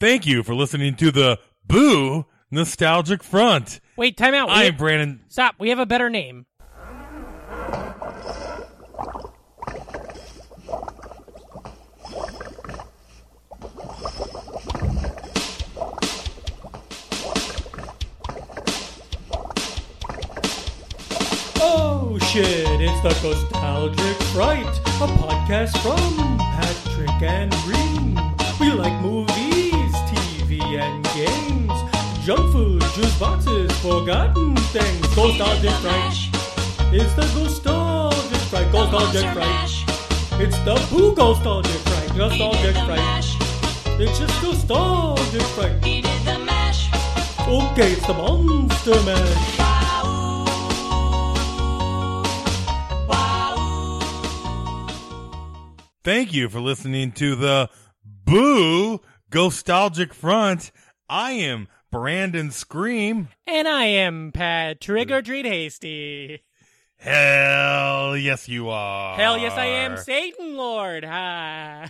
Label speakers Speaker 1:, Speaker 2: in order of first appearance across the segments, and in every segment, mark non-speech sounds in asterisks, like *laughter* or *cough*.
Speaker 1: Thank you for listening to the Boo Nostalgic Front.
Speaker 2: Wait, time out. We
Speaker 1: I am
Speaker 2: have-
Speaker 1: Brandon.
Speaker 2: Stop. We have a better name.
Speaker 3: Oh shit, it's the Nostalgic Fright, a podcast from Patrick and Reem. We like movies, TV, and games, junk food, juice boxes, forgotten things. Nostalgic Fright. It's the Nostalgic Fright, Nostalgic Fright. It's the Boo Nostalgic Fright, Nostalgic Fright. It's just Nostalgic Fright. Okay, it's the Monster Mash.
Speaker 1: Thank you for listening to the Boo Nostalgic Front. I am Brandon Scream.
Speaker 2: And I am Patrick
Speaker 1: Hmm.
Speaker 2: or Treat Hasty.
Speaker 1: Hell yes, you are.
Speaker 2: Hell yes, I am Satan Lord. Hi.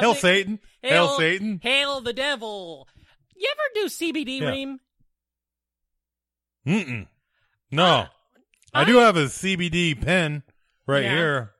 Speaker 1: *laughs* Hell
Speaker 2: it-
Speaker 1: Satan. Hell, Satan.
Speaker 2: Hail the devil. You ever do CBD
Speaker 1: Yeah.
Speaker 2: ream?
Speaker 1: Mm-mm. No,
Speaker 2: Uh,
Speaker 1: I,
Speaker 2: I-
Speaker 1: do have a CBD pen right
Speaker 2: Yeah.
Speaker 1: here,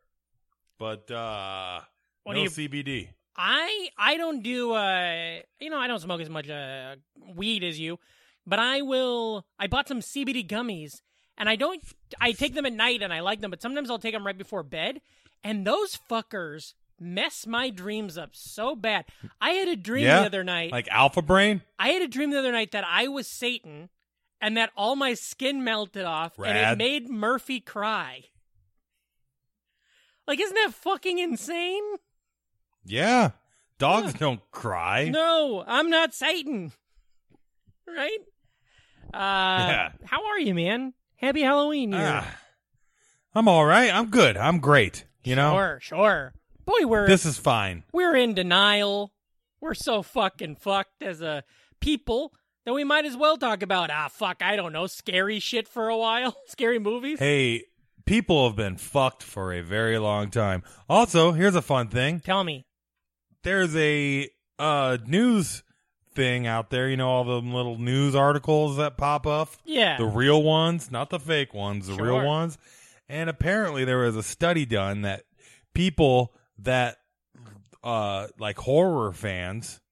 Speaker 1: but uh,
Speaker 2: What
Speaker 1: no
Speaker 2: do you-
Speaker 1: CBD.
Speaker 2: I I don't do uh you know I don't smoke as much uh weed as you, but I will. I bought some CBD gummies, and I don't. I take them at night, and I like them, but sometimes I'll take them right before bed, and those fuckers mess my dreams up so bad. I had a dream
Speaker 1: Yeah?
Speaker 2: the other night.
Speaker 1: Like Alpha Brain.
Speaker 2: I had a dream the other night that I was Satan, and that all my skin melted off, and
Speaker 1: Rad.
Speaker 2: it made Murphy cry. Like, isn't that fucking insane?
Speaker 1: Yeah, dogs don't cry.
Speaker 2: No, I'm not Satan. Right? Uh
Speaker 1: Yeah.
Speaker 2: how are you, man? Happy Halloween year.
Speaker 1: Ah. I'm all right. I'm good. I'm great. You know,
Speaker 2: Sure, sure. Boy, we're
Speaker 1: this is fine.
Speaker 2: we're in denial. We're so fucking fucked as a people that we might as well talk about ah fuck, I don't know, scary shit for a while. *laughs* scary movies.
Speaker 1: Hey, people have been fucked for a very long time. Also, here's a fun thing.
Speaker 2: Tell me.
Speaker 1: there's a uh news thing out there you know all the little news articles that pop up
Speaker 2: Yeah.
Speaker 1: the real ones not the fake ones the real
Speaker 2: Sure.
Speaker 1: ones and apparently there was a study done that people that uh like horror fans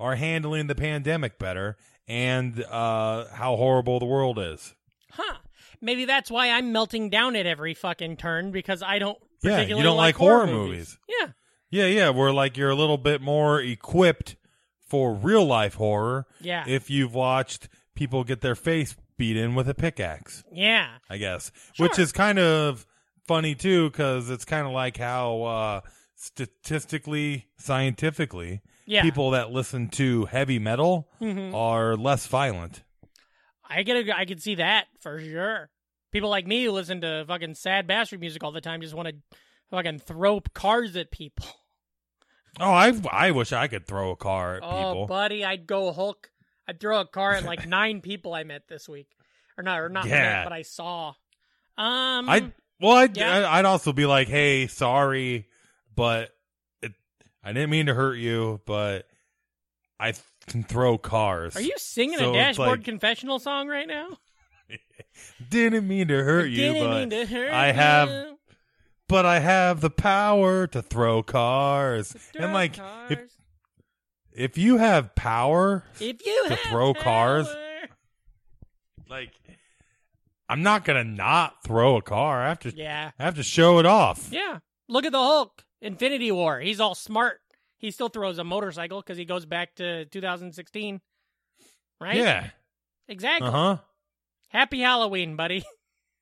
Speaker 1: are handling the pandemic better and uh how horrible the world is
Speaker 2: huh. Maybe that's why I'm melting down at every fucking turn because I don't
Speaker 1: Yeah, you
Speaker 2: particularly
Speaker 1: don't like
Speaker 2: like
Speaker 1: horror movies.
Speaker 2: Yeah.
Speaker 1: yeah yeah we're like you're a little bit more equipped for real life horror
Speaker 2: Yeah.
Speaker 1: if you've watched people get their face beat in with a pickaxe,
Speaker 2: yeah.
Speaker 1: I guess,
Speaker 2: Sure.
Speaker 1: which is kind of funny too, because it's kind of like how uh, statistically, scientifically,
Speaker 2: Yeah. Mm-hmm.
Speaker 1: people that listen to heavy metal are less violent.
Speaker 2: I get a, I can see that for sure. People like me who listen to fucking sad bastard music all the time just want to fucking throw cars at people.
Speaker 1: Oh, I I wish I could throw a car at
Speaker 2: Oh,
Speaker 1: people.
Speaker 2: buddy, I'd go Hulk. I'd throw a car at
Speaker 1: *laughs*
Speaker 2: like nine people I met this week, or not, or not
Speaker 1: Yeah.
Speaker 2: met, but I saw. Um,
Speaker 1: I well, I'd,
Speaker 2: Yeah.
Speaker 1: I'd also be like, hey, sorry, but it, I didn't mean to hurt you, but I th- can throw cars.
Speaker 2: are you singing
Speaker 1: So
Speaker 2: a
Speaker 1: it's
Speaker 2: dashboard
Speaker 1: like-
Speaker 2: confessional song right now?
Speaker 1: Didn't mean to hurt you,
Speaker 2: Didn't
Speaker 1: but
Speaker 2: mean to hurt
Speaker 1: I have,
Speaker 2: you.
Speaker 1: but I have the power to throw cars.
Speaker 2: Throw
Speaker 1: and like, if
Speaker 2: cars.
Speaker 1: if you have power,
Speaker 2: if, you
Speaker 1: to
Speaker 2: have
Speaker 1: throw cars?
Speaker 2: power.
Speaker 1: like, I'm not gonna not throw a car. I have to,
Speaker 2: yeah,
Speaker 1: I have to show it off.
Speaker 2: Yeah. Look at the Hulk, Infinity War. He's all smart. He still throws a motorcycle because he goes back to 2016. Right? Exactly.
Speaker 1: uh huh.
Speaker 2: Happy Halloween, buddy.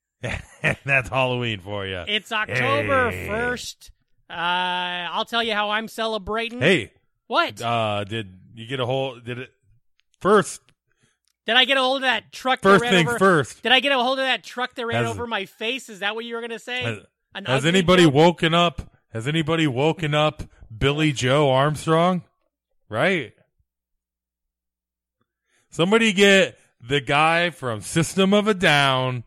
Speaker 1: *laughs* That's Halloween for you.
Speaker 2: It's October
Speaker 1: Hey.
Speaker 2: 1st. Uh, I'll tell you how I'm celebrating.
Speaker 1: Hey,
Speaker 2: What?
Speaker 1: uh, did you get a whole? Did it first?
Speaker 2: Did I get a hold of that truck
Speaker 1: First
Speaker 2: that ran
Speaker 1: thing
Speaker 2: over?
Speaker 1: first.
Speaker 2: Did I get a hold of that truck that ran
Speaker 1: Has-
Speaker 2: over my face? Is that what you were going to say?
Speaker 1: Has,
Speaker 2: An
Speaker 1: has
Speaker 2: ugly
Speaker 1: anybody
Speaker 2: joke?
Speaker 1: woken up? Has anybody woken up Billy Joe Armstrong? Right. Somebody get the guy from System of a Down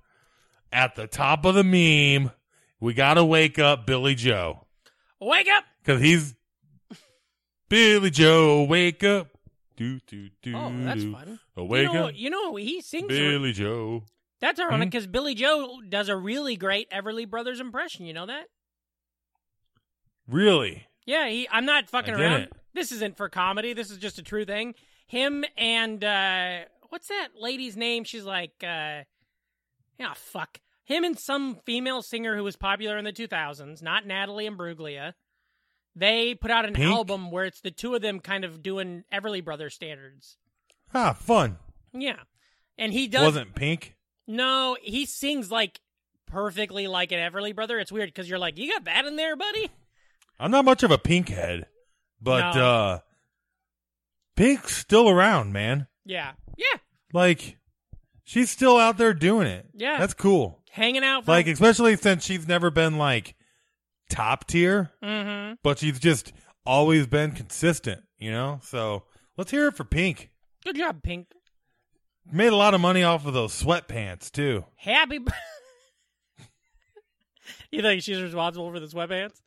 Speaker 1: at the top of the meme. We gotta wake up Billy Joe
Speaker 2: Wake up!
Speaker 1: because he's Billy Joe. Wake up! Do do do.
Speaker 2: Oh, that's
Speaker 1: do.
Speaker 2: fun.
Speaker 1: Awake
Speaker 2: you know,
Speaker 1: up, Mm-hmm.
Speaker 2: you know he sings.
Speaker 1: Billy Joe.
Speaker 2: That's ironic because Billy Joe does a really great Everly Brothers impression. You know that?
Speaker 1: Really?
Speaker 2: Yeah, he, I'm not fucking
Speaker 1: I
Speaker 2: around.
Speaker 1: didn't.
Speaker 2: This isn't for comedy. This is just a true thing. Him and uh, what's that lady's name? She's like, uh, yeah, fuck. Him and some female singer who was popular in the 2000s, not Natalie and Bruglia. They put out an
Speaker 1: Pink?
Speaker 2: album where it's the two of them kind of doing Everly Brothers standards.
Speaker 1: Ah, fun.
Speaker 2: Yeah, and he does.
Speaker 1: Wasn't pink.
Speaker 2: No, he sings like perfectly like an Everly brother. It's weird because you're like, you got that in there, buddy.
Speaker 1: I'm not much of a pink head, but
Speaker 2: No.
Speaker 1: uh Pink's still around, man.
Speaker 2: Yeah, yeah,
Speaker 1: Like she's still out there doing it.
Speaker 2: Yeah.
Speaker 1: That's cool.
Speaker 2: hanging out. For...
Speaker 1: Like especially since she's never been like top tier,
Speaker 2: mm-hmm.
Speaker 1: but she's just always been consistent, you know? So, let's hear it for Pink.
Speaker 2: Good job, Pink.
Speaker 1: Made a lot of money off of those sweatpants, too.
Speaker 2: Happy. b- *laughs* you think she's responsible for the sweatpants?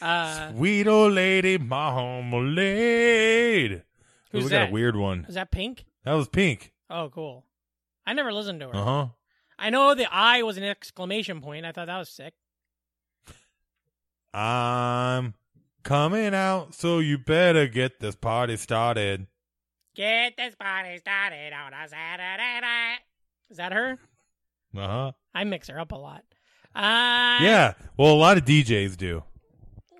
Speaker 2: Uh,
Speaker 1: Sweet old lady, my homelade.
Speaker 2: Who's
Speaker 1: we got
Speaker 2: that?
Speaker 1: a weird one.
Speaker 2: is that Pink?
Speaker 1: That was Pink.
Speaker 2: Oh, cool. I never listened to her.
Speaker 1: Uh-huh.
Speaker 2: I know the I was an exclamation point. I thought that was sick.
Speaker 1: I'm coming out, so you better get this party started.
Speaker 2: Get this party started on a Saturday night. Is that her?
Speaker 1: Uh huh.
Speaker 2: I mix her up a lot. Uh,
Speaker 1: Yeah. Well, a lot of DJs do.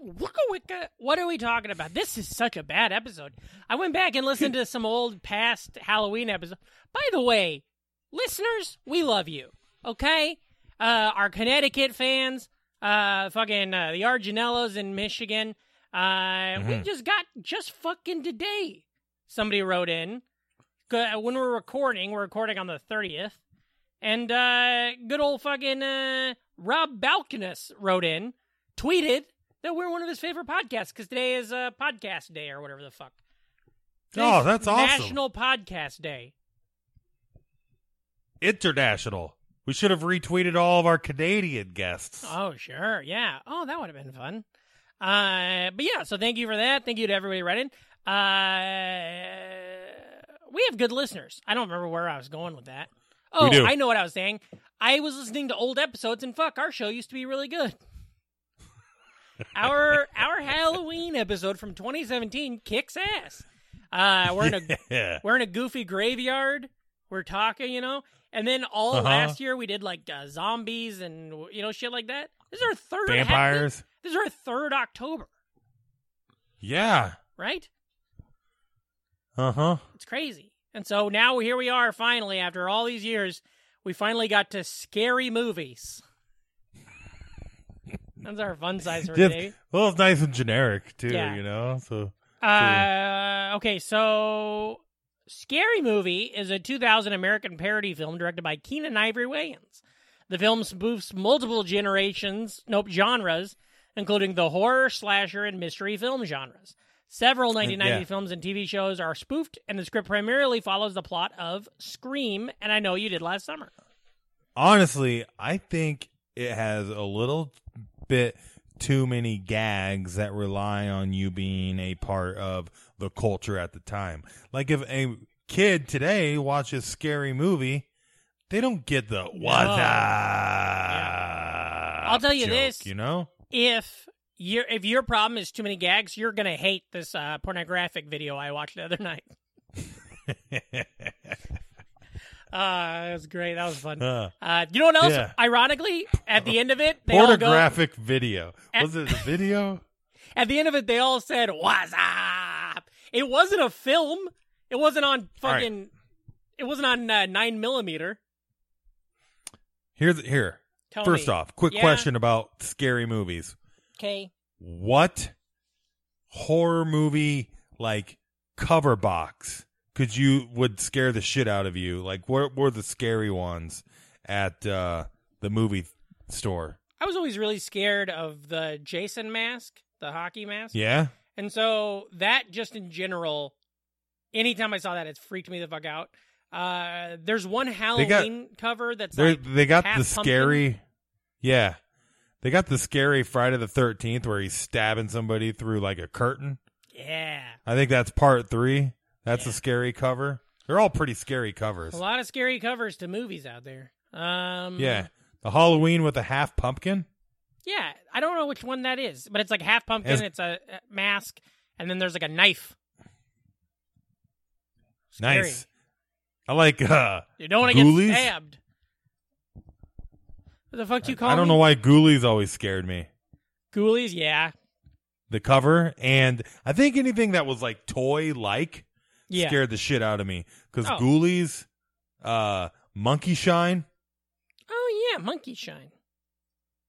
Speaker 2: Wicca Wicca, what are we talking about? This is such a bad episode. I went back
Speaker 1: *laughs*
Speaker 2: and listened to some old past Halloween episode. By the way, listeners, we love you. Okay? Uh, our Connecticut fans, uh, fucking uh, the Arginellos in Michigan. Uh, We
Speaker 1: Mm-hmm.
Speaker 2: just got just fucking today. Somebody wrote in. Good- When we're recording, we're recording on the 30th. And uh, good old fucking uh, Rob Balkinus wrote in, tweeted that we're one of his favorite podcasts because today is uh, podcast day or whatever the fuck.
Speaker 1: Oh,
Speaker 2: Today's
Speaker 1: that's awesome.
Speaker 2: National Podcast Day.
Speaker 1: International. We should have retweeted all of our Canadian guests.
Speaker 2: Oh, sure. Yeah. Oh, that would have been fun. Uh, but yeah, so thank you for that. Thank you to everybody writing. Uh, we have good listeners. I don't remember where I was going with that. Oh,
Speaker 1: We do.
Speaker 2: I know what I was saying. I was listening to old episodes, and fuck, our show used to be
Speaker 1: *laughs*
Speaker 2: really good. our our Halloween episode from 2017 kicks ass. Uh, we're in a
Speaker 1: *laughs* yeah.
Speaker 2: we're in a goofy graveyard. We're talking, you know. And then all
Speaker 1: Uh-huh.
Speaker 2: last year we did like uh, zombies and you know shit like that. This is our third Halloween-
Speaker 1: Vampires.
Speaker 2: This is our third October,
Speaker 1: Yeah.
Speaker 2: right?
Speaker 1: Uh huh.
Speaker 2: It's crazy. And so now here we are finally after all these years, we finally got to scary movies. That's our fun size for
Speaker 1: Just,
Speaker 2: today.
Speaker 1: well, it's nice and generic too,
Speaker 2: Yeah.
Speaker 1: you know. So
Speaker 2: Uh, okay, so Scary Movie is a 2000 American parody film directed by Keenan Ivory Wayans. The film spoofs multiple generations, nope, genres, including the horror, slasher, and mystery film genres. Several 1990
Speaker 1: yeah.
Speaker 2: films and TV shows are spoofed, and the script primarily follows the plot of Scream and I Know You Did Last Summer.
Speaker 1: honestly, I think it has a little bit too many gags that rely on you being a part of the culture at the time. Like if a kid today watches scary movie, they don't get the what the
Speaker 2: I'll tell you
Speaker 1: joke,
Speaker 2: this.
Speaker 1: you know? *laughs*
Speaker 2: If your if your problem is too many gags, you're gonna hate this uh, pornographic video I watched the other *laughs* night. Uh, that was great. That was fun.
Speaker 1: Uh,
Speaker 2: Uh, you know what else?
Speaker 1: Yeah.
Speaker 2: Ironically, at the end of it, they all go.
Speaker 1: pornographic video. Was it a video?
Speaker 2: At the end of it, they all said "What's up?" It wasn't a film. It wasn't on
Speaker 1: All right.
Speaker 2: fucking. It wasn't on uh, nine millimeter.
Speaker 1: Here's here.
Speaker 2: Tell
Speaker 1: First
Speaker 2: me.
Speaker 1: off, quick
Speaker 2: Yeah.
Speaker 1: question about scary movies.
Speaker 2: Okay.
Speaker 1: what horror movie like cover box could you would scare the shit out of you? Like what were the scary ones at uh the movie store?
Speaker 2: I was always really scared of the Jason mask, the hockey mask,
Speaker 1: Yeah?
Speaker 2: and so that just in general, anytime I saw that, it freaked me the fuck out. Uh, there's one
Speaker 1: They got-
Speaker 2: Halloween cover that's
Speaker 1: They
Speaker 2: like
Speaker 1: they got
Speaker 2: half
Speaker 1: the
Speaker 2: pumpkin.
Speaker 1: scary Yeah. They got the scary Friday the 13th where he's stabbing somebody through like a curtain.
Speaker 2: yeah,
Speaker 1: I think that's part 3. That's a scary cover. They're all pretty scary covers.
Speaker 2: A lot of scary covers to movies out there. Um,
Speaker 1: Yeah. The Halloween with a half pumpkin.
Speaker 2: yeah. I don't know which one that is, but it's like half pumpkin.
Speaker 1: As-
Speaker 2: it's a a mask, and then there's like a knife. Scary.
Speaker 1: Nice. I like uh
Speaker 2: You don't want to get
Speaker 1: Ghoulies?
Speaker 2: stabbed. What the fuck do you call?
Speaker 1: I don't know why
Speaker 2: what
Speaker 1: Ghoulies always scared me.
Speaker 2: Ghoulies. Yeah,
Speaker 1: The cover and I think anything that was like toy like
Speaker 2: yeah.
Speaker 1: scared the shit out of me cuz
Speaker 2: Oh.
Speaker 1: Ghoulies uh Monkey Shine.
Speaker 2: Oh yeah, monkey shine.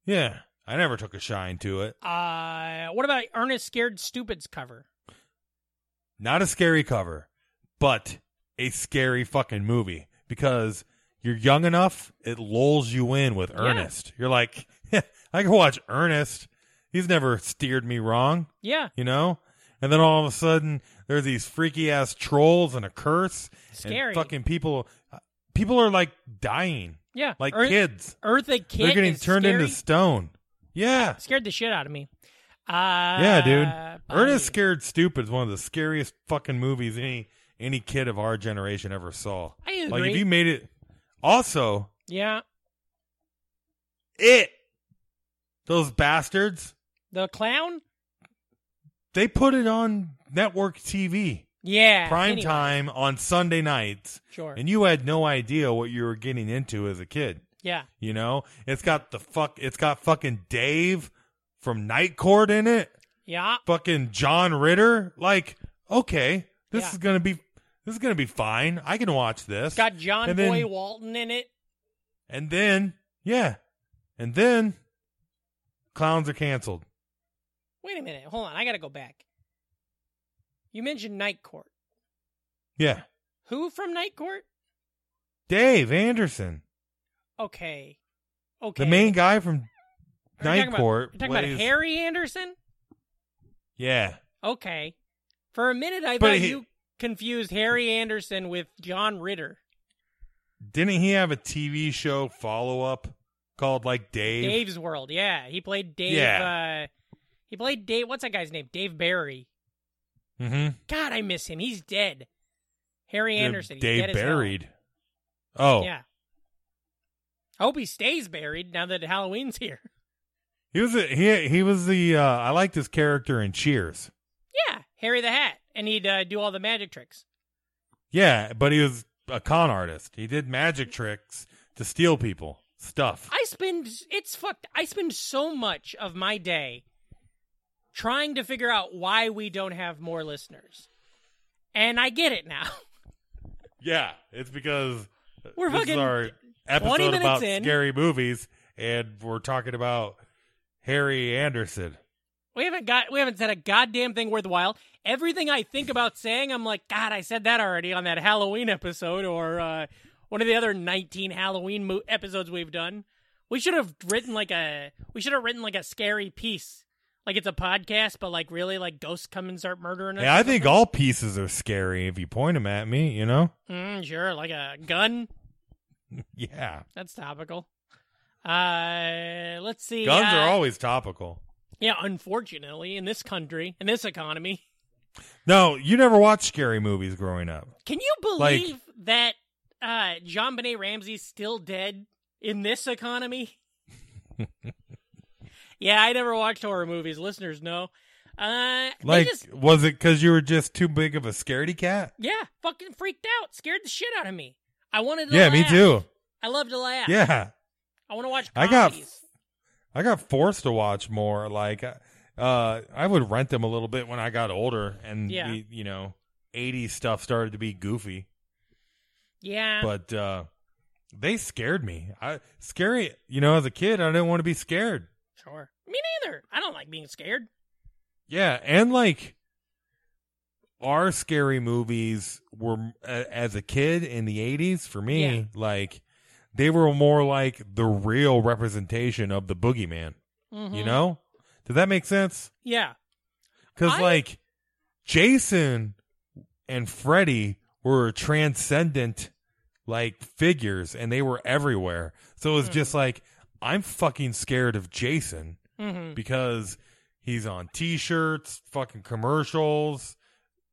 Speaker 1: Yeah. I never took a shine to it.
Speaker 2: Uh, what about Ernest Scared Stupid's cover?
Speaker 1: Not a scary cover, but a scary fucking movie because you're young enough, it lulls you in with Ernest. You're like, *laughs* I can watch Ernest. He's never steered me wrong,
Speaker 2: Yeah,
Speaker 1: you know? And then all of a sudden, there's these freaky ass trolls and a curse.
Speaker 2: Scary.
Speaker 1: And fucking people. People are like dying,
Speaker 2: yeah.
Speaker 1: like
Speaker 2: Earth,
Speaker 1: kids.
Speaker 2: Earth the kid.
Speaker 1: They're getting
Speaker 2: is
Speaker 1: turned
Speaker 2: scary.
Speaker 1: into stone. Yeah.
Speaker 2: scared the shit out of me. Uh,
Speaker 1: Yeah, dude.
Speaker 2: Bonnie.
Speaker 1: Ernest Scared Stupid is one of the scariest fucking movies any any kid of our generation ever saw.
Speaker 2: I agree.
Speaker 1: Like if you made it also
Speaker 2: yeah,
Speaker 1: it those bastards,
Speaker 2: the clown.
Speaker 1: they put it on network TV
Speaker 2: Yeah,
Speaker 1: prime
Speaker 2: anyway,
Speaker 1: time on Sunday nights
Speaker 2: Sure.
Speaker 1: and you had no idea what you were getting into as a kid,
Speaker 2: yeah,
Speaker 1: you know? It's got the fuck it's got fucking Dave from Night Court in it.
Speaker 2: yeah.
Speaker 1: fucking John Ritter. Like, okay, this
Speaker 2: Yeah.
Speaker 1: is gonna be this is gonna be fine. I can watch this.
Speaker 2: It's got John
Speaker 1: And then-
Speaker 2: Boy Walton in it.
Speaker 1: and then yeah, and then clowns are canceled.
Speaker 2: Wait a minute. Hold on. I gotta go back. You mentioned Night Court.
Speaker 1: Yeah,
Speaker 2: Who from Night Court?
Speaker 1: Dave Anderson,
Speaker 2: Okay, okay.
Speaker 1: the main guy from
Speaker 2: Are we talking
Speaker 1: Night
Speaker 2: about-
Speaker 1: Court.
Speaker 2: You're talking
Speaker 1: plays-
Speaker 2: about Harry Anderson.
Speaker 1: Yeah,
Speaker 2: Okay. For a minute, I
Speaker 1: But
Speaker 2: thought
Speaker 1: he-
Speaker 2: you confused Harry Anderson with John Ritter.
Speaker 1: didn't he have a TV show follow up called like Dave?
Speaker 2: Dave's World. Yeah, he played Dave. Uh, he played Dave. What's that guy's name? Dave Barry.
Speaker 1: Mm-hmm.
Speaker 2: God, I miss him. He's dead. Harry Anderson. he's dead
Speaker 1: Dave
Speaker 2: as hell.
Speaker 1: buried. Oh,
Speaker 2: Yeah. I hope he stays buried now that Halloween's here. *laughs*
Speaker 1: he was a, he he was the uh, I liked his character in Cheers.
Speaker 2: Yeah, Harry the Hat, and he'd uh, do all the magic tricks.
Speaker 1: Yeah, but he was a con artist. He did magic tricks to steal people stuff.
Speaker 2: I spend it's fucked. I spend so much of my day trying to figure out why we don't have more listeners. And I get it now. *laughs*
Speaker 1: yeah, it's because
Speaker 2: We're
Speaker 1: this
Speaker 2: fucking
Speaker 1: is our
Speaker 2: 20
Speaker 1: episode
Speaker 2: minutes
Speaker 1: about
Speaker 2: in.
Speaker 1: scary movies, and we're talking about Harry Anderson.
Speaker 2: We haven't got we haven't said a goddamn thing worthwhile. Everything I think about saying, I'm like, God, I said that already on that Halloween episode or uh, one of the other 19 Halloween mo- episodes we've done. We should have written like a we should have written like a scary piece, like it's a podcast, but like really like ghosts come and start murdering us.
Speaker 1: Yeah, I think all pieces are scary if you point them at me. You know?
Speaker 2: Mm, sure, like a gun.
Speaker 1: Yeah,
Speaker 2: That's topical. Uh, let's see.
Speaker 1: guns
Speaker 2: uh,
Speaker 1: are always topical.
Speaker 2: yeah. Unfortunately, in this country, in this economy,
Speaker 1: No, you never watched scary movies growing up.
Speaker 2: can you
Speaker 1: Like-
Speaker 2: believe that uh, John Benet Ramsey's still dead in this
Speaker 1: *laughs*
Speaker 2: economy? yeah, I never watched horror movies. Listeners know. Uh, they
Speaker 1: Like,
Speaker 2: just-
Speaker 1: was it because you were just too big of a scaredy cat?
Speaker 2: yeah, fucking freaked out, scared the shit out of me. I wanted to.
Speaker 1: Yeah, me
Speaker 2: laugh.
Speaker 1: too.
Speaker 2: I love to laugh.
Speaker 1: Yeah.
Speaker 2: I want to watch.
Speaker 1: I got-
Speaker 2: comedies.
Speaker 1: I got forced to watch more. Like, uh, I would rent them a little bit when I got older, and
Speaker 2: Yeah.
Speaker 1: the, you know, '80s stuff started to be goofy.
Speaker 2: Yeah.
Speaker 1: But uh, they scared me. I scary. You know, as a kid, I didn't want to be scared.
Speaker 2: Sure. Me neither. I don't like being scared.
Speaker 1: Yeah, and like our scary movies were uh, as a kid in the 80s for me
Speaker 2: Yeah.
Speaker 1: like they were more like the real representation of the boogeyman you know did that make sense
Speaker 2: Mm-hmm. Yeah.
Speaker 1: Because
Speaker 2: I-
Speaker 1: like Jason and Freddy were transcendent like figures and they were everywhere. So it was just like I'm fucking scared of Jason
Speaker 2: Mm-hmm.
Speaker 1: because he's on t-shirts, fucking commercials,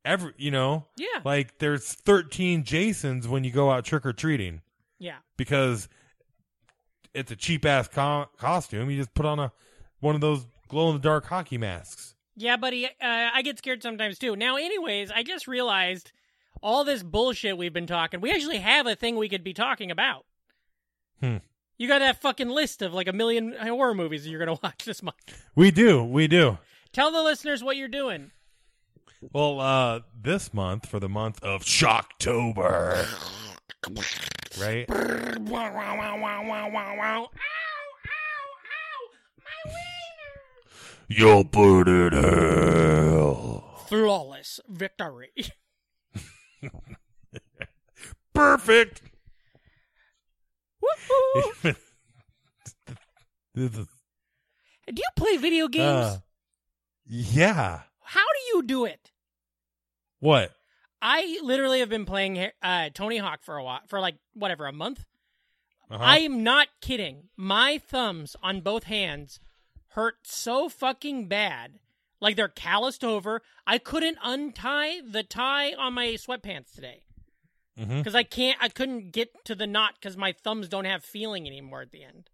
Speaker 1: every you know
Speaker 2: Yeah.
Speaker 1: like there's 13 Jasons when you go out trick or treating
Speaker 2: yeah.
Speaker 1: because it's a cheap ass co- costume. You just put on a one of those glow in the dark hockey masks.
Speaker 2: Yeah, buddy, uh, I get scared sometimes too. Now, anyways, I just realized all this bullshit we've been talking, we actually have a thing we could be talking about.
Speaker 1: Hmm.
Speaker 2: You got that fucking list of like a million horror movies that you're going to *laughs* watch this month.
Speaker 1: We do, we do.
Speaker 2: Tell the listeners what you're doing.
Speaker 1: Well, uh, this month for the month of Shocktober, right? You'll burn in hell.
Speaker 2: Flawless victory. *laughs*
Speaker 1: Perfect. *laughs*
Speaker 2: Woohoo!
Speaker 1: this is,
Speaker 2: Do you play video games?
Speaker 1: uh, yeah.
Speaker 2: How do you do it?
Speaker 1: What?
Speaker 2: I literally have been playing uh, Tony Hawk for a while, for like whatever a month.
Speaker 1: Uh-huh.
Speaker 2: I am not kidding. My thumbs on both hands hurt so fucking bad, like they're calloused over. I couldn't untie the tie on my sweatpants today
Speaker 1: Mhm.
Speaker 2: because I can't. I couldn't get to the knot because my thumbs don't have feeling anymore at the end.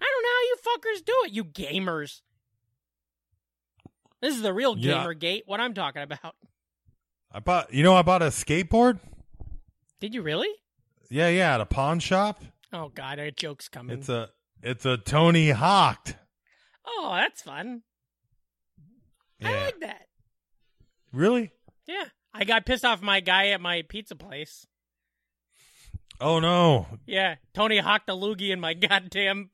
Speaker 2: I don't know how you fuckers do it, you gamers. This is the real
Speaker 1: Yeah.
Speaker 2: gamer gate. What I'm talking about.
Speaker 1: I bought. You know, I bought a skateboard.
Speaker 2: Did you really?
Speaker 1: Yeah, yeah, at a pawn shop.
Speaker 2: Oh god, a joke's coming.
Speaker 1: It's a it's a Tony Hawk.
Speaker 2: oh, that's fun. I
Speaker 1: Yeah.
Speaker 2: like that.
Speaker 1: Really?
Speaker 2: Yeah. I got pissed off my guy at my pizza place.
Speaker 1: Oh no.
Speaker 2: Yeah, Tony hawked a loogie in my *laughs* goddamn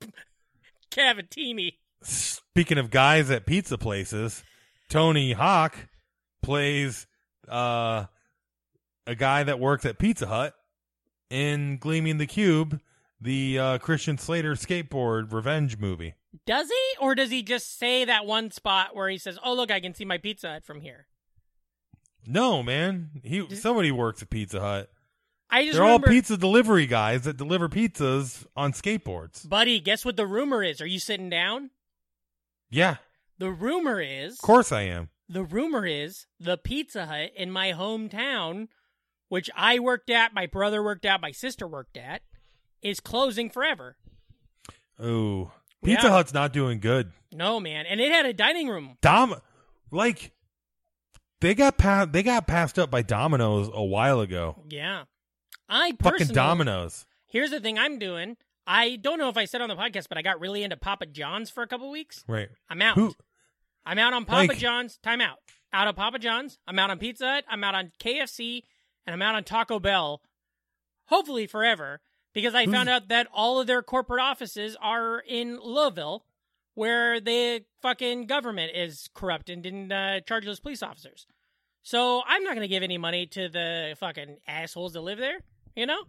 Speaker 2: cavatini.
Speaker 1: Speaking of guys at pizza places, Tony Hawk plays uh a guy that works at Pizza Hut in Gleaming the Cube, the uh, Christian Slater skateboard revenge movie.
Speaker 2: Does he? Or does he just say that one spot where he says, Oh, look, I can see my pizza Hut from here?
Speaker 1: No, man. He somebody works at Pizza Hut.
Speaker 2: I just
Speaker 1: They're all
Speaker 2: remember,
Speaker 1: pizza delivery guys that deliver pizzas on skateboards.
Speaker 2: buddy, guess what the rumor is? Are you sitting down?
Speaker 1: Yeah,
Speaker 2: The rumor is.
Speaker 1: of course I am.
Speaker 2: The rumor is the Pizza Hut in my hometown, which I worked at, my brother worked at, my sister worked at, is closing forever.
Speaker 1: Ooh. Pizza
Speaker 2: Yeah.
Speaker 1: Hut's not doing good.
Speaker 2: No, man. And it had a dining room.
Speaker 1: Dom like they got pa- they got passed up by Domino's a while ago.
Speaker 2: Yeah. I personally,
Speaker 1: Fucking Domino's.
Speaker 2: Here's the thing I'm doing. I don't know if I said on the podcast, but I got really into Papa John's for a couple weeks.
Speaker 1: Right.
Speaker 2: I'm out.
Speaker 1: Who
Speaker 2: I'm out on Papa
Speaker 1: Like-
Speaker 2: John's. Time out. Out of Papa John's. I'm out on Pizza Hut. I'm out on KFC, and I'm out on Taco Bell. Hopefully forever, because I
Speaker 1: Who's-
Speaker 2: found out that all of their corporate offices are in Louisville, where the fucking government is corrupt and didn't uh, charge those police officers. So I'm not going to give any money to the fucking assholes that live there. You know,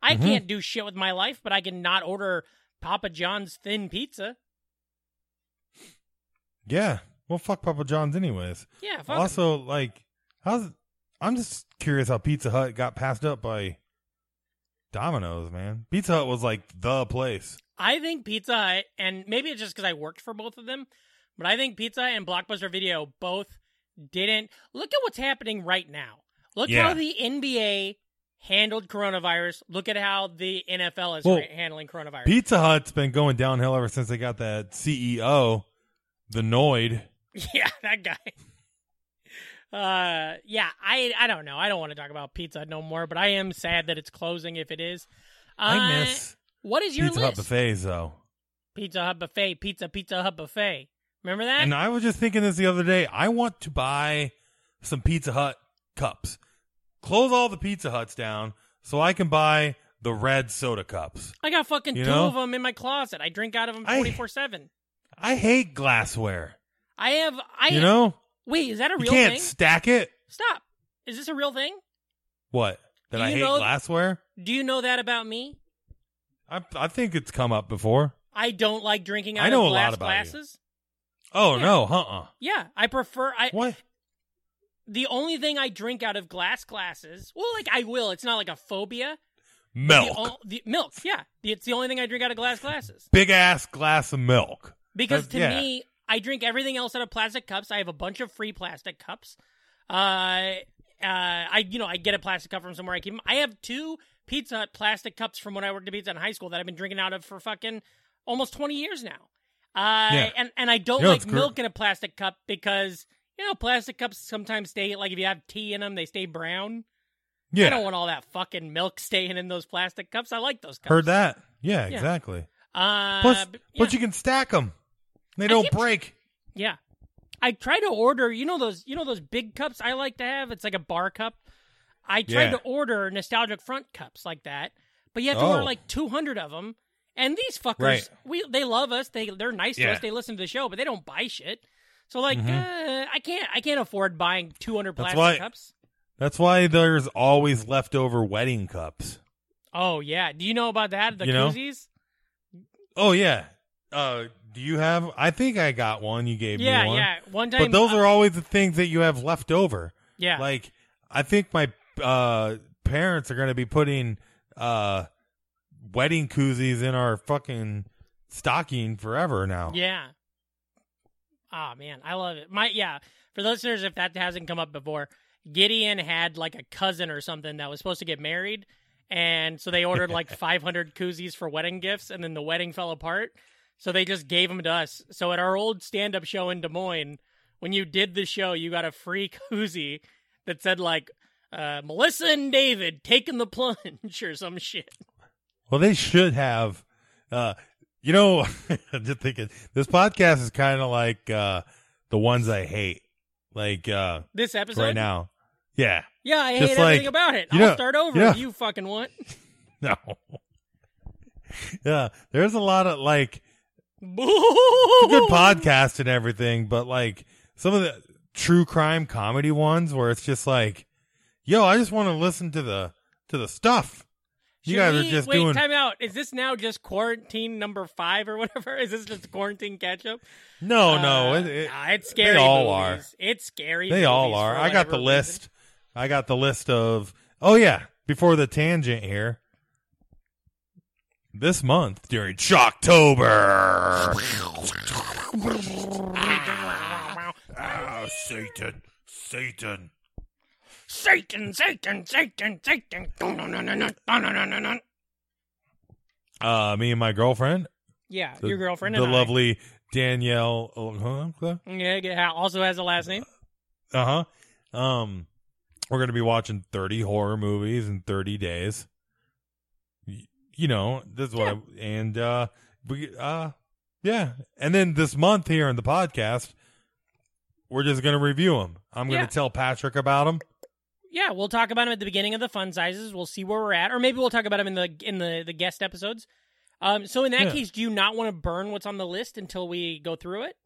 Speaker 2: I
Speaker 1: Mhm.
Speaker 2: can't do shit with my life, but I can not order Papa John's thin pizza.
Speaker 1: Yeah. Well fuck Papa John's anyways.
Speaker 2: Yeah, fuck 'em.
Speaker 1: Also, like how's I'm just curious how Pizza Hut got passed up by Domino's, man. Pizza Hut was like the place.
Speaker 2: I think Pizza Hut, and maybe it's just because I worked for both of them, but I think Pizza Hut and Blockbuster Video both didn't. Look at what's happening right now. Look
Speaker 1: Yeah.
Speaker 2: how the NBA handled coronavirus. Look at how the NFL is
Speaker 1: Well,
Speaker 2: ra- handling coronavirus.
Speaker 1: Pizza Hut's been going downhill ever since they got that CEO, the Noid.
Speaker 2: *laughs* yeah, that guy. Uh, yeah, I I don't know. I don't want to talk about Pizza Hut no more, but I am sad that it's closing if it is.
Speaker 1: I
Speaker 2: Uh,
Speaker 1: miss
Speaker 2: What is your
Speaker 1: Pizza Hut
Speaker 2: list?
Speaker 1: buffets though.
Speaker 2: Pizza Hut buffet, pizza, Pizza Hut buffet. Remember that?
Speaker 1: And I was just thinking this the other day. I want to buy some Pizza Hut cups. Close all the Pizza Huts down so I can buy the red soda cups.
Speaker 2: I got fucking
Speaker 1: You
Speaker 2: two
Speaker 1: know?
Speaker 2: of them in my closet. I drink out of them
Speaker 1: I-
Speaker 2: twenty four seven.
Speaker 1: I hate glassware.
Speaker 2: I have. I
Speaker 1: You know?
Speaker 2: wait. Is that a
Speaker 1: You
Speaker 2: real
Speaker 1: can't
Speaker 2: thing?
Speaker 1: stack it.
Speaker 2: Stop. Is this a real thing?
Speaker 1: What? That
Speaker 2: Do
Speaker 1: I
Speaker 2: you
Speaker 1: hate
Speaker 2: know-
Speaker 1: glassware?
Speaker 2: Do you know that about me?
Speaker 1: I, I think it's come up before.
Speaker 2: I don't like drinking out
Speaker 1: I know
Speaker 2: of
Speaker 1: a
Speaker 2: glass
Speaker 1: lot about you.
Speaker 2: glasses.
Speaker 1: Oh,
Speaker 2: Yeah.
Speaker 1: no. Uh-uh.
Speaker 2: Yeah, I prefer. I
Speaker 1: What?
Speaker 2: the only thing I drink out of glass glasses. Well, like I will. It's not like a phobia.
Speaker 1: Milk.
Speaker 2: The, o- the milk. Yeah, it's the only thing I drink out of glass glasses
Speaker 1: Big ass glass of milk.
Speaker 2: because
Speaker 1: That's-
Speaker 2: to
Speaker 1: yeah.
Speaker 2: me, I drink everything else out of plastic cups. I have a bunch of free plastic cups. Uh, uh, I you know I get a plastic cup from somewhere. I keep 'em. I have two Pizza Hut plastic cups from when I worked at Pizza Hut in high school that I've been drinking out of for fucking almost twenty years now. Uh,
Speaker 1: Yeah.
Speaker 2: and and I don't
Speaker 1: You know, it's
Speaker 2: like
Speaker 1: gr-
Speaker 2: milk in a plastic cup because you know plastic cups sometimes stay like if you have tea in them they stay brown.
Speaker 1: Yeah.
Speaker 2: I don't want all that fucking milk *laughs* staying in those plastic cups. I like those cups.
Speaker 1: Heard that? Yeah,
Speaker 2: Yeah.
Speaker 1: exactly.
Speaker 2: Uh,
Speaker 1: Plus,
Speaker 2: but, yeah.
Speaker 1: but you can stack them. They don't
Speaker 2: keep-
Speaker 1: break.
Speaker 2: Yeah. I try to order, you know those you know those big cups I like to have? It's like a bar cup. I tried
Speaker 1: Yeah.
Speaker 2: to order nostalgic front cups like that, but you have to order
Speaker 1: Oh.
Speaker 2: like 200 of them. And these fuckers,
Speaker 1: Right.
Speaker 2: we they love us. They they're nice to
Speaker 1: Yeah.
Speaker 2: us. They listen to the show, but they don't buy shit. So like,
Speaker 1: Mhm.
Speaker 2: uh, I can't I can't afford buying 200
Speaker 1: That's
Speaker 2: plastic
Speaker 1: why-
Speaker 2: cups.
Speaker 1: That's why there's always leftover wedding cups.
Speaker 2: Oh yeah. Do you know about that? The
Speaker 1: You know?
Speaker 2: koozies?
Speaker 1: Oh yeah. Uh, do you have? I think I got one. You gave
Speaker 2: Yeah,
Speaker 1: me one.
Speaker 2: yeah. One time
Speaker 1: But those
Speaker 2: uh,
Speaker 1: are always the things that you have left over.
Speaker 2: Yeah.
Speaker 1: Like I think my uh, parents are going to be putting uh, wedding koozies in our fucking stocking forever now.
Speaker 2: Yeah. Oh man, I love it. My yeah, for the listeners, if that hasn't come up before, Gideon had like a cousin or something that was supposed to get married, and so they
Speaker 1: *laughs*
Speaker 2: ordered like 500 koozies for wedding gifts, and then the wedding fell apart, so they just gave them to us. So at our old stand-up show in Des Moines, when you did the show, you got a free *laughs* koozie that said like uh, Melissa and David taking the plunge *laughs* or some shit.
Speaker 1: Well, they should have. Uh, you know, *laughs* I'm just thinking this podcast is kind of like uh, the ones I hate, like uh,
Speaker 2: This episode,
Speaker 1: right now. Yeah,
Speaker 2: yeah, I
Speaker 1: Just
Speaker 2: hate
Speaker 1: like-
Speaker 2: everything about it.
Speaker 1: you
Speaker 2: I'll
Speaker 1: know-
Speaker 2: start over
Speaker 1: you know-
Speaker 2: if you fucking want.
Speaker 1: *laughs* no. yeah, there's a lot of like it's a
Speaker 2: good
Speaker 1: good podcast and everything, but like some of the true crime comedy ones where it's just like, yo, I just want to listen to the to the stuff. You
Speaker 2: Should
Speaker 1: guys
Speaker 2: we-
Speaker 1: are just
Speaker 2: wait,
Speaker 1: doing
Speaker 2: time out. Is this now just quarantine number five or whatever? *laughs* Is this just quarantine ketchup?
Speaker 1: no,
Speaker 2: Uh,
Speaker 1: Oh, no, it, it,
Speaker 2: nah, it's scary.
Speaker 1: They all
Speaker 2: movies. It's scary.
Speaker 1: they all
Speaker 2: movies
Speaker 1: are.
Speaker 2: for
Speaker 1: I got
Speaker 2: whatever
Speaker 1: the
Speaker 2: reason.
Speaker 1: list. I got the list of. Oh yeah, before the tangent here. This month during Shocktober. Ah, Satan, Satan.
Speaker 2: Satan, Satan, Satan, Satan. Dun, dun, dun, dun, dun, dun, dun, dun, dun.
Speaker 1: Uh, me and my girlfriend
Speaker 2: Yeah,
Speaker 1: The-
Speaker 2: your girlfriend
Speaker 1: the
Speaker 2: and I.
Speaker 1: lovely Danielle. Uh
Speaker 2: Yeah, yeah, also has a last name.
Speaker 1: huh. Um, we're gonna be watching thirty horror movies in thirty days. Y- You know, this is what. I, and uh, we uh, yeah. And then this month here in the podcast, we're just gonna review them. I'm gonna
Speaker 2: Yeah.
Speaker 1: tell Patrick about them.
Speaker 2: Yeah, we'll talk about them at the beginning of the fun sizes. We'll see where we're at, or maybe we'll talk about them in the in the the guest episodes. Um, so in that
Speaker 1: Yeah.
Speaker 2: case, do you not want to burn what's on the list until we go through it?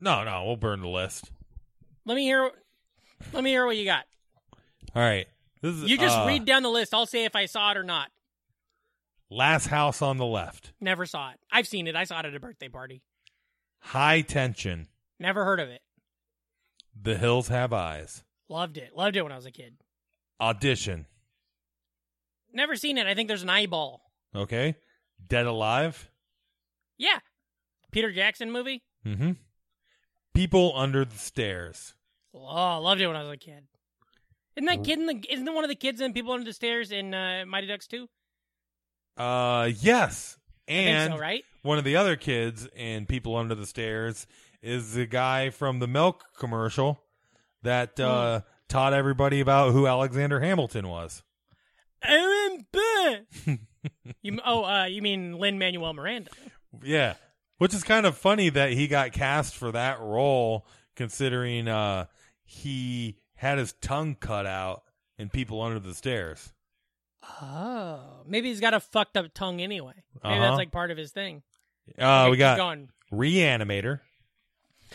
Speaker 1: No, no, we'll burn the list.
Speaker 2: Let me hear. Let me hear what you got.
Speaker 1: All right. This is
Speaker 2: You just
Speaker 1: uh,
Speaker 2: read down the list. I'll say if I saw it or not.
Speaker 1: Last House on the Left.
Speaker 2: Never saw it. I've seen it. I saw it at a birthday party.
Speaker 1: High Tension.
Speaker 2: Never heard of it.
Speaker 1: The Hills Have Eyes.
Speaker 2: Loved it. Loved it when I was a kid.
Speaker 1: Audition.
Speaker 2: Never seen it. I think there's an eyeball.
Speaker 1: Okay. Dead Alive.
Speaker 2: Yeah. Peter Jackson movie.
Speaker 1: Mm-hmm. People Under the Stairs.
Speaker 2: Oh, loved it when I was a kid. Isn't that kid in the? Isn't that one of the kids in People Under the Stairs in uh, Mighty Ducks 2?
Speaker 1: Uh yes.
Speaker 2: I
Speaker 1: And
Speaker 2: think
Speaker 1: *laughs*
Speaker 2: so, right?
Speaker 1: one of the other kids in People Under the Stairs is the guy from the milk commercial
Speaker 2: Hmm.
Speaker 1: that uh, taught everybody about who Alexander Hamilton was.
Speaker 2: Aaron Burr. you oh uh, you mean Lin Manuel Miranda?
Speaker 1: Yeah. Which is kind of funny that he got cast for that role considering uh he had his tongue cut out in People Under the Stairs.
Speaker 2: Oh, maybe he's got a fucked up tongue anyway. Maybe
Speaker 1: Uh-huh.
Speaker 2: that's like part of his thing.
Speaker 1: Uh
Speaker 2: Okay,
Speaker 1: we
Speaker 2: keep
Speaker 1: got
Speaker 2: going.
Speaker 1: Reanimator.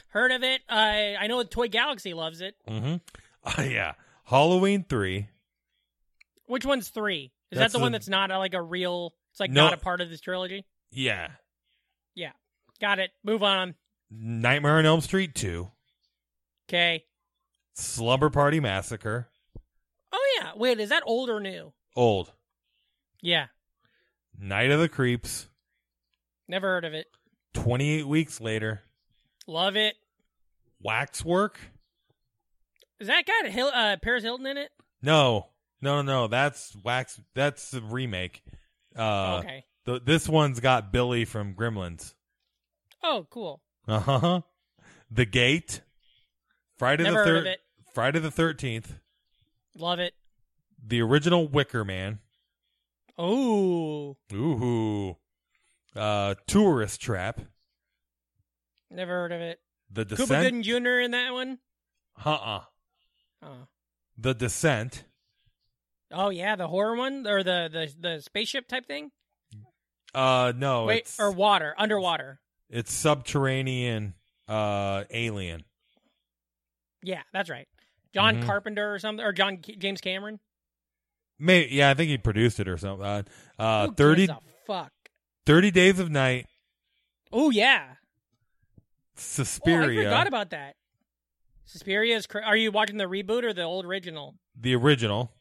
Speaker 2: Heard of it? I I know Toy Galaxy loves it.
Speaker 1: *laughs* Mm-hmm. yeah. Halloween three.
Speaker 2: Which one's three? Is
Speaker 1: That's
Speaker 2: that the, one
Speaker 1: the-
Speaker 2: that's not uh, like a real? It's like
Speaker 1: No.
Speaker 2: not a part of this trilogy.
Speaker 1: Yeah.
Speaker 2: Got it. Move on.
Speaker 1: Nightmare on Elm Street two.
Speaker 2: Okay.
Speaker 1: Slumber Party Massacre.
Speaker 2: Oh yeah. Wait, is that old or new?
Speaker 1: Old.
Speaker 2: Yeah.
Speaker 1: Night of the Creeps.
Speaker 2: Never heard of it.
Speaker 1: 28 weeks later,
Speaker 2: Love it.
Speaker 1: Waxwork?
Speaker 2: Is that got Hil- uh, Paris Hilton in it?
Speaker 1: No, no, no, no. That's Wax. That's the remake. Uh,
Speaker 2: okay.
Speaker 1: th- this one's got Billy from Gremlins.
Speaker 2: Oh, cool.
Speaker 1: Uh huh. The Gate. Friday
Speaker 2: Never
Speaker 1: the
Speaker 2: heard of
Speaker 1: third.
Speaker 2: it.
Speaker 1: Friday the Thirteenth.
Speaker 2: Love it.
Speaker 1: The original Wicker Man.
Speaker 2: Oh,
Speaker 1: Ooh. Uh, Tourist Trap.
Speaker 2: never heard of it.
Speaker 1: The
Speaker 2: Cooper
Speaker 1: Descent.
Speaker 2: Gooden Jr. in that one.
Speaker 1: Uh uh
Speaker 2: Oh.
Speaker 1: The Descent.
Speaker 2: oh yeah, the horror one or the the, the spaceship type thing.
Speaker 1: Uh no,
Speaker 2: Wait,
Speaker 1: it's
Speaker 2: or water, underwater.
Speaker 1: it's subterranean uh alien.
Speaker 2: Yeah, that's right. John
Speaker 1: Mhm.
Speaker 2: Carpenter or something, or John C- James Cameron.
Speaker 1: May yeah, I think he produced it or something. Uh, uh
Speaker 2: Who gives
Speaker 1: 30,
Speaker 2: a fuck.
Speaker 1: 30 Days of Night,
Speaker 2: Oh yeah. Oh, I
Speaker 1: Suspiria,
Speaker 2: forgot about that. Suspiria is. Cr- are you watching the reboot or the old original?
Speaker 1: the original.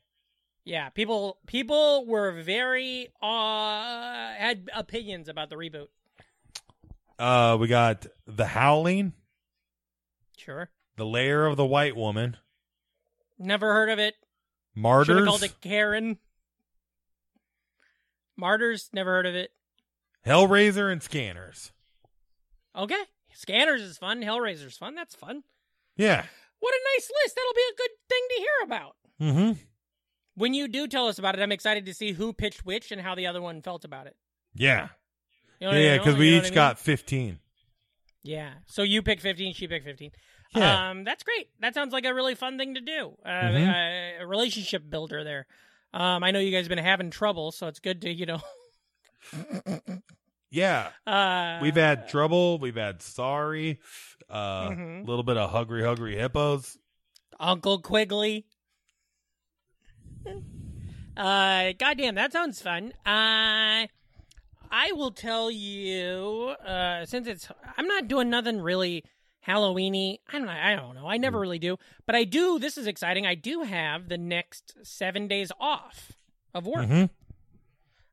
Speaker 2: Yeah, people people were very uh had opinions about the reboot.
Speaker 1: Uh we got The Howling,
Speaker 2: Sure,
Speaker 1: The Lair of the White Woman,
Speaker 2: never heard of it. Should have called
Speaker 1: Martyrs,
Speaker 2: it Karen. Martyrs, never heard of it.
Speaker 1: Hellraiser and Scanners.
Speaker 2: Okay, Scanners is fun. Hellraiser's fun. That's fun.
Speaker 1: Yeah.
Speaker 2: What a nice list. That'll be a good thing to hear about.
Speaker 1: Mhm.
Speaker 2: When you do tell us about it, I'm excited to see who pitched which and how the other one felt about it.
Speaker 1: Yeah.
Speaker 2: You
Speaker 1: Yeah,
Speaker 2: know what Oh, I-
Speaker 1: 'cause
Speaker 2: you know-
Speaker 1: cuz
Speaker 2: you
Speaker 1: we
Speaker 2: know
Speaker 1: each
Speaker 2: what I mean?
Speaker 1: got 15.
Speaker 2: Yeah. So you pick 15, she picked 15.
Speaker 1: Yeah.
Speaker 2: Um, that's great. That sounds like a really fun thing to do. Uh, uh, a relationship builder there. Um, I know you guys have been having trouble, so it's good to, you know. *laughs*
Speaker 1: Yeah.
Speaker 2: Uh,
Speaker 1: We've had trouble, we've had sorry, uh a
Speaker 2: Mhm.
Speaker 1: little bit of hungry hungry hippos.
Speaker 2: Uncle Quigley. uh, goddamn, that sounds fun. Uh, I will tell you, uh, since it's, I'm not doing nothing really Halloweeny. I don't, I don't know. I never really do, but I do. This is exciting. I do have the next seven days off of work.
Speaker 1: Mhm.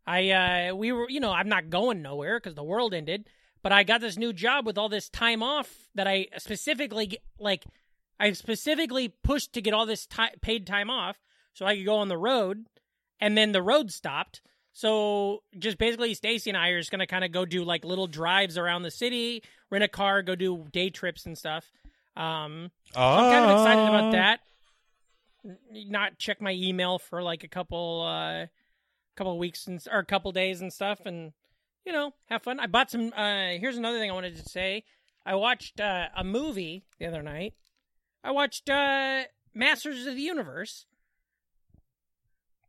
Speaker 2: I uh we were you know I'm not going nowhere because the world ended, but I got this new job with all this time off that I specifically get- like I specifically pushed to get all this ti paid time off so I could go on the road, and then the road stopped. So just basically, Stacy and I are just gonna kind of go do like little drives around the city, rent a car, go do day trips and stuff. Um,
Speaker 1: Oh.
Speaker 2: I'm kind of excited about that. N- Not check my email for like a couple, uh, couple weeks and or a couple days and stuff, and you know, have fun. I bought some. Uh, here's another thing I wanted to say. I watched uh, a movie the other night. I watched uh, Masters of the Universe,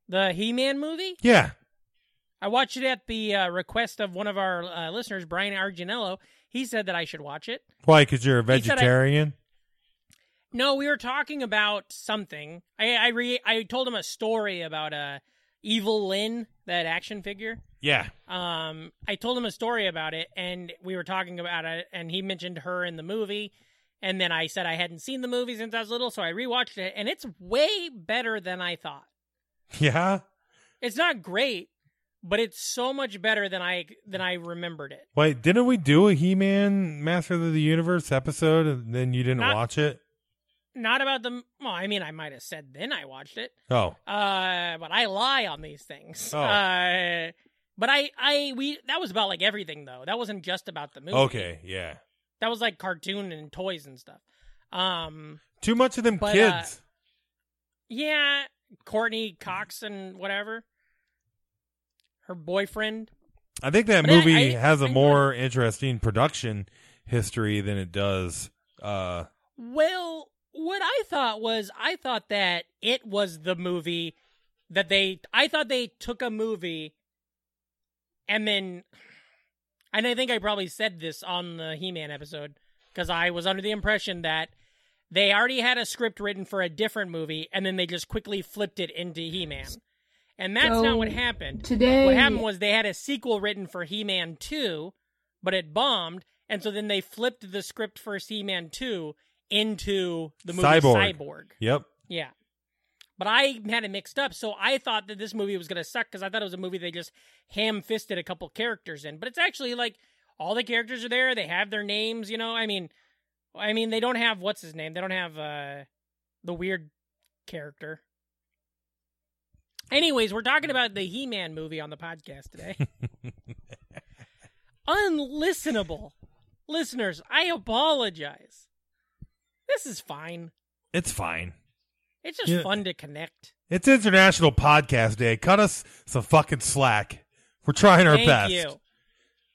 Speaker 2: the He-Man movie.
Speaker 1: Yeah.
Speaker 2: I watched it at the uh, request of one of our uh, listeners, Brian Arginello. He said that I should watch it.
Speaker 1: Why? Because you're a
Speaker 2: He said I-
Speaker 1: vegetarian.
Speaker 2: No, we were talking about something. I I, re- I told him a story about uh, Evil Lynn, that action figure.
Speaker 1: yeah.
Speaker 2: Um, I told him a story about it, and we were talking about it, and he mentioned her in the movie. And then I said I hadn't seen the movie since I was little, so I rewatched it, and it's way better than I thought.
Speaker 1: Yeah.
Speaker 2: It's not great, but it's so much better than I than I remembered it.
Speaker 1: Wait, didn't we do a He Man Master of the Universe episode and then you didn't
Speaker 2: Not-
Speaker 1: watch it?
Speaker 2: Not about the well, I mean, I might have said then I watched it,
Speaker 1: Oh.
Speaker 2: Uh, but I lie on these things.
Speaker 1: Oh.
Speaker 2: Uh, but I, I, we, that was about like everything though. That wasn't just about the movie.
Speaker 1: Okay, yeah.
Speaker 2: That was like cartoon and toys and stuff. Um,
Speaker 1: Too much of them
Speaker 2: But, uh,
Speaker 1: kids.
Speaker 2: yeah, Courtney Cox and whatever. Her boyfriend.
Speaker 1: I think that
Speaker 2: but I-
Speaker 1: movie
Speaker 2: I-
Speaker 1: has a
Speaker 2: I know-
Speaker 1: more interesting production history than it does uh
Speaker 2: Well, what I thought was, I thought that it was the movie that they, I thought they took a movie and then, and I think I probably said this on the He Man episode because I was under the impression that they already had a script written for a different movie and then they just quickly flipped it into He Man. And that's not
Speaker 4: So,
Speaker 2: what happened.
Speaker 4: Today,
Speaker 2: What happened was they had a sequel written for He Man 2, but it bombed. And so then they flipped the script for He Man 2 into the movie
Speaker 1: Cyborg.
Speaker 2: Cyborg.
Speaker 1: Yep.
Speaker 2: Yeah. But I had it mixed up. So I thought that this movie was going to suck because I thought it was a movie they just ham fisted a couple characters in. But it's actually like all the characters are there. They have their names. You know, I mean, I mean, they don't have what's his name. They don't have uh, the weird character. Anyways, we're talking about the He-Man movie on the podcast today. Unlistenable, listeners. I apologize. This is fine.
Speaker 1: It's fine.
Speaker 2: It's just
Speaker 1: Yeah.
Speaker 2: fun to connect.
Speaker 1: It's International Podcast Day. Cut us some fucking slack. We're trying our
Speaker 2: Thank
Speaker 1: best.
Speaker 2: you.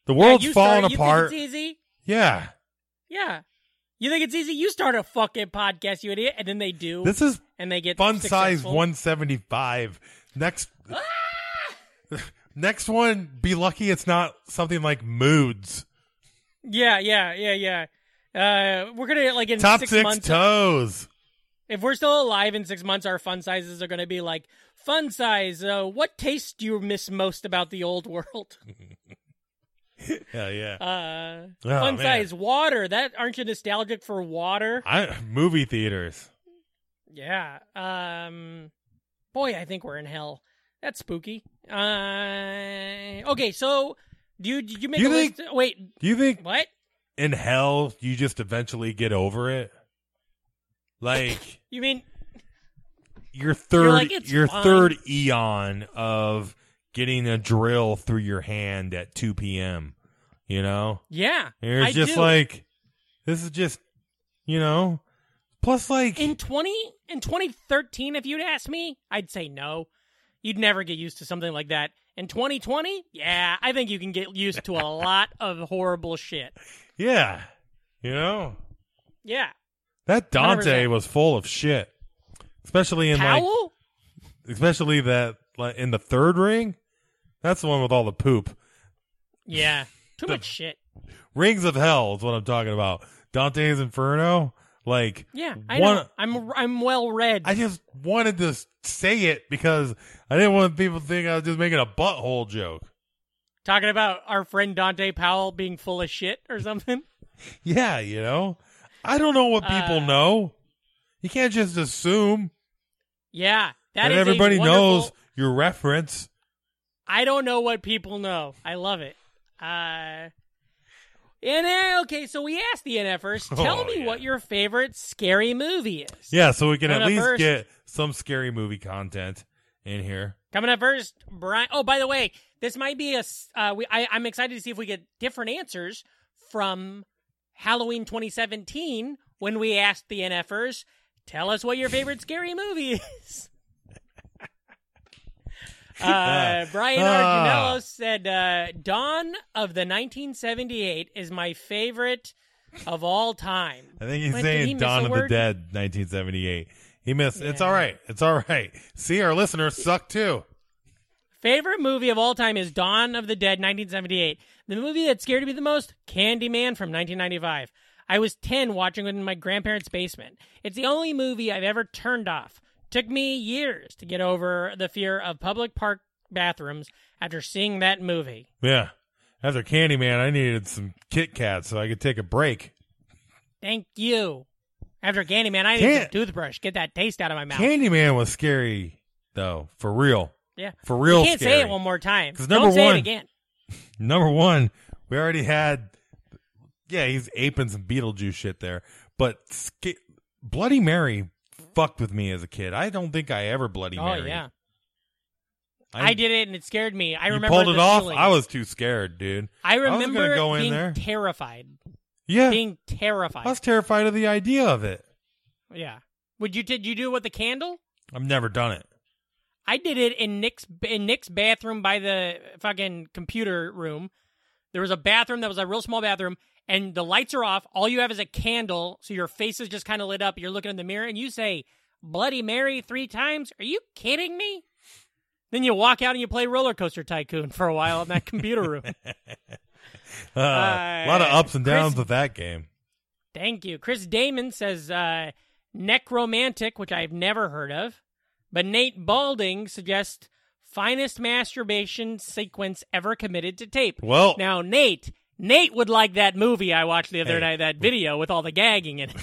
Speaker 1: The world's
Speaker 2: yeah, you
Speaker 1: falling
Speaker 2: started-
Speaker 1: apart.
Speaker 2: You think it's easy?
Speaker 1: yeah.
Speaker 2: Yeah. You think it's easy? You start a fucking podcast, you idiot, and then they do,
Speaker 1: This is
Speaker 2: and they get
Speaker 1: fun size
Speaker 2: successful.
Speaker 1: 175. Next
Speaker 2: Ah!
Speaker 1: *laughs* Next one, be lucky it's not something like moods.
Speaker 2: Yeah, yeah, yeah, yeah. Uh, we're gonna like in
Speaker 1: Top
Speaker 2: six,
Speaker 1: six,
Speaker 2: months.
Speaker 1: toes.
Speaker 2: if we're still alive in six months, our fun sizes are gonna be like fun size. Uh, what taste do you miss most about the old world? *laughs*
Speaker 1: Hell yeah.
Speaker 2: Uh,
Speaker 1: Oh,
Speaker 2: fun
Speaker 1: man.
Speaker 2: size water. That aren't you nostalgic for water?
Speaker 1: I, movie theaters.
Speaker 2: Yeah. Um boy, I think we're in hell. That's spooky. Uh okay, so do you did you make
Speaker 1: You
Speaker 2: a
Speaker 1: think-
Speaker 2: list wait,
Speaker 1: Do you think
Speaker 2: what?
Speaker 1: in hell you just eventually get over it? Like
Speaker 2: You mean
Speaker 1: your
Speaker 2: You're
Speaker 1: third
Speaker 2: like, "It's
Speaker 1: your
Speaker 2: fine."
Speaker 1: third eon of getting a drill through your hand at 2 p.m. You know,
Speaker 2: yeah.
Speaker 1: And it's
Speaker 2: I
Speaker 1: just
Speaker 2: do.
Speaker 1: like this is just you know. Plus, like
Speaker 2: in twenty in twenty thirteen, if you'd asked me, I'd say no. You'd never get used to something like that. In twenty twenty, yeah, I think you can get used
Speaker 1: *laughs*
Speaker 2: to a lot of horrible shit.
Speaker 1: yeah, you know
Speaker 2: Yeah.
Speaker 1: that Dante
Speaker 2: 100%.
Speaker 1: was full of shit, especially in like
Speaker 2: Powell?
Speaker 1: especially that like in the third ring. That's the one with all the poop.
Speaker 2: Yeah. Too much shit.
Speaker 1: Rings of Hell is what I'm talking about. Dante's Inferno, like
Speaker 2: Yeah, I
Speaker 1: one-
Speaker 2: know. I'm I'm well read.
Speaker 1: I just wanted to s- say it because I didn't want people to think I was just making a butthole joke.
Speaker 2: talking about our friend Dante Powell being full of shit or something. *laughs*
Speaker 1: Yeah, you know, I don't know what people
Speaker 2: Uh,
Speaker 1: know. You can't just assume
Speaker 2: Yeah, that
Speaker 1: that,
Speaker 2: is a
Speaker 1: everybody
Speaker 2: wonderful-
Speaker 1: knows your reference.
Speaker 2: I don't know what people know. I love it. Uh, NA. Okay, so we asked the NFers.
Speaker 1: *laughs* Oh,
Speaker 2: Tell me
Speaker 1: yeah.
Speaker 2: what your favorite scary movie is.
Speaker 1: Yeah, so we can
Speaker 2: Coming
Speaker 1: at
Speaker 2: up
Speaker 1: least
Speaker 2: first.
Speaker 1: get some scary movie content in here.
Speaker 2: Coming up first, Brian. Oh, by the way, this might be a. s- Uh, we, I, I'm excited to see if we get different answers from Halloween 2017 when we asked the NFers, tell us what your favorite scary movie is. uh, Brian
Speaker 1: Ah.
Speaker 2: Arginello said, uh, Dawn of the 1978 is my favorite of all time.
Speaker 1: *laughs* I think he's
Speaker 2: Wait, did
Speaker 1: saying
Speaker 2: he miss
Speaker 1: Dawn
Speaker 2: a
Speaker 1: of the
Speaker 2: word?
Speaker 1: Dead, 1978. He missed. It's
Speaker 2: Yeah.
Speaker 1: all right. It's all right. See, our listeners suck too.
Speaker 2: Favorite movie of all time is Dawn of the Dead, 1978. The movie that scared me the most, Candyman from 1995. I was 10 watching it in my grandparents' basement. It's the only movie I've ever turned off. Took me years to get over the fear of public park bathrooms after seeing that movie.
Speaker 1: Yeah. After Candyman, I needed some Kit Kats so I could take a break.
Speaker 2: Thank you. After Candyman, I need a
Speaker 1: Can't-
Speaker 2: toothbrush. Get that taste out of my mouth.
Speaker 1: Candyman was scary, though, for real.
Speaker 2: yeah.
Speaker 1: For real
Speaker 2: you can't
Speaker 1: scary.
Speaker 2: say it one more time.
Speaker 1: 'Cause
Speaker 2: Don't
Speaker 1: number
Speaker 2: say
Speaker 1: one-
Speaker 2: it again.
Speaker 1: Number one, we already had, yeah, he's aping some Beetlejuice shit there. But sca- Bloody Mary fucked with me as a kid. I don't think I ever Bloody
Speaker 2: Oh,
Speaker 1: Mary.
Speaker 2: yeah. I, did it and it scared me. I
Speaker 1: you
Speaker 2: remember
Speaker 1: pulled it
Speaker 2: the
Speaker 1: off.
Speaker 2: feeling.
Speaker 1: I was too scared, dude.
Speaker 2: I
Speaker 1: was gonna
Speaker 2: remember
Speaker 1: go in
Speaker 2: being
Speaker 1: there. *laughs*
Speaker 2: terrified.
Speaker 1: Yeah,
Speaker 2: Being terrified.
Speaker 1: I was terrified of the idea of it.
Speaker 2: yeah. Would you did you do it with the candle?
Speaker 1: I've never done it. *laughs*
Speaker 2: I did it in Nick's in Nick's bathroom by the fucking computer room. There was a bathroom that was a real small bathroom, and the lights are off. All you have is a candle, so your face is just kind of lit up. You're looking in the mirror, and you say "Bloody Mary" three times. Are you kidding me? Then you walk out and you play Roller Coaster Tycoon for a while in that computer room.
Speaker 1: Uh, a lot of ups and downs with that game.
Speaker 2: Thank you. Chris Damon says uh, necromantic, which I've never heard of. But Nate Balding suggests finest masturbation sequence ever committed to tape.
Speaker 1: Well,
Speaker 2: Now, Nate, Nate would like that movie I watched the other
Speaker 1: Hey.
Speaker 2: night, that video with all the gagging in it.
Speaker 1: *laughs*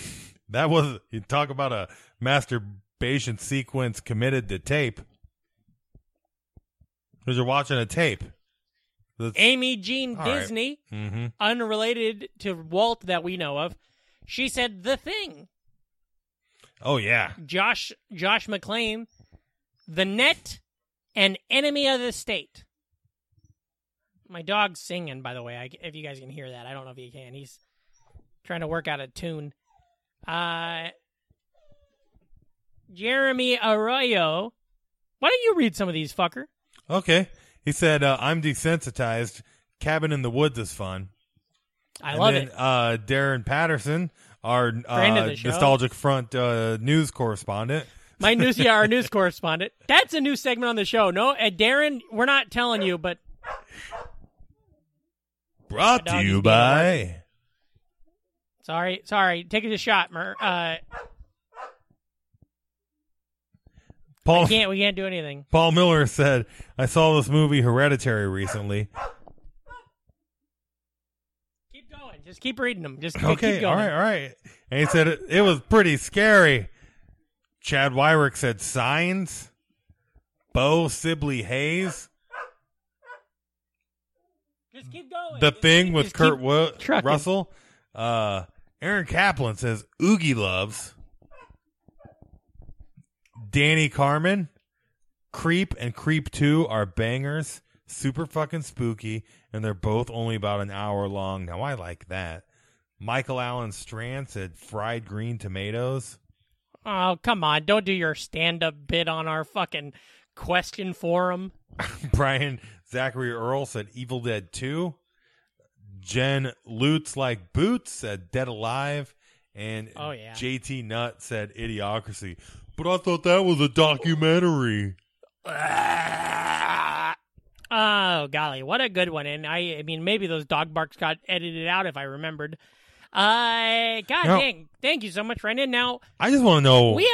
Speaker 1: That was you talk about a masturbation sequence committed to tape. Because you're watching a tape. The,
Speaker 2: Amy Jean
Speaker 1: All right.
Speaker 2: Disney,
Speaker 1: mm-hmm.
Speaker 2: unrelated to Walt that we know of, she said the thing.
Speaker 1: Oh yeah.
Speaker 2: Josh Josh McClain, the net, and enemy of the state. My dog's singing, by the way. I, if you guys can hear that, I don't know if you can. He's trying to work out a tune. Uh, Jeremy Arroyo, why don't you read some of these, fucker?
Speaker 1: Okay. He said, uh, "I'm desensitized. Cabin in the woods is fun."
Speaker 2: I
Speaker 1: and
Speaker 2: love
Speaker 1: then,
Speaker 2: it.
Speaker 1: Uh, Darren Patterson, our
Speaker 2: Friend
Speaker 1: uh,
Speaker 2: of the show.
Speaker 1: nostalgic front uh, news correspondent. *laughs*
Speaker 2: My news, yeah, our news correspondent. That's a new segment on the show. No, uh, Darren, we're not telling you, but
Speaker 1: Brought to
Speaker 2: My dog
Speaker 1: you
Speaker 2: is being
Speaker 1: by.
Speaker 2: sorry, sorry. Take it a shot, Mer. Uh,
Speaker 1: Paul,
Speaker 2: can't we can't do anything.
Speaker 1: Paul Miller said, I saw this movie Hereditary recently.
Speaker 2: Keep going. Just keep reading them. Just *laughs* keep, keep
Speaker 1: Okay,
Speaker 2: going.
Speaker 1: all right, all right. And he said, it, it was pretty scary. Chad Wyrick said, Signs. Bo Sibley Hayes.
Speaker 2: Just keep going.
Speaker 1: The
Speaker 2: Just
Speaker 1: Thing
Speaker 2: keep-
Speaker 1: with
Speaker 2: just
Speaker 1: Kurt
Speaker 2: keep-
Speaker 1: Wo-
Speaker 2: trucking.
Speaker 1: Russell. Uh, Aaron Kaplan says, Oogie Loves. Danny Carmen. Creep and Creep 2 are bangers. Super fucking spooky. And they're both only about an hour long. Now, I like that. Michael Allen Strand said, Fried green tomatoes.
Speaker 2: Oh, come on. Don't do your stand up bit on our fucking question forum.
Speaker 1: *laughs* Brian Zachary Earl said Evil Dead 2. Jen Lutz like Boots said Dead Alive. And
Speaker 2: Oh, yeah.
Speaker 1: JT Nutt said Idiocracy. But I thought that was a
Speaker 2: *laughs*
Speaker 1: documentary.
Speaker 2: Oh, golly. What a good one. And I, I mean, maybe those dog barks got edited out if I remembered. Uh, God
Speaker 1: No.
Speaker 2: dang. Thank you so much, Brendan. Now,
Speaker 1: I just want to know
Speaker 2: we have.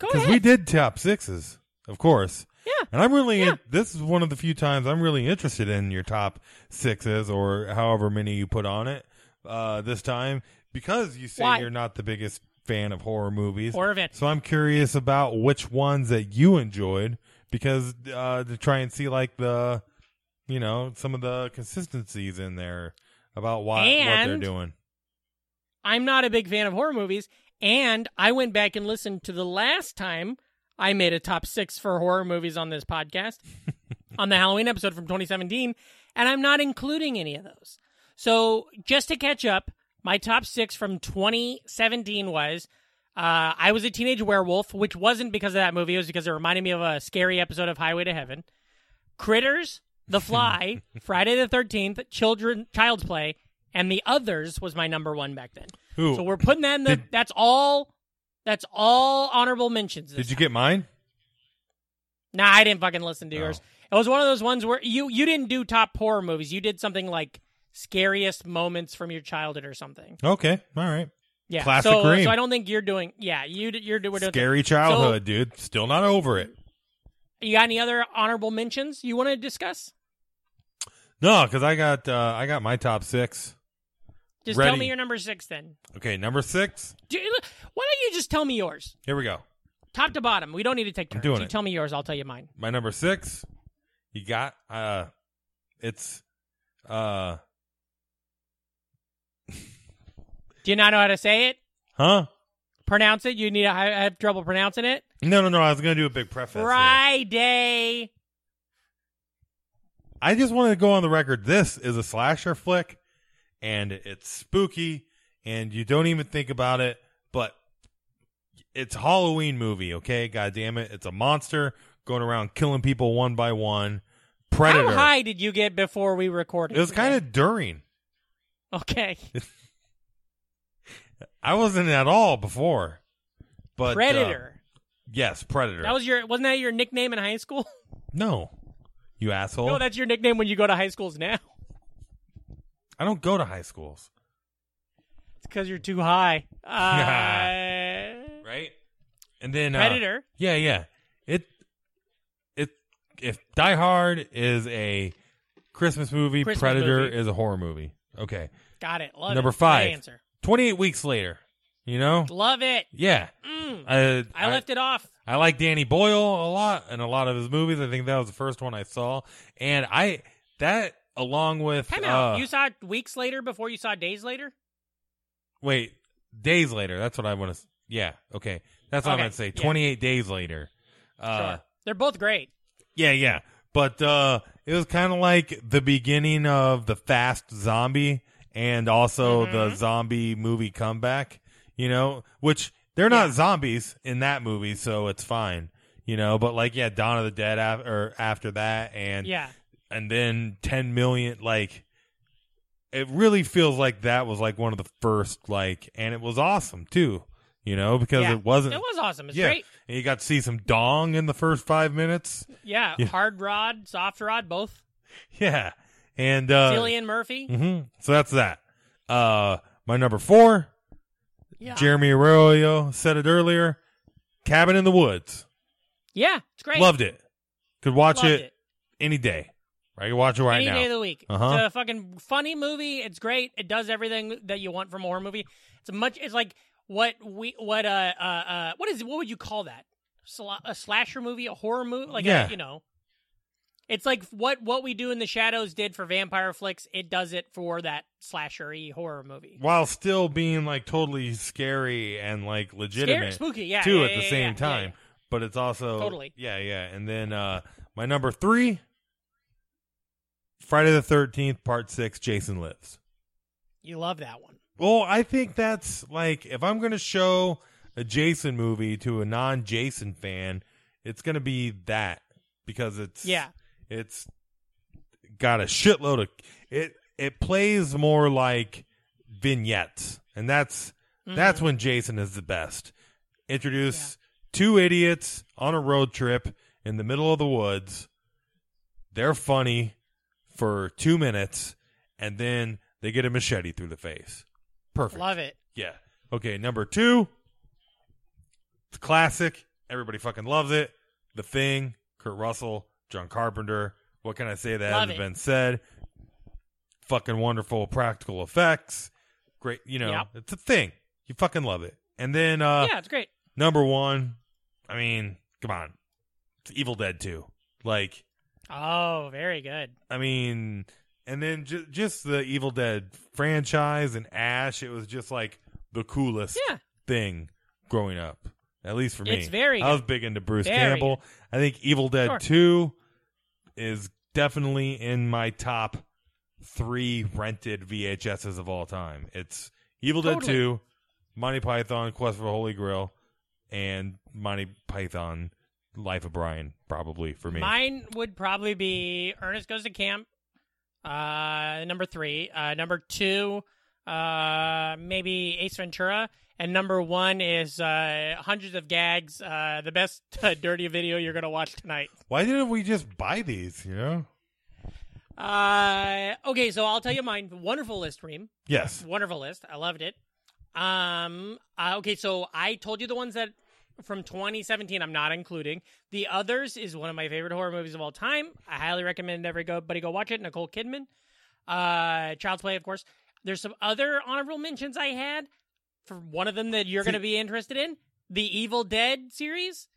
Speaker 2: Go
Speaker 1: because
Speaker 2: ahead.
Speaker 1: we did top sixes, of course.
Speaker 2: Yeah.
Speaker 1: And I'm really,
Speaker 2: Yeah.
Speaker 1: this is one of the few times I'm really interested in your top sixes or however many you put on it uh, this time because you say
Speaker 2: Why?
Speaker 1: you're not the biggest fan of horror movies.
Speaker 2: Horror event.
Speaker 1: So I'm curious about which ones that you enjoyed because uh, to try and see like the, you know, some of the consistencies in there about why, what they're
Speaker 2: And-
Speaker 1: doing.
Speaker 2: I'm not a big fan of horror movies, and I went back and listened to the last time I made a top six for horror movies on this podcast on the Halloween episode from 2017, and I'm not including any of those. So just to catch up, my top six from 2017 was uh, I was a teenage werewolf, which wasn't because of that movie. It was because it reminded me of a scary episode of Highway to Heaven. Critters, The Fly, Friday the 13th, Children, Child's Play, and The Others was my number one back then.
Speaker 1: Ooh,
Speaker 2: So we're putting that in the.
Speaker 1: Did-
Speaker 2: that's all. That's all honorable mentions. This
Speaker 1: did you get mine?
Speaker 2: Nah, I didn't fucking listen to
Speaker 1: Oh.
Speaker 2: yours. It was one of those ones where you you didn't do top horror movies. You did something like scariest moments from your childhood or something.
Speaker 1: Okay. All right.
Speaker 2: Yeah,
Speaker 1: Classic
Speaker 2: so,
Speaker 1: Ream.
Speaker 2: so I don't think you're doing. Yeah, you d- you're doing. we're doing-
Speaker 1: Scary childhood, dude. Still not over it.
Speaker 2: You got any other honorable mentions you want to discuss?
Speaker 1: No, because I got uh, I got my top six.
Speaker 2: Just tell
Speaker 1: Ready.
Speaker 2: me your number six then.
Speaker 1: Okay, number six.
Speaker 2: Do you- why don't you just tell me yours,
Speaker 1: Here we go.
Speaker 2: top to bottom? We don't need to take turns.
Speaker 1: doing
Speaker 2: you
Speaker 1: it.
Speaker 2: tell me yours, I'll tell you mine.
Speaker 1: My number six. You got uh, it's uh,
Speaker 2: Do you not know how to say it?
Speaker 1: huh?
Speaker 2: Pronounce it. You need. I I have trouble pronouncing it.
Speaker 1: No, no, no. I was gonna do a big preface. here.
Speaker 2: Friday.
Speaker 1: I just wanted to go on the record. This is a slasher flick, and it's spooky, and you don't even think about it, but it's a Halloween movie. Okay, god damn it, it's a monster going around killing people one by one. Predator.
Speaker 2: How high did you get before we recorded?
Speaker 1: It was kind of during.
Speaker 2: of okay.
Speaker 1: I wasn't at all before. But uh,
Speaker 2: Predator.
Speaker 1: yes, Predator.
Speaker 2: that was your wasn't that your nickname in high school?
Speaker 1: no, you asshole.
Speaker 2: No, that's your nickname when you go to high schools now.
Speaker 1: I don't go to high schools,
Speaker 2: It's because you're
Speaker 1: *laughs*
Speaker 2: too high. Uh,
Speaker 1: right? And then uh,
Speaker 2: Predator.
Speaker 1: Yeah, yeah. It it if Die Hard is a Christmas movie,
Speaker 2: Christmas
Speaker 1: Predator
Speaker 2: movie.
Speaker 1: is a horror movie. Okay,
Speaker 2: Got it. Love
Speaker 1: Number
Speaker 2: it. Great
Speaker 1: five.
Speaker 2: answer.
Speaker 1: twenty eight weeks later. You know,
Speaker 2: Love it.
Speaker 1: yeah.
Speaker 2: Mm.
Speaker 1: Uh,
Speaker 2: I, left it off.
Speaker 1: I like Danny Boyle a lot and a lot of his movies. I think that was the first one I saw. And I that along with
Speaker 2: Time out.
Speaker 1: uh,
Speaker 2: you saw it weeks later before you saw days later.
Speaker 1: wait days later. That's what I want to. Yeah, okay, that's what
Speaker 2: Okay,
Speaker 1: I'm gonna say.
Speaker 2: yeah.
Speaker 1: Twenty eight days later. Uh,
Speaker 2: sure, they're both great.
Speaker 1: Yeah, yeah. But uh it was kind of like the beginning of the Fast Zombie and also
Speaker 2: Mm-hmm.
Speaker 1: the zombie movie comeback, you know, which they're not zombies in that movie, so it's fine, you know, but like yeah, Dawn of the Dead af- or after that and
Speaker 2: Yeah,
Speaker 1: and then 10 million like it really feels like that was like one of the first like and it was awesome too, you know, because
Speaker 2: Yeah.
Speaker 1: it wasn't
Speaker 2: it was awesome. It's
Speaker 1: yeah.
Speaker 2: great.
Speaker 1: And you got to see some dong in the first 5 minutes. *laughs*
Speaker 2: Yeah,
Speaker 1: Yeah.
Speaker 2: hard rod, soft rod, both.
Speaker 1: Yeah. And uh
Speaker 2: Cillian Murphy.
Speaker 1: mhm. so that's that. Uh my number four,
Speaker 2: Yeah,
Speaker 1: Jeremy Arroyo said it earlier. Cabin in the Woods.
Speaker 2: yeah, it's great.
Speaker 1: Loved it. Could watch
Speaker 2: Loved
Speaker 1: it, any day. I can watch it right
Speaker 2: Any
Speaker 1: now.
Speaker 2: day of the week.
Speaker 1: Uh-huh.
Speaker 2: It's a fucking funny movie. It's great. It does everything that you want from a horror movie. It's much. It's like what we what uh uh, uh what is what would you call that? Sla- a slasher movie, a horror movie, like a-
Speaker 1: Yeah.
Speaker 2: you know. It's like what what we do in the shadows did for vampire flicks. It does it for that slashery horror movie.
Speaker 1: While still being like totally scary and like
Speaker 2: Scary,
Speaker 1: legitimate
Speaker 2: spooky, yeah.
Speaker 1: too
Speaker 2: yeah,
Speaker 1: at the
Speaker 2: yeah, yeah,
Speaker 1: same
Speaker 2: yeah,
Speaker 1: time.
Speaker 2: yeah.
Speaker 1: But it's also
Speaker 2: Totally.
Speaker 1: Yeah, yeah. And then uh my number three Friday the thirteenth, part six, Jason Lives.
Speaker 2: You love that one.
Speaker 1: Well, I think that's like if I'm going to show a Jason movie to a non-Jason fan, it's going to be that because it's
Speaker 2: Yeah.
Speaker 1: it's got a shitload of it. It plays more like vignettes, and that's
Speaker 2: Mm-hmm.
Speaker 1: that's when Jason is the best. Introduce two idiots on a road trip in the middle of the woods. They're funny for two minutes, and then they get a machete through the face. Perfect.
Speaker 2: Love it.
Speaker 1: Yeah. Okay, number two. It's a classic. Everybody fucking loves it. The Thing, Kurt Russell, John Carpenter. What can I say that
Speaker 2: Love
Speaker 1: hasn't
Speaker 2: it.
Speaker 1: been said? Fucking wonderful practical effects. Great, you know,
Speaker 2: Yep.
Speaker 1: it's a thing. You fucking love it. And then uh
Speaker 2: yeah, it's great.
Speaker 1: number one, I mean, come on. It's Evil Dead 2. Like,
Speaker 2: Oh, very good.
Speaker 1: I mean, and then ju- just the Evil Dead franchise and Ash, it was just like the coolest
Speaker 2: Yeah.
Speaker 1: thing growing up. At least for me,
Speaker 2: It's very
Speaker 1: I was big into Bruce
Speaker 2: Very
Speaker 1: Campbell. I think Evil Dead
Speaker 2: Sure.
Speaker 1: Two is definitely in my top three rented VHSs of all time. It's Evil Dead
Speaker 2: Totally.
Speaker 1: Two, Monty Python, Quest for the Holy Grail, and Monty Python, Life of Brian, probably for me.
Speaker 2: Mine would probably be Ernest Goes to Camp, uh, number three. Uh, number two, uh, maybe Ace Ventura. And number one is uh, Hundreds of Gags, uh, the best *laughs* uh, dirty video you're going to watch tonight.
Speaker 1: Why didn't we just buy these? You know?
Speaker 2: Uh, okay, so I'll tell you mine. Wonderful list, Reem.
Speaker 1: Yes.
Speaker 2: Wonderful list. I loved it. Um. uh, okay, so I told you the ones that from 2017. I'm not including the others. Is one of my favorite horror movies of all time. I highly recommend everybody go watch it. Nicole Kidman, uh, Child's Play, of course. There's some other honorable mentions I had for one of them that you're
Speaker 1: See-
Speaker 2: going to be interested in, the Evil Dead series,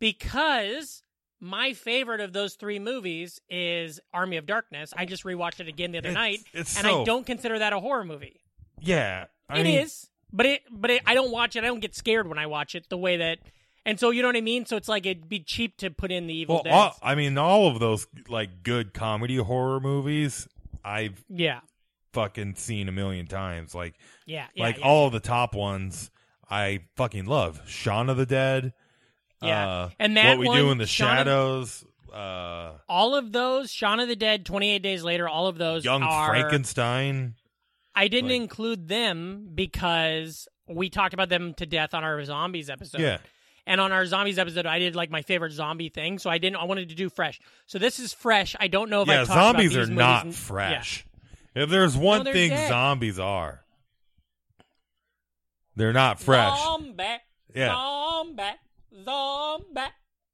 Speaker 2: because my favorite of those three movies is Army of Darkness. I just rewatched it again the other
Speaker 1: It's-
Speaker 2: night,
Speaker 1: it's
Speaker 2: and
Speaker 1: so-
Speaker 2: I don't consider that a horror movie.
Speaker 1: Yeah. I
Speaker 2: It is,
Speaker 1: mean,
Speaker 2: but it, but it, I don't watch it. I don't get scared when I watch it the way that, and so you know what I mean. So it's like it'd be cheap to put in the Evil
Speaker 1: Well,
Speaker 2: Dead.
Speaker 1: all, I mean, all of those like good comedy horror movies, I've
Speaker 2: yeah,
Speaker 1: fucking seen a million times. Like,
Speaker 2: yeah, yeah,
Speaker 1: like
Speaker 2: yeah.
Speaker 1: all the top ones, I fucking love. Shaun of the Dead.
Speaker 2: Yeah.
Speaker 1: Uh,
Speaker 2: And
Speaker 1: what
Speaker 2: that
Speaker 1: we do
Speaker 2: one,
Speaker 1: in the
Speaker 2: Shaun of-
Speaker 1: shadows. Uh,
Speaker 2: all of those, Shaun of the Dead, Twenty Eight Days Later, all of those
Speaker 1: Young
Speaker 2: are-
Speaker 1: Frankenstein.
Speaker 2: I didn't
Speaker 1: Like-
Speaker 2: include them because we talked about them to death on our zombies episode.
Speaker 1: yeah.
Speaker 2: And on our zombies episode, I did like my favorite zombie thing, so I didn't. I wanted to do fresh. So this is fresh. I don't know if I
Speaker 1: Yeah.
Speaker 2: talked
Speaker 1: Zombies
Speaker 2: about
Speaker 1: are
Speaker 2: these movies
Speaker 1: not
Speaker 2: in- yeah.
Speaker 1: fresh. If there's one
Speaker 2: they're
Speaker 1: thing
Speaker 2: dead.
Speaker 1: zombies are, they're not fresh.
Speaker 2: Zombie,
Speaker 1: yeah.
Speaker 2: zombie, zombie, ba,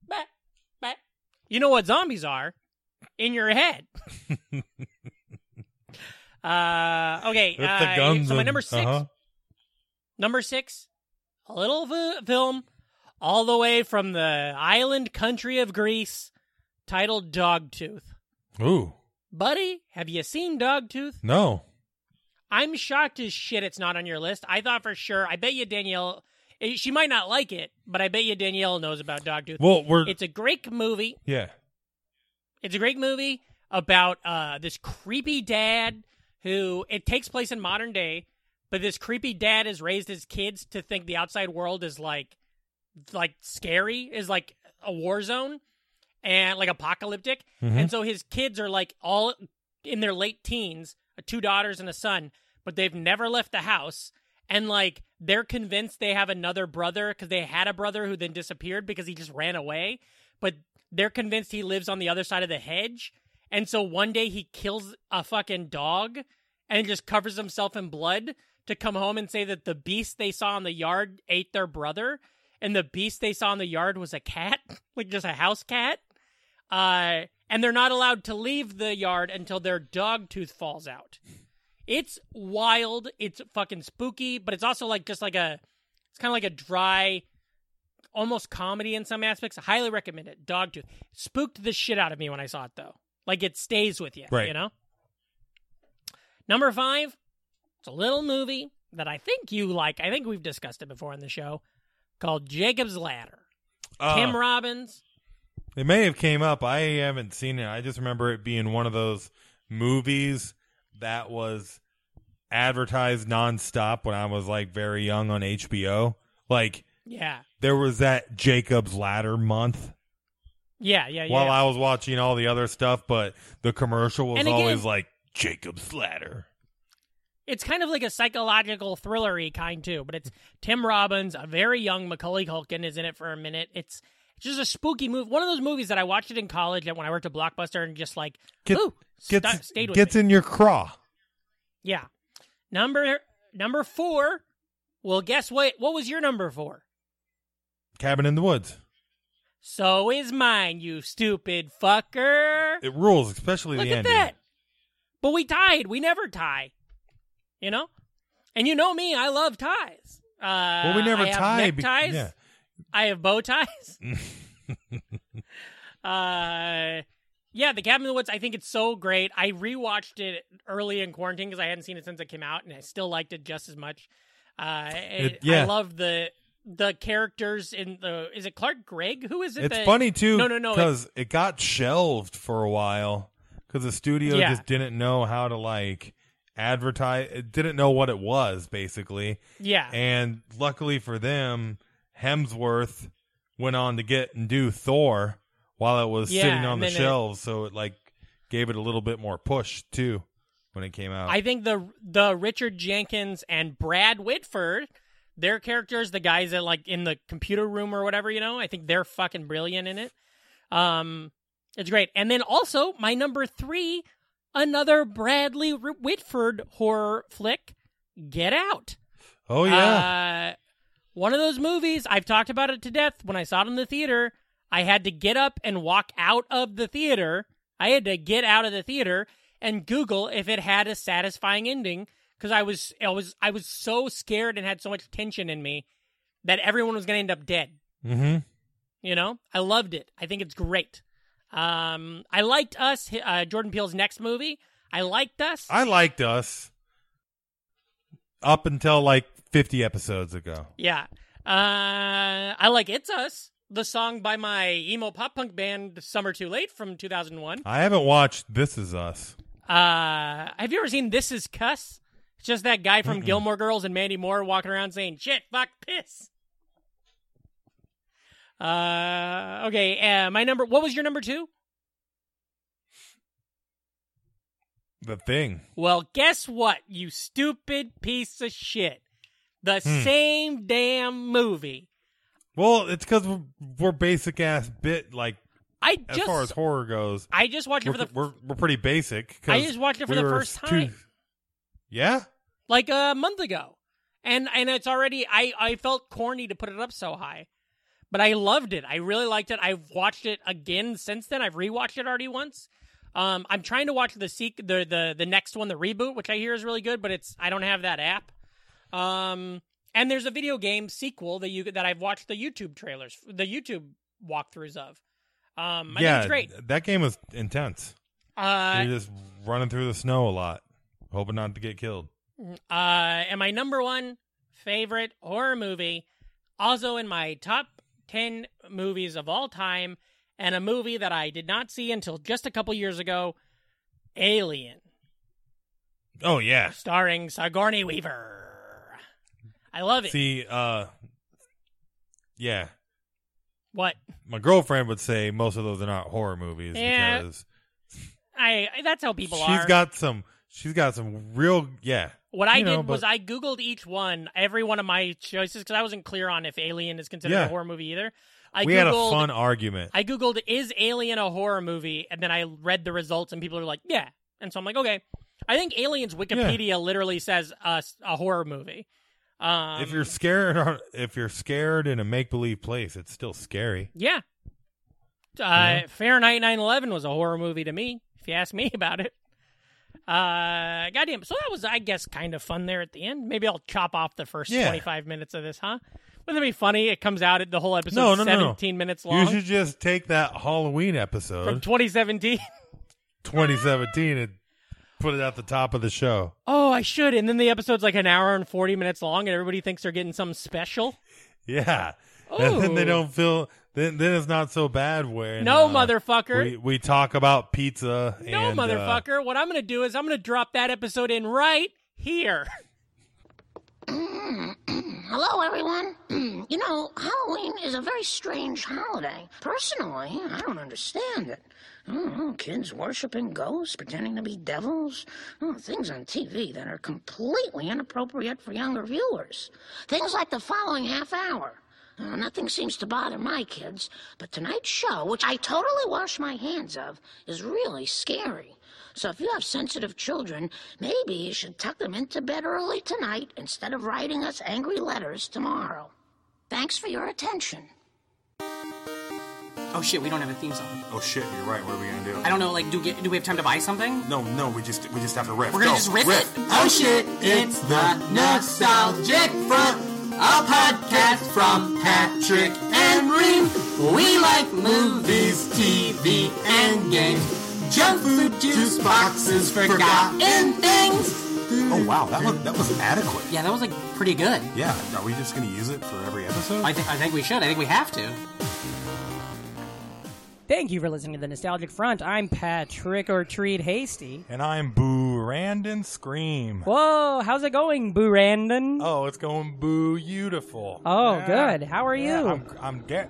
Speaker 2: ba. You know what zombies are? In
Speaker 1: *laughs*
Speaker 2: your head. uh, okay.
Speaker 1: With
Speaker 2: uh,
Speaker 1: the guns
Speaker 2: so my
Speaker 1: and-
Speaker 2: number 6
Speaker 1: uh-huh.
Speaker 2: Number six, a little v- film all the way from the island country of Greece titled Dogtooth.
Speaker 1: Ooh.
Speaker 2: buddy, have you seen Dogtooth?
Speaker 1: No.
Speaker 2: I'm shocked as shit it's not on your list. I thought for sure. I bet you Danielle, eh, she might not like it, but I bet you Danielle knows about Dogtooth.
Speaker 1: Well, we're
Speaker 2: it's a great movie.
Speaker 1: yeah.
Speaker 2: It's a great movie about uh, this creepy dad who it takes place in modern day, but this creepy dad has raised his kids to think the outside world is like like scary, is like a war zone and like apocalyptic.
Speaker 1: Mhm.
Speaker 2: And so his kids are like all in their late teens, uh, two daughters and a son, but they've never left the house. And like they're convinced they have another brother because they had a brother who then disappeared because he just ran away. But they're convinced he lives on the other side of the hedge. And so one day he kills a fucking dog and just covers himself in blood to come home and say that the beast they saw in the yard ate their brother. And the beast they saw in the yard was a cat, *laughs* like just a house cat uh, and they're not allowed to leave the yard until their dog tooth falls out. It's wild. It's fucking spooky, but it's also like just like a, it's kind of like a dry, almost comedy in some aspects. highly recommend it. Dog tooth spooked the shit out of me when I saw it though. Like it stays with you,
Speaker 1: Right.
Speaker 2: You know. Number five, it's a little movie that I think you like. I think we've discussed it before on the show, called Jacob's Ladder.
Speaker 1: Uh,
Speaker 2: Tim Robbins.
Speaker 1: It may have came up. I haven't seen it. I just remember it being one of those movies that was advertised nonstop when I was like very young on HBO. Like
Speaker 2: Yeah,
Speaker 1: there was that Jacob's Ladder month
Speaker 2: yeah, yeah, yeah.
Speaker 1: while I was watching all the other stuff, but the commercial was
Speaker 2: And again-
Speaker 1: always like Jacob's Ladder.
Speaker 2: it's kind of like a psychological thrillery kind too, but it's Tim Robbins, a very young Macaulay Culkin is in it for a minute. It's it's just a spooky movie. One of those movies that I watched it in college and when I worked at Blockbuster and just like
Speaker 1: Get-
Speaker 2: ooh, stu-
Speaker 1: Gets
Speaker 2: stayed with
Speaker 1: gets
Speaker 2: me.
Speaker 1: in your craw.
Speaker 2: Yeah. Number number 4. Well, guess what? What was your number 4?
Speaker 1: Cabin in the Woods.
Speaker 2: So is mine, you stupid fucker.
Speaker 1: It rules, especially
Speaker 2: Look
Speaker 1: the
Speaker 2: at
Speaker 1: ending.
Speaker 2: that. But we tied. We never tie. You know? And you know me, I love ties. Uh,
Speaker 1: Well, we never
Speaker 2: I have
Speaker 1: tie. be-
Speaker 2: neckties.
Speaker 1: yeah.
Speaker 2: I have
Speaker 1: *laughs*
Speaker 2: bow ties. uh, yeah, The Cabin in the Woods, I think it's so great. I rewatched it early in quarantine because I hadn't seen it since it came out, and I still liked it just as much. Uh,
Speaker 1: It-
Speaker 2: it-
Speaker 1: yeah.
Speaker 2: I love the the characters in the. Is it Clark Gregg? Who is it?
Speaker 1: It's
Speaker 2: that-
Speaker 1: funny too.
Speaker 2: No, no, no, it-
Speaker 1: Because it got shelved for a while because the studio
Speaker 2: Yeah.
Speaker 1: just didn't know how to like advertise. It didn't know what it was basically,
Speaker 2: Yeah.
Speaker 1: and luckily for them, Hemsworth went on to get and do Thor while it was
Speaker 2: Yeah,
Speaker 1: sitting on
Speaker 2: and
Speaker 1: the
Speaker 2: then it-
Speaker 1: shelves. so it like gave it a little bit more push too when it came out.
Speaker 2: I think the the Richard Jenkins and Brad Whitford, their characters, the guys that like in the computer room or whatever, you know, I think they're fucking brilliant in it. Um, it's great. And then also my number three, another Bradley R- Whitford horror flick, Get Out.
Speaker 1: oh yeah,
Speaker 2: Uh, one of those movies, I've talked about it to death. When I saw it in the theater, I had to get up and walk out of the theater. I had to get out of the theater and Google if it had a satisfying ending because I was I was I was so scared and had so much tension in me that everyone was going to end up dead.
Speaker 1: mm-hmm.
Speaker 2: You know, I loved it. I think it's great. Um, I liked Us, hi- uh, Jordan Peele's next movie. I liked Us.
Speaker 1: I liked us up until like fifty episodes ago.
Speaker 2: Yeah. Uh, I like It's Us, the song by my emo pop punk band Summer Too Late from 2001.
Speaker 1: I haven't watched This Is Us.
Speaker 2: Uh, have you ever seen This Is Cuss? It's just that guy from Gilmore Girls and Mandy Moore walking around saying, shit, fuck, piss. Uh, okay, uh, my number, what was your number two?
Speaker 1: The thing.
Speaker 2: Well, guess what, you stupid piece of shit. The
Speaker 1: Hmm.
Speaker 2: same damn movie.
Speaker 1: Well, it's because we're, we're basic ass bit. Like
Speaker 2: I
Speaker 1: as far as
Speaker 2: just,
Speaker 1: horror goes,
Speaker 2: I just watched it
Speaker 1: we're,
Speaker 2: for the
Speaker 1: we're we're pretty basic. 'cause
Speaker 2: I just watched it for
Speaker 1: we
Speaker 2: the
Speaker 1: were
Speaker 2: first
Speaker 1: too-
Speaker 2: time.
Speaker 1: Yeah,
Speaker 2: like a month ago, and and it's already I I felt corny to put it up so high, but I loved it. I really liked it. I've watched it again since then. I've rewatched it already once. Um, I'm trying to watch the seek the the the next one, the reboot, which I hear is really good, but it's I don't have that app. Um, and there's a video game sequel that you that I've watched the YouTube trailers, the YouTube walkthroughs of. Um, I think
Speaker 1: yeah.
Speaker 2: it's great.
Speaker 1: That game was intense.
Speaker 2: Uh,
Speaker 1: You're just running through the snow a lot, hoping not to get killed.
Speaker 2: Uh, and my number one favorite horror movie, also in my top 10 movies of all time, and a movie that I did not see until just a couple years ago Alien,
Speaker 1: Oh yeah.
Speaker 2: starring Sigourney Weaver. I love it.
Speaker 1: See, uh, yeah,
Speaker 2: what?
Speaker 1: my girlfriend would say most of those are not horror movies
Speaker 2: Yeah,
Speaker 1: because
Speaker 2: I That's how people
Speaker 1: she's
Speaker 2: are.
Speaker 1: got some. She's got some real. Yeah.
Speaker 2: what I
Speaker 1: you
Speaker 2: did
Speaker 1: know,
Speaker 2: was
Speaker 1: but-
Speaker 2: I Googled each one, every one of my choices, because I wasn't clear on if Alien is considered
Speaker 1: Yeah.
Speaker 2: a horror movie either. I
Speaker 1: we
Speaker 2: Googled
Speaker 1: had a fun argument.
Speaker 2: I googled is Alien a horror movie, and then I read the results, and people are like, yeah. And so I'm like, okay. I think Alien's Wikipedia literally says a, a horror movie. Um,
Speaker 1: if you're scared, or- if you're scared in a make believe place, it's still scary.
Speaker 2: yeah, uh, Fahrenheit 9/11 was a horror movie to me, if you ask me *laughs* about it. Uh, goddamn. So that was, I guess, kind of fun there at the end. Maybe I'll chop off the first
Speaker 1: Yeah.
Speaker 2: 25 minutes of this, huh? Wouldn't it be funny? It comes out at the whole episode,
Speaker 1: No, no, no, no.
Speaker 2: 17 minutes long
Speaker 1: You should just take that Halloween
Speaker 2: from
Speaker 1: *laughs* episode,
Speaker 2: 2017.
Speaker 1: 2017, and put it at the top of the show.
Speaker 2: oh, I should. And then the episode's like an hour and 40 minutes long, and everybody thinks they're getting something special.
Speaker 1: Yeah. And then they
Speaker 2: Ooh.
Speaker 1: don't feel. Then, then it's not so bad. Where
Speaker 2: No,
Speaker 1: uh,
Speaker 2: motherfucker.
Speaker 1: We we talk about pizza.
Speaker 2: no,
Speaker 1: and, uh,
Speaker 2: motherfucker. what I'm going to do is I'm going to drop that episode in right here.
Speaker 4: Mm-hmm. *clears throat* Hello, everyone. *clears throat* you know, Halloween is a very strange holiday. Personally, I don't understand it. I don't know, kids worshiping ghosts, pretending to be devils. Oh, things on TV that are completely inappropriate for younger viewers. Things like the following half hour. Uh, nothing seems to bother my kids, but tonight's show, which I totally wash my hands of, is really scary. So if you have sensitive children, maybe you should tuck them into bed early tonight instead of writing us angry letters tomorrow. Thanks for your attention.
Speaker 5: Oh shit, we don't have a theme song.
Speaker 6: Oh shit, you're right. What are we gonna do?
Speaker 5: I don't know. Like, do get, do we have time to buy something?
Speaker 6: No, no, we just we just have to riff.
Speaker 5: We're gonna
Speaker 6: Go,
Speaker 5: just riff, it.
Speaker 6: Oh shit, it's the nostalgic front. A podcast from Patrick and Reem. We like movies, TV, and games. Junk food, juice boxes, forgotten things. Oh wow, that was that was adequate.
Speaker 5: Yeah, that was like pretty good.
Speaker 6: Yeah, are we just gonna use it for every episode?
Speaker 5: I think I think we should. I think we have to.
Speaker 7: Thank you for listening to the Nostalgic Front. I'm Patrick or Treat Hasty.
Speaker 1: And I'm Boo Randon Scream.
Speaker 7: Whoa, how's it going, Boo Randon?
Speaker 1: Oh, it's going boo beautiful.
Speaker 7: Oh, good. How are you?
Speaker 1: I'm I'm ge-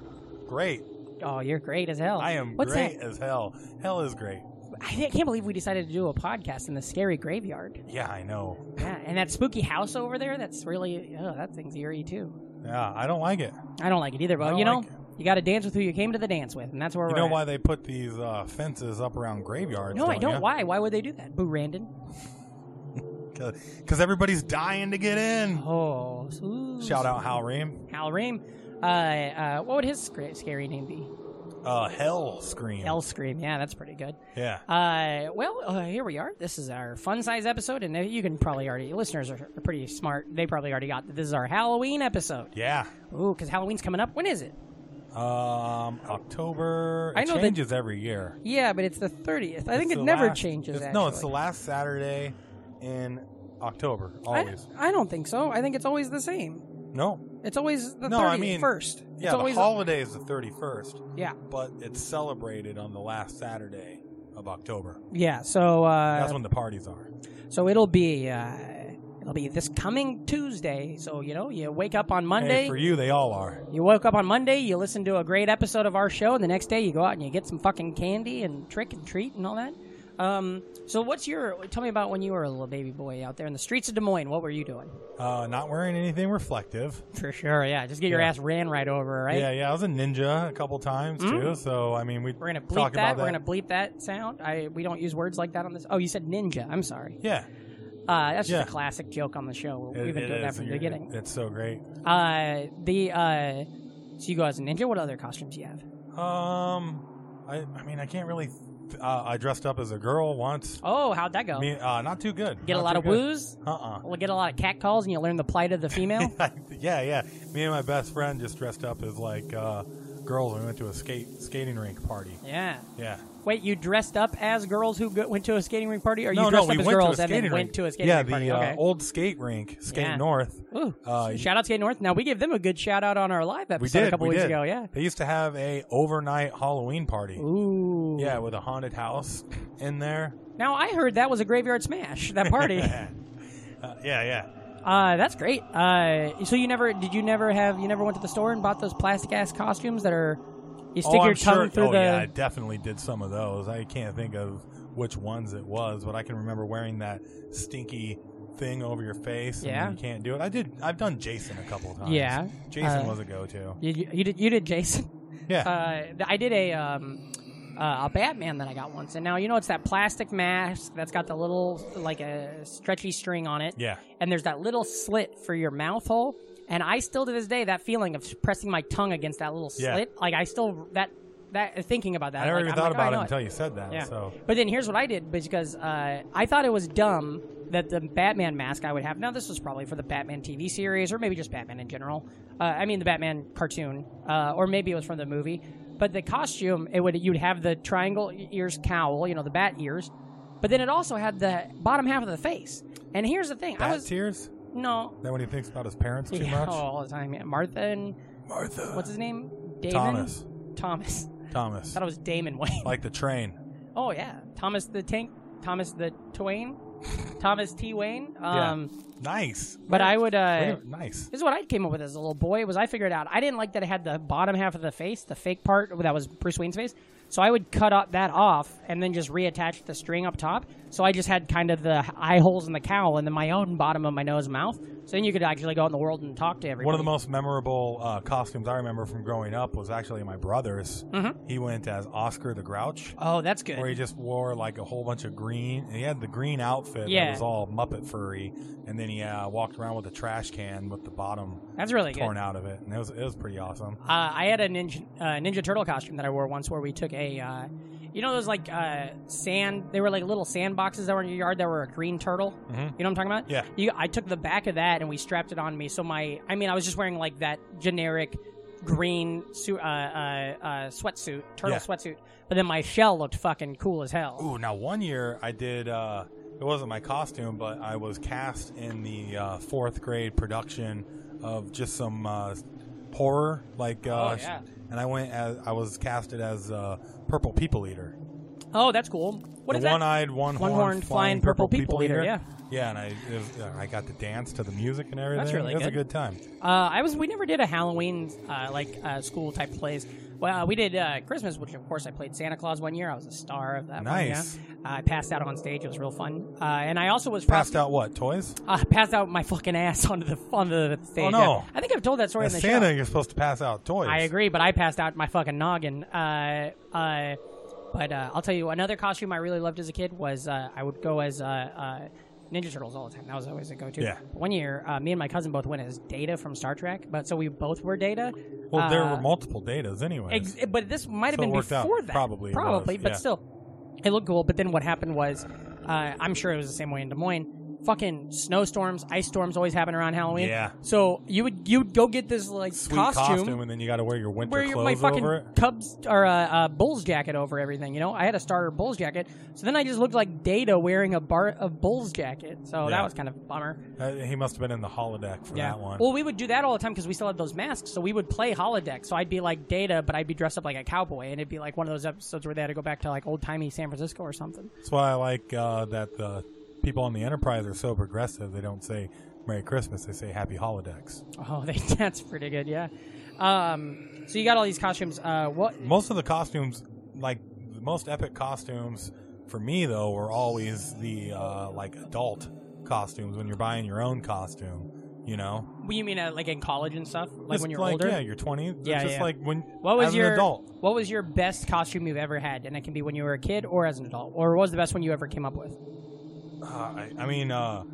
Speaker 1: great.
Speaker 7: Oh, you're great as hell.
Speaker 1: I am
Speaker 7: What's
Speaker 1: great
Speaker 7: That?
Speaker 1: as hell. Hell is great.
Speaker 7: I can't believe we decided to do a podcast in the scary graveyard.
Speaker 1: Yeah, I know.
Speaker 7: Yeah, and that spooky house over there, that's really, oh, that thing's eerie too.
Speaker 1: Yeah, I don't like it.
Speaker 7: I don't like it either,
Speaker 1: I
Speaker 7: but
Speaker 1: don't
Speaker 7: you know,
Speaker 1: like it.
Speaker 7: you got to dance with who you came to the dance with, and that's where
Speaker 1: You
Speaker 7: we're
Speaker 1: know
Speaker 7: at.
Speaker 1: why they put these uh, fences up around graveyards?
Speaker 7: No, I don't.
Speaker 1: ya?
Speaker 7: Why? Why would they do that, Boo Randon?
Speaker 1: Because everybody's dying to get in.
Speaker 7: Oh, ooh,
Speaker 1: Shout out Hal Ream.
Speaker 7: Hal Ream. Uh, uh, what would his sc- scary name be?
Speaker 1: Uh, hell Scream.
Speaker 7: Hell Scream. Yeah, that's pretty good.
Speaker 1: Yeah.
Speaker 7: Uh, well, uh, here we are. This is our fun size episode, and uh, you can probably already listeners are, are pretty smart. They probably already got that this is our Halloween episode.
Speaker 1: Yeah.
Speaker 7: Ooh, because Halloween's coming up. When is it?
Speaker 1: Um, October. It
Speaker 7: I know that-
Speaker 1: changes every year.
Speaker 7: Yeah, but it's the thirtieth. I think
Speaker 1: It's
Speaker 7: it
Speaker 1: the
Speaker 7: never
Speaker 1: last-
Speaker 7: changes.
Speaker 1: it's- No, it's the last Saturday in October.
Speaker 7: I,
Speaker 1: Always.
Speaker 7: I don't think so. I think it's always the same.
Speaker 1: no.
Speaker 7: It's always the
Speaker 1: No, I
Speaker 7: 31st.
Speaker 1: mean-
Speaker 7: first.
Speaker 1: Yeah,
Speaker 7: it's
Speaker 1: the
Speaker 7: always
Speaker 1: holiday is the 31st,
Speaker 7: yeah,
Speaker 1: but it's celebrated on the last Saturday of October.
Speaker 7: yeah. So
Speaker 1: That's
Speaker 7: uh,
Speaker 1: when the parties are.
Speaker 7: so it'll be uh, it'll be this coming Tuesday. So you know you wake up on Monday.
Speaker 1: Hey, for you, they all are.
Speaker 7: You woke up on Monday, you listen to a great episode of our show, and the next day you go out and you get some fucking candy and trick and treat and all that. Um, so what's your? Tell me about when you were a little baby boy out there in the streets of Des Moines. What were you doing?
Speaker 1: Uh, not wearing anything reflective.
Speaker 7: For sure, yeah. Just get your
Speaker 1: Yeah.
Speaker 7: ass ran right over, right? Mm-hmm.
Speaker 1: Yeah, yeah. I was a ninja a couple times too. So I mean, we
Speaker 7: We're gonna bleep
Speaker 1: talk
Speaker 7: that.
Speaker 1: about
Speaker 7: We're gonna bleep that sound. I we don't use words like that on this. Oh, you said ninja. I'm sorry.
Speaker 1: yeah,
Speaker 7: Uh, that's just
Speaker 1: Yeah.
Speaker 7: a classic joke on the show.
Speaker 1: It-
Speaker 7: We've been
Speaker 1: it
Speaker 7: doing that
Speaker 1: is.
Speaker 7: from the
Speaker 1: You're-
Speaker 7: *laughs* beginning.
Speaker 1: It's so great.
Speaker 7: Uh, the uh, so you go as a ninja. What other costumes do you have?
Speaker 1: Um, I I mean, I can't really. Th- uh, I dressed up as a girl once.
Speaker 7: Oh, how'd that go?
Speaker 1: I mean, uh, not too good.
Speaker 7: get a lot of woos.
Speaker 1: Uh *laughs* uh
Speaker 7: We'll get a lot of cat
Speaker 1: *laughs*
Speaker 7: calls, and you learn the plight of the female.
Speaker 1: yeah, yeah. Me and my best friend just dressed up as like uh, girls. and We went to a skate skating rink party.
Speaker 7: Yeah.
Speaker 1: Yeah.
Speaker 7: Wait, you dressed up as girls who go- went to a skating rink party, or
Speaker 1: no,
Speaker 7: you
Speaker 1: no,
Speaker 7: dressed
Speaker 1: we
Speaker 7: up as
Speaker 1: went
Speaker 7: girls
Speaker 1: to a
Speaker 7: and
Speaker 1: skating
Speaker 7: then
Speaker 1: rink.
Speaker 7: went to a skating
Speaker 1: yeah,
Speaker 7: rink party?
Speaker 1: the
Speaker 7: okay.
Speaker 1: uh, old skate rink, Skate
Speaker 7: Yeah.
Speaker 1: North.
Speaker 7: Ooh,
Speaker 1: uh,
Speaker 7: shout out to Skate North. Now we gave them a good shout out on our live episode
Speaker 1: We did
Speaker 7: a couple
Speaker 1: we
Speaker 7: weeks
Speaker 1: did.
Speaker 7: ago. Yeah.
Speaker 1: They used to have a overnight Halloween party.
Speaker 7: Ooh.
Speaker 1: Yeah, with a haunted house in
Speaker 7: *laughs*
Speaker 1: there.
Speaker 7: Now I heard that was a graveyard smash.
Speaker 1: *laughs*
Speaker 7: That party.
Speaker 1: uh, yeah, yeah.
Speaker 7: uh, that's great. Uh, so you never did you never have you never went to the store and bought those plastic ass costumes that are you stick
Speaker 1: oh,
Speaker 7: your
Speaker 1: I'm
Speaker 7: tongue
Speaker 1: sure.
Speaker 7: through
Speaker 1: oh,
Speaker 7: the
Speaker 1: yeah, I definitely did some of those. I can't think of which ones it was, but I can remember wearing that stinky thing over your face.
Speaker 7: Yeah.
Speaker 1: and you can't do it. I did. I've done Jason a couple times.
Speaker 7: Yeah,
Speaker 1: Jason
Speaker 7: uh,
Speaker 1: was a go-to.
Speaker 7: You, you, you did you did Jason.
Speaker 1: Yeah.
Speaker 7: Uh, th- I did a um, uh, a Batman that I got once, and now you know it's that plastic mask that's got the little like a stretchy string on it.
Speaker 1: yeah,
Speaker 7: And there's that little slit for your mouth hole, and I still to this day that feeling of pressing my tongue against that little
Speaker 1: Yeah.
Speaker 7: slit, like I still that that thinking about that.
Speaker 1: I never
Speaker 7: like,
Speaker 1: even
Speaker 7: I'm
Speaker 1: thought
Speaker 7: like, oh, I
Speaker 1: about it
Speaker 7: know
Speaker 1: until you said that.
Speaker 7: yeah.
Speaker 1: So
Speaker 7: But then here's what I did because uh, I thought it was dumb that the Batman mask I would have. Now this was probably for the Batman TV series or maybe just Batman in general. Uh, I mean the Batman cartoon, uh, or maybe it was from the movie. But the costume, it would you'd have the triangle ears cowl, you know the bat ears, but then it also had the bottom half of the face. And here's the thing, I
Speaker 1: bat
Speaker 7: was
Speaker 1: tears.
Speaker 7: no
Speaker 1: That when he thinks about his parents too
Speaker 7: Yeah,
Speaker 1: much.
Speaker 7: oh, all the time. Yeah, Martha and
Speaker 1: Martha.
Speaker 7: what's his name, Damon
Speaker 1: Uh, Thomas.
Speaker 7: Thomas. *laughs*
Speaker 1: Thomas.
Speaker 7: thought it was Damon Wayne.
Speaker 1: Like the train.
Speaker 7: Oh yeah, Thomas the Tank, Thomas the Twain, Thomas T Wayne. Um,
Speaker 1: Nice.
Speaker 7: But I would.
Speaker 1: Wait
Speaker 7: Uh,
Speaker 1: a- nice.
Speaker 7: this is what I came up with as a little boy. Was I figured out I didn't like that it had the bottom half of the face, the fake part that was Bruce Wayne's face. So I would cut up that off and then just reattach the string up top. So I just had kind of the eye holes in the cowl and then my own bottom of my nose and mouth. So then you could actually go out in the world and talk to everybody.
Speaker 1: One of the most memorable uh, costumes I remember from growing up was actually my brother's.
Speaker 7: Mm-hmm.
Speaker 1: He went as Oscar the Grouch,
Speaker 7: Oh, that's good.
Speaker 1: where he just wore like a whole bunch of green. And he had the green outfit
Speaker 7: Yeah.
Speaker 1: that was all Muppet furry, and then he uh, walked around with a trash can with the bottom
Speaker 7: That's really good.
Speaker 1: torn out of it, and it was it was pretty awesome.
Speaker 7: Uh, I had a ninja uh, Ninja Turtle costume that I wore once, where we took a, uh, you know, those like uh, sand. They were like little sandboxes that were in your yard that were a green turtle. You know what I'm talking about?
Speaker 1: Mm-hmm. Yeah.
Speaker 7: You, I took the back of that and we strapped it on me. So my, I mean, I was just wearing like that generic green su- uh, uh, uh, sweatsuit, turtle
Speaker 1: Yeah.
Speaker 7: sweatsuit. But then my shell looked fucking cool as hell.
Speaker 1: Ooh, now one year I did. Uh, it wasn't my costume, but I was cast in the uh, fourth grade production of just some uh, horror, like. Uh,
Speaker 7: Oh, yeah.
Speaker 1: And I went as I was casted as uh, Purple People Eater,
Speaker 7: Oh, that's cool. What
Speaker 1: the
Speaker 7: is that?
Speaker 1: one-eyed, one-horned,
Speaker 7: One-horned flying purple people eater, yeah.
Speaker 1: yeah. And I, it was, uh, I got to dance to the music and everything.
Speaker 7: really
Speaker 1: it was
Speaker 7: good.
Speaker 1: a good time.
Speaker 7: Uh, I was. We never did a Halloween uh, like uh, school type plays. Well, we did uh, Christmas, which of course I played Santa Claus one year. I was a star of that. one, yeah.
Speaker 1: Nice.
Speaker 7: Uh, I passed out on stage. It was real fun. Uh, and I also was
Speaker 1: Passed out what toys?
Speaker 7: Uh, passed out my fucking ass *laughs* onto the onto the stage.
Speaker 1: Oh, no.
Speaker 7: I think I've told that story
Speaker 1: As
Speaker 7: in the
Speaker 1: Santa,
Speaker 7: show.
Speaker 1: you're supposed to pass out toys.
Speaker 7: I agree, but I passed out my fucking noggin. Uh, uh, but uh, I'll tell you another costume I really loved as a kid was uh, I would go as uh, uh, Ninja Turtles all the time. That was always a go-to.
Speaker 1: Yeah.
Speaker 7: One year, uh, me and my cousin both went as Data from Star Trek, but so we both were Data.
Speaker 1: Well, there
Speaker 7: Uh,
Speaker 1: were multiple datas, anyways.
Speaker 7: Ex- but this might have
Speaker 1: So it
Speaker 7: been
Speaker 1: worked out.
Speaker 7: before that.
Speaker 1: Probably it
Speaker 7: Probably,
Speaker 1: was,
Speaker 7: but
Speaker 1: yeah.
Speaker 7: still, it looked cool. But then what happened was, uh, I'm sure it was the same way in Des Moines. Fucking snowstorms, ice storms always happen around Halloween.
Speaker 1: Yeah.
Speaker 7: So you would you would go get this like
Speaker 1: Sweet costume, and then you got to wear your winter
Speaker 7: wear your,
Speaker 1: clothes
Speaker 7: my fucking
Speaker 1: over it.
Speaker 7: Cubs or uh, uh, Bulls jacket over everything. You know, I had a starter Bulls jacket, so then I just looked like Data wearing a bar a Bulls jacket. So that
Speaker 1: Yeah.
Speaker 7: was kind of a bummer.
Speaker 1: Uh, he must have been in the holodeck for that one.
Speaker 7: Well, we would do that all the time because we still had those masks. So we would play holodeck. So I'd be like Data, but I'd be dressed up like a cowboy, and it'd be like one of those episodes where they had to go back to like old timey San Francisco or something. *laughs*
Speaker 1: That's why I like uh, that the people on the Enterprise are so progressive. They don't say Merry Christmas; they say Happy Holodecks.
Speaker 7: Oh, they, that's pretty good. Yeah. Um, so you got all these costumes. Uh, what?
Speaker 1: Most of the costumes, like the most epic costumes for me though, were always the uh, like adult costumes when you're buying your own costume. You know,
Speaker 7: What you mean uh, like in college and stuff? Like
Speaker 1: Just
Speaker 7: when you're
Speaker 1: like,
Speaker 7: older?
Speaker 1: yeah, you're 20.
Speaker 7: Yeah,
Speaker 1: just
Speaker 7: yeah.
Speaker 1: like when
Speaker 7: What was
Speaker 1: as
Speaker 7: your
Speaker 1: an adult.
Speaker 7: What was your best costume you've ever had? And it can be when you were a kid or as an adult, or what was the best one you ever came up with?
Speaker 1: Uh, I, I mean, uh,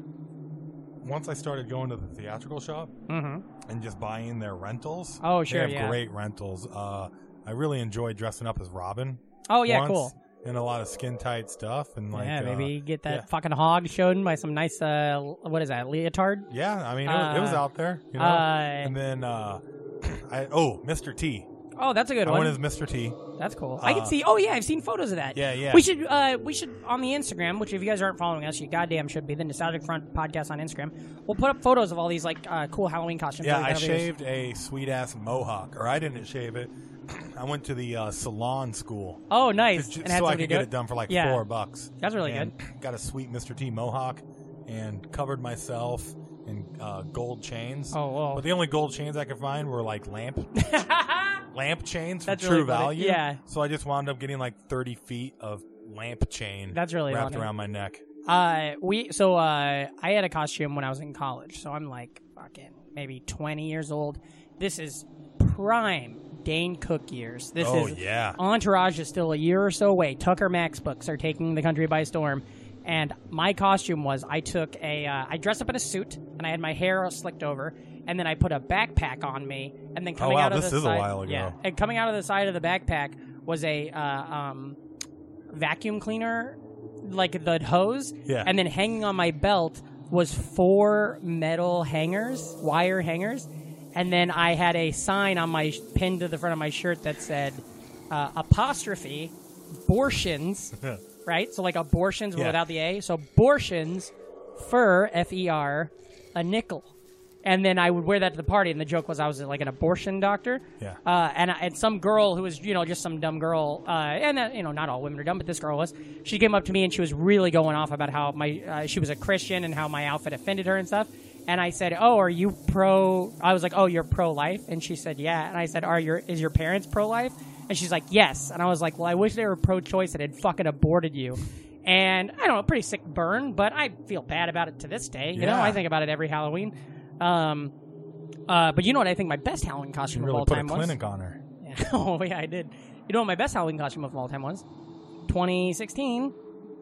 Speaker 1: once I started going to the theatrical shop,
Speaker 7: Mm-hmm.
Speaker 1: and just buying their rentals.
Speaker 7: Oh,
Speaker 1: They
Speaker 7: sure,
Speaker 1: have
Speaker 7: yeah.
Speaker 1: great rentals. Uh, I really enjoyed dressing up as Robin.
Speaker 7: Oh yeah,
Speaker 1: once,
Speaker 7: cool.
Speaker 1: And a lot of skin tight stuff and like
Speaker 7: yeah,
Speaker 1: uh,
Speaker 7: maybe get that
Speaker 1: yeah.
Speaker 7: fucking hog shown by some nice uh, what is that leotard?
Speaker 1: yeah. I mean, it was, it was
Speaker 7: Uh,
Speaker 1: out there, you know.
Speaker 7: uh,
Speaker 1: and then uh, I oh, Mr. T.
Speaker 7: Oh, that's a good
Speaker 1: I
Speaker 7: one.
Speaker 1: went as Mr. T.
Speaker 7: That's cool. I
Speaker 1: Uh,
Speaker 7: can see. Oh yeah, I've seen photos of that.
Speaker 1: Yeah, yeah.
Speaker 7: We should uh, we should on the Instagram, which if you guys aren't following us, you goddamn should be the Nostalgic Front podcast on Instagram. We'll put up photos of all these like uh, cool Halloween costumes.
Speaker 1: Yeah,
Speaker 7: that
Speaker 1: I
Speaker 7: we've done over the years.
Speaker 1: shaved a sweet ass mohawk, or I didn't shave it. *clears throat* I went to the uh, salon school.
Speaker 7: Oh, nice.
Speaker 1: Ju-
Speaker 7: and had
Speaker 1: so I
Speaker 7: somebody
Speaker 1: could
Speaker 7: do
Speaker 1: get it done for like
Speaker 7: Yeah.
Speaker 1: four bucks.
Speaker 7: That's really
Speaker 1: And Got a sweet Mr. T mohawk and covered myself in uh, gold chains.
Speaker 7: Oh, wow.
Speaker 1: But the only gold chains I could find were like lamp
Speaker 7: *laughs*
Speaker 1: *laughs* lamp chains for
Speaker 7: That's
Speaker 1: True
Speaker 7: really funny.
Speaker 1: Value.
Speaker 7: Yeah.
Speaker 1: So I just wound up getting like thirty feet of lamp chain.
Speaker 7: That's really
Speaker 1: wrapped
Speaker 7: funny.
Speaker 1: around my neck.
Speaker 7: Uh, we so uh, I had a costume when I was in college, so I'm like fucking maybe 20 years old. This is prime Dane Cook years. This
Speaker 1: Oh,
Speaker 7: is
Speaker 1: yeah.
Speaker 7: Entourage is still a year or so away. Tucker Max books are taking the country by storm, and my costume was I took a uh, I dressed up in a suit and I had my hair slicked over, and then I put a backpack on me, and then coming
Speaker 1: Oh, wow,
Speaker 7: out of
Speaker 1: this
Speaker 7: the
Speaker 1: is a
Speaker 7: side,
Speaker 1: while ago.
Speaker 7: yeah, and coming out of the side of the backpack was a uh, um, vacuum cleaner, like the hose,
Speaker 1: Yeah.
Speaker 7: and then hanging on my belt was four metal hangers, wire hangers, and then I had a sign on my pinned to the front of my shirt that said uh, apostrophe
Speaker 1: *laughs*
Speaker 7: abortions, right? So like abortions but
Speaker 1: Yeah.
Speaker 7: without the a, so abortions, fur f e r, a nickel. And then I would wear that to the party, and the joke was I was like an abortion doctor.
Speaker 1: Yeah.
Speaker 7: Uh, and and some girl who was you know just some dumb girl, uh, and that, you know not all women are dumb, but this girl was. She came up to me and she was really going off about how my uh, she was a Christian and how my outfit offended her and stuff. And I said, "Oh, are you pro?" I was like, "Oh, you're pro life," and she said, "Yeah." And I said, "Are your is your parents pro life?" And she's like, "Yes." And I was like, "Well, I wish they were pro choice and had fucking aborted you." And I don't know, pretty sick burn, but I feel bad about it to this day. You know,
Speaker 1: Yeah.
Speaker 7: I think about it every Halloween. Um, uh, but you know what I think my best Halloween costume
Speaker 1: You
Speaker 7: of
Speaker 1: really
Speaker 7: all
Speaker 1: put a
Speaker 7: time was?
Speaker 1: clinic on her.
Speaker 7: *laughs* oh yeah, I did. You know what my best Halloween costume of all time was? 2016,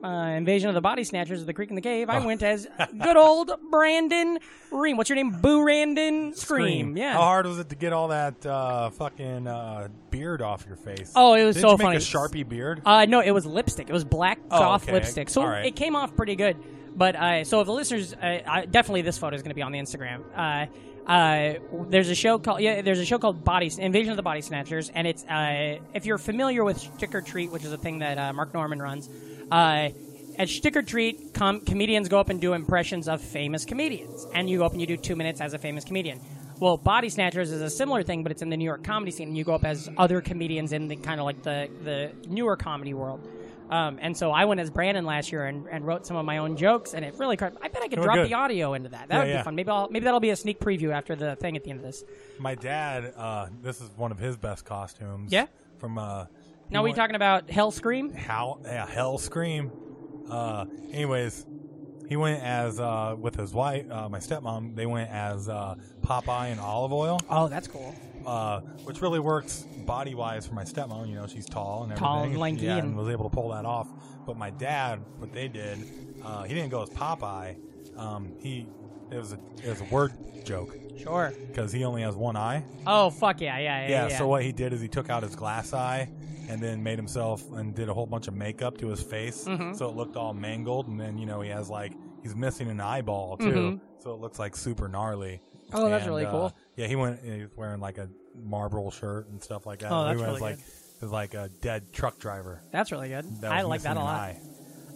Speaker 7: uh, Invasion of the Body Snatchers of the Creek in the Cave.
Speaker 1: Oh.
Speaker 7: I
Speaker 1: *laughs*
Speaker 7: went as good old Brandon Ream. What's your name? Boo Randon Scream. Yeah.
Speaker 1: How hard was it to get all that uh, fucking uh, beard off your face?
Speaker 7: Oh, it was
Speaker 1: Did
Speaker 7: so
Speaker 1: you make
Speaker 7: funny.
Speaker 1: a sharpie beard?
Speaker 7: Uh, no, it was lipstick. It was black
Speaker 1: Oh,
Speaker 7: soft
Speaker 1: okay.
Speaker 7: lipstick. So
Speaker 1: All right.
Speaker 7: it came off pretty good. But uh, so if the listeners, uh, I, definitely this photo is going to be on the Instagram. Uh, uh, there's a show called yeah, there's a show called Body Invasion of the Body Snatchers, and it's uh, if you're familiar with Trick or Treat, which is a thing that uh, Mark Norman runs. Uh, at Stick or Treat, com- comedians go up and do impressions of famous comedians, and you go up and you do two minutes as a famous comedian. Well, Body Snatchers is a similar thing, but it's in the New York comedy scene, and you go up as other comedians in the kind of like the the newer comedy world. Um, and so I went as Brandon last year and, and wrote some of my own jokes, and it really. Caught, I bet I could
Speaker 1: Oh,
Speaker 7: drop
Speaker 1: good.
Speaker 7: the audio into that. That
Speaker 1: Yeah,
Speaker 7: would be
Speaker 1: yeah.
Speaker 7: fun. Maybe I'll maybe that'll be a sneak preview after the thing at the end of this.
Speaker 1: My dad, uh, this is one of his best costumes.
Speaker 7: Yeah?
Speaker 1: From uh,
Speaker 7: Now we're talking about Hell Scream.
Speaker 1: how yeah, hell scream. Uh, anyways, he went as uh, with his wife, uh, my stepmom. They went as uh, Popeye and olive oil,
Speaker 7: Oh, that's cool.
Speaker 1: uh, which really works body wise for my stepmom. You know, she's tall and everything. *laughs*
Speaker 7: Tall and lanky
Speaker 1: yeah,
Speaker 7: and-
Speaker 1: was able to pull that off. But my dad, what they did, uh, he didn't go as Popeye. Um, he it was a it was a word joke
Speaker 7: Sure.
Speaker 1: because he only has one eye.
Speaker 7: Oh fuck yeah yeah yeah
Speaker 1: Yeah,
Speaker 7: yeah.
Speaker 1: so what he did is he took out his glass eye and then made himself and did a whole bunch of makeup to his face
Speaker 7: Mm-hmm.
Speaker 1: so it looked all mangled and then you know he has like he's missing an eyeball too so it looks like super gnarly.
Speaker 7: Mm-hmm. Oh, that's
Speaker 1: And,
Speaker 7: really
Speaker 1: uh,
Speaker 7: cool.
Speaker 1: yeah, he went he was wearing like a marble shirt and stuff like that.
Speaker 7: Oh, that's
Speaker 1: he
Speaker 7: really
Speaker 1: was like was like a dead truck driver.
Speaker 7: that's really good.
Speaker 1: That
Speaker 7: I
Speaker 1: was
Speaker 7: like that
Speaker 1: missing an
Speaker 7: a lot.
Speaker 1: eye.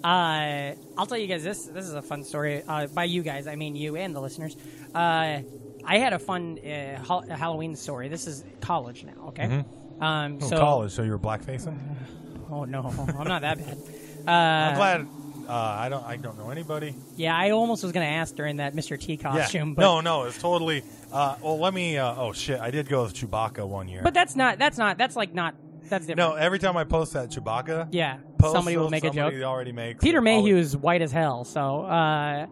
Speaker 7: Uh, I'll tell you guys this. This is a fun story. Uh, by you guys, I mean you and the listeners. Uh, I had a fun uh, hal- Halloween story. This is college now, okay? Um,
Speaker 1: From
Speaker 7: so
Speaker 1: Mm-hmm. Oh, college, so you were blackfacing?
Speaker 7: Oh no, I'm not that bad. Uh,
Speaker 1: I'm glad uh, I don't I don't know anybody.
Speaker 7: Yeah, I almost was gonna ask during that Mr. T costume,
Speaker 1: yeah.
Speaker 7: but
Speaker 1: no, no, it's totally uh, well let me uh, oh shit, I did go as Chewbacca one year.
Speaker 7: but that's not. That's not. That's like not. That's different.
Speaker 1: No, every time I post that Chewbacca,
Speaker 7: Yeah,
Speaker 1: post,
Speaker 7: somebody will
Speaker 1: so
Speaker 7: make a joke.
Speaker 1: somebody Already makes
Speaker 7: Peter
Speaker 1: it.
Speaker 7: Mayhew is white as hell. So uh,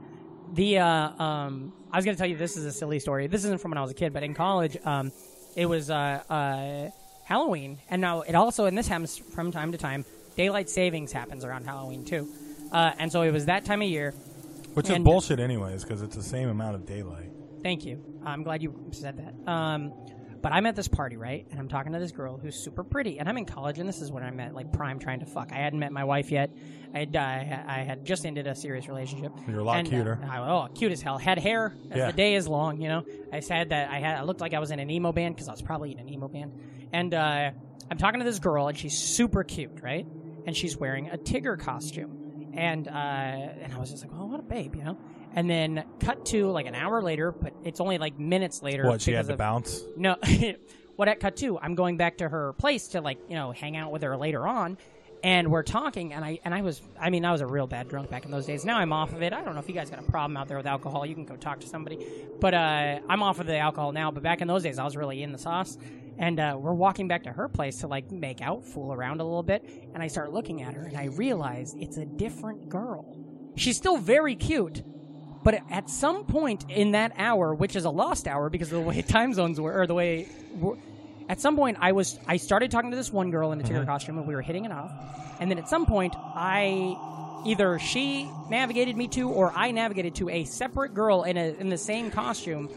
Speaker 7: the uh, um, I was going to tell you this is a silly story. This isn't from when I was a kid, but in college, um, it was uh, uh, Halloween, and now it also and this happens from time to time. Daylight savings happens around Halloween too, uh, and so it was that time of year.
Speaker 1: which is
Speaker 7: and-
Speaker 1: bullshit, anyways, because it's the same amount of daylight.
Speaker 7: Thank you. I'm glad you said that. Um, but I'm at this party, right? And I'm talking to this girl who's super pretty, and I'm in college, and this is when I'm at like prime trying to fuck. I hadn't met my wife yet. I had, uh, I had just ended a serious relationship.
Speaker 1: You're a lot
Speaker 7: And, uh,
Speaker 1: cuter.
Speaker 7: I, oh, cute as hell. Had hair as
Speaker 1: Yeah.
Speaker 7: the day is long. You know, I said that I had. I looked like I was in an emo band because I was probably in an emo band, and uh, I'm talking to this girl, and she's super cute, right? And she's wearing a Tigger costume, and uh, and I was just like, "Oh, what a babe," you know. And then cut to like an hour later, but it's only like minutes later.
Speaker 1: What she had
Speaker 7: because
Speaker 1: to
Speaker 7: of-
Speaker 1: bounce.
Speaker 7: no, *laughs* what at cut two? I'm going back to her place to like you know hang out with her later on, and we're talking. And I and I was I mean I was a real bad drunk back in those days. Now I'm off of it. I don't know if you guys got a problem out there with alcohol. You can go talk to somebody, but uh, I'm off of the alcohol now. But back in those days, I was really in the sauce. And uh, we're walking back to her place to like make out, fool around a little bit. And I start looking at her, and I realize it's a different girl. She's still very cute, but at some point in that hour, which is a lost hour because of the way *laughs* time zones were, or the way, at some point I was, I started talking to this one girl in a
Speaker 1: Mm-hmm.
Speaker 7: tiger costume, and we were hitting it off. And then at some point, I either she navigated me to, or I navigated to a separate girl in a in the same costume,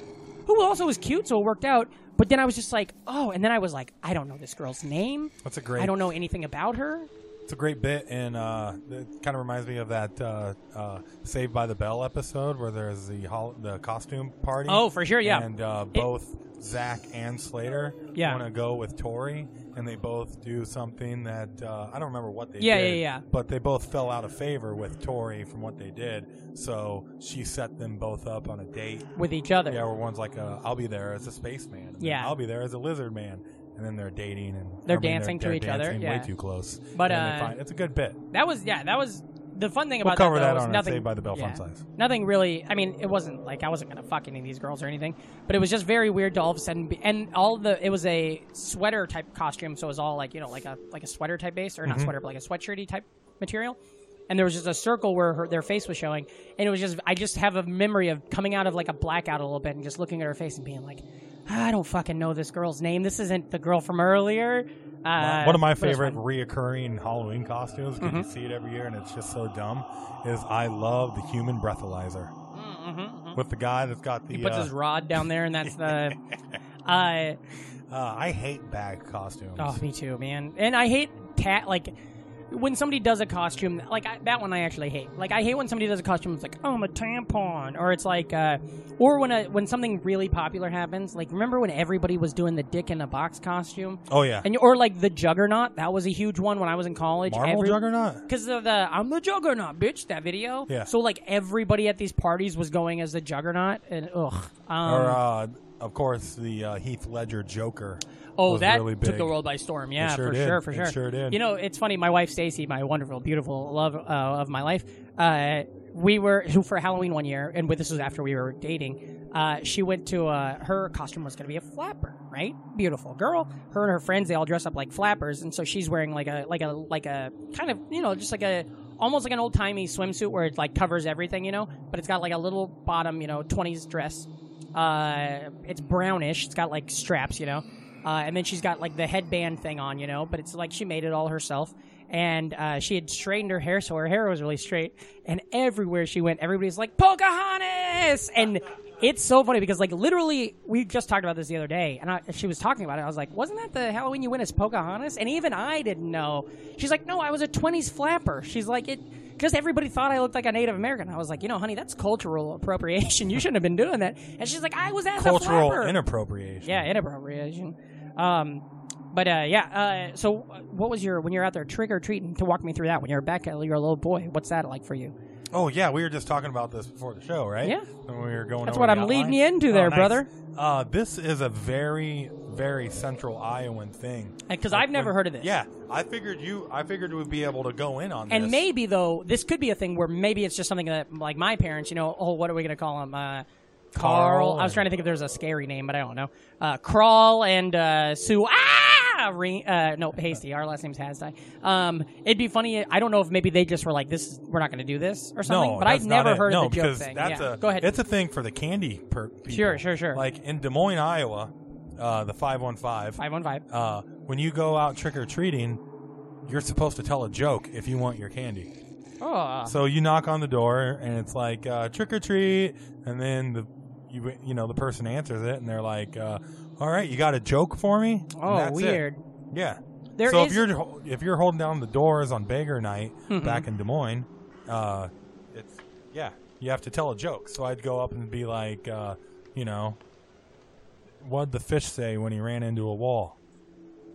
Speaker 7: who also was cute, so it worked out. But then I was just like, oh, and then I was like, I don't know this girl's name.
Speaker 1: That's a great-
Speaker 7: I don't know anything about her.
Speaker 1: It's a great bit, and uh, it kind of reminds me of that uh, uh, Saved by the Bell episode where there's the hol- the costume party.
Speaker 7: Oh, for sure, yeah.
Speaker 1: And uh, both Zach and Slater
Speaker 7: Yeah.
Speaker 1: want to go with Tori, and they both do something that uh, I don't remember what they
Speaker 7: Yeah,
Speaker 1: did.
Speaker 7: yeah, yeah.
Speaker 1: But they both fell out of favor with Tori from what they did, so she set them both up on a date.
Speaker 7: With each other.
Speaker 1: Yeah, where one's like, uh, "I'll be there as a spaceman," and then,
Speaker 7: Yeah.
Speaker 1: "I'll be there as a lizard man," and then they're dating and
Speaker 7: They're
Speaker 1: I mean,
Speaker 7: dancing to
Speaker 1: they're
Speaker 7: each other,
Speaker 1: dancing
Speaker 7: yeah.
Speaker 1: way too close.
Speaker 7: But,
Speaker 1: And then they
Speaker 7: uh,
Speaker 1: find- it's a good bit.
Speaker 7: That was yeah. That was the fun thing
Speaker 1: We'll
Speaker 7: about
Speaker 1: cover
Speaker 7: that. though,
Speaker 1: that
Speaker 7: was
Speaker 1: on our
Speaker 7: nothing,
Speaker 1: Saved by the Bell fun size.
Speaker 7: Nothing really. I mean, it wasn't like I wasn't gonna fuck any of these girls or anything, but it was just very weird to all of a sudden. Be, and all the it was a sweater type costume, so it was all like you know like a like a sweater type base or
Speaker 1: Mm-hmm.
Speaker 7: not sweater, but like a sweatshirty type material. And there was just a circle where her, their face was showing, and it was just I just have a memory of coming out of like a blackout a little bit and just looking at her face and being like, "Ah, I don't fucking know this girl's name. This isn't the girl from earlier. Uh,
Speaker 1: One of my
Speaker 7: but it was
Speaker 1: favorite
Speaker 7: fun. Mm-hmm.
Speaker 1: reoccurring Halloween costumes, because you see it every year and it's just so dumb, is I love the human breathalyzer.
Speaker 7: Mm-hmm,
Speaker 1: With the guy that's got the.
Speaker 7: He puts
Speaker 1: uh,
Speaker 7: his rod down there, and that's
Speaker 1: *laughs*
Speaker 7: the. Uh,
Speaker 1: uh, I hate bag costumes.
Speaker 7: oh, me too, man. And I hate cat like when somebody does a costume like I, that one. I actually hate. Like I hate when somebody does a costume. It's like oh, I'm a tampon, or it's like, uh, or when a when something really popular happens. Like remember when everybody was doing the dick in a box costume,
Speaker 1: Oh, yeah.
Speaker 7: and or like the juggernaut. That was a huge one when I was in college.
Speaker 1: Marvel
Speaker 7: Every-
Speaker 1: Juggernaut?
Speaker 7: because of the I'm the Juggernaut, bitch. That video.
Speaker 1: Yeah.
Speaker 7: So like everybody at these parties was going as the Juggernaut, and ugh. Um,
Speaker 1: or, uh, of course, the uh, Heath Ledger Joker.
Speaker 7: Oh,
Speaker 1: was
Speaker 7: that
Speaker 1: really
Speaker 7: took the
Speaker 1: big.
Speaker 7: world by storm. Yeah,
Speaker 1: sure
Speaker 7: for
Speaker 1: did.
Speaker 7: sure, for
Speaker 1: It
Speaker 7: sure.
Speaker 1: sure did.
Speaker 7: You know, it's funny. My wife Stacy, my wonderful, beautiful love uh, of my life, uh, we were *laughs* for Halloween one year, and with, this was after we were dating. Uh, she went to uh, her costume was going to be a flapper, right? Beautiful girl. Her and her friends they all dress up like flappers, and so she's wearing like a like a like a kind of you know just like a almost like an old timey swimsuit where it like covers everything, you know, but it's got like a little bottom, you know, twenties dress. Uh, it's brownish. It's got like straps, you know. Uh, and then she's got like the headband thing on, you know, but it's like she made it all herself. And uh, she had straightened her hair, so her hair was really straight. And everywhere she went, everybody's like, Pocahontas! And it's so funny because, like, literally, we just talked about this the other day, and I, she was talking about it. I was like, Wasn't that the Halloween you went as Pocahontas? And even I didn't know. She's like, No, I was a 20s flapper. She's like, It because everybody thought I looked like a Native American. I was like, You know, honey, that's cultural appropriation. You shouldn't have been doing that. And she's like, I was as a
Speaker 1: Cultural
Speaker 7: flapper.
Speaker 1: inappropriation.
Speaker 7: Yeah, inappropriation. Um, but uh, yeah. Uh, so, uh, what was your when you're out there trick or treating? To walk me through that when you're back, uh, you're a little boy. What's that like for you?
Speaker 1: Oh yeah, we were just talking about this before the show, right?
Speaker 7: Yeah.
Speaker 1: when we were going.
Speaker 7: That's
Speaker 1: over
Speaker 7: what
Speaker 1: the
Speaker 7: I'm leading
Speaker 1: outline.
Speaker 7: you into there, brother.
Speaker 1: Uh, this is a very, very central Iowan thing.
Speaker 7: Because
Speaker 1: Like
Speaker 7: I've never
Speaker 1: when-
Speaker 7: heard of this.
Speaker 1: Yeah, I figured you. I figured we'd be able to go in on
Speaker 7: And
Speaker 1: this.
Speaker 7: maybe though, this could be a thing where maybe it's just something that, like my parents, you know, oh, what are we going to call him? Uh, Carl.
Speaker 1: Carl
Speaker 7: I was
Speaker 1: or-
Speaker 7: trying to think if there's a scary name, but I don't know. Uh, Crawl and uh, Sue. Ah, Re- uh, no, Hasty. Our last name's Hasty. Um, it'd be funny. I don't know if maybe they just were like, "This, we're not going to do this" or something.
Speaker 1: No,
Speaker 7: but I've
Speaker 1: that's not
Speaker 7: never
Speaker 1: it.
Speaker 7: heard
Speaker 1: no,
Speaker 7: of the joke
Speaker 1: because
Speaker 7: thing.
Speaker 1: That's
Speaker 7: yeah.
Speaker 1: a,
Speaker 7: Go ahead.
Speaker 1: It's a thing for the candy per people.
Speaker 7: Sure, sure, sure.
Speaker 1: Like in Des Moines, Iowa, uh, the five one five.
Speaker 7: five on five.
Speaker 1: Uh, when you go out trick or treating, you're supposed to tell a joke if you want your candy.
Speaker 7: Oh,
Speaker 1: So you knock on the door and it's like uh, trick or treat, and then the you you know the person answers it and they're like, uh, "All right, you got a joke for me?" And
Speaker 7: oh,
Speaker 1: that's it.
Speaker 7: weird.
Speaker 1: Yeah.
Speaker 7: There
Speaker 1: so
Speaker 7: is- Mm-hmm.
Speaker 1: if you're ho- if you're holding down the doors on Beggar Night back in Des Moines, uh, it's yeah, you have to tell a joke. So I'd go up and be like, uh, you know, what'd the fish say when he ran into a wall?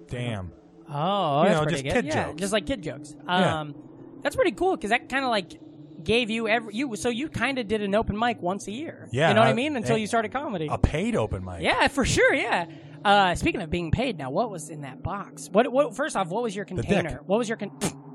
Speaker 1: Damn.
Speaker 7: Oh,
Speaker 1: You
Speaker 7: that's
Speaker 1: know,
Speaker 7: pretty
Speaker 1: just
Speaker 7: good.
Speaker 1: kid
Speaker 7: yeah,
Speaker 1: jokes.
Speaker 7: just like kid jokes.
Speaker 1: Yeah.
Speaker 7: Um, that's pretty cool because that kind of like gave you every you. So you kind of did an open mic once a year.
Speaker 1: Yeah,
Speaker 7: you know what I
Speaker 1: uh,
Speaker 7: mean. Until
Speaker 1: eh,
Speaker 7: you started comedy.
Speaker 1: A paid open mic.
Speaker 7: *laughs* yeah, for sure. Yeah. Uh, speaking of being paid, now what was in that box? What? What? First off, what was your
Speaker 1: dick.
Speaker 7: container? What was your con- *laughs*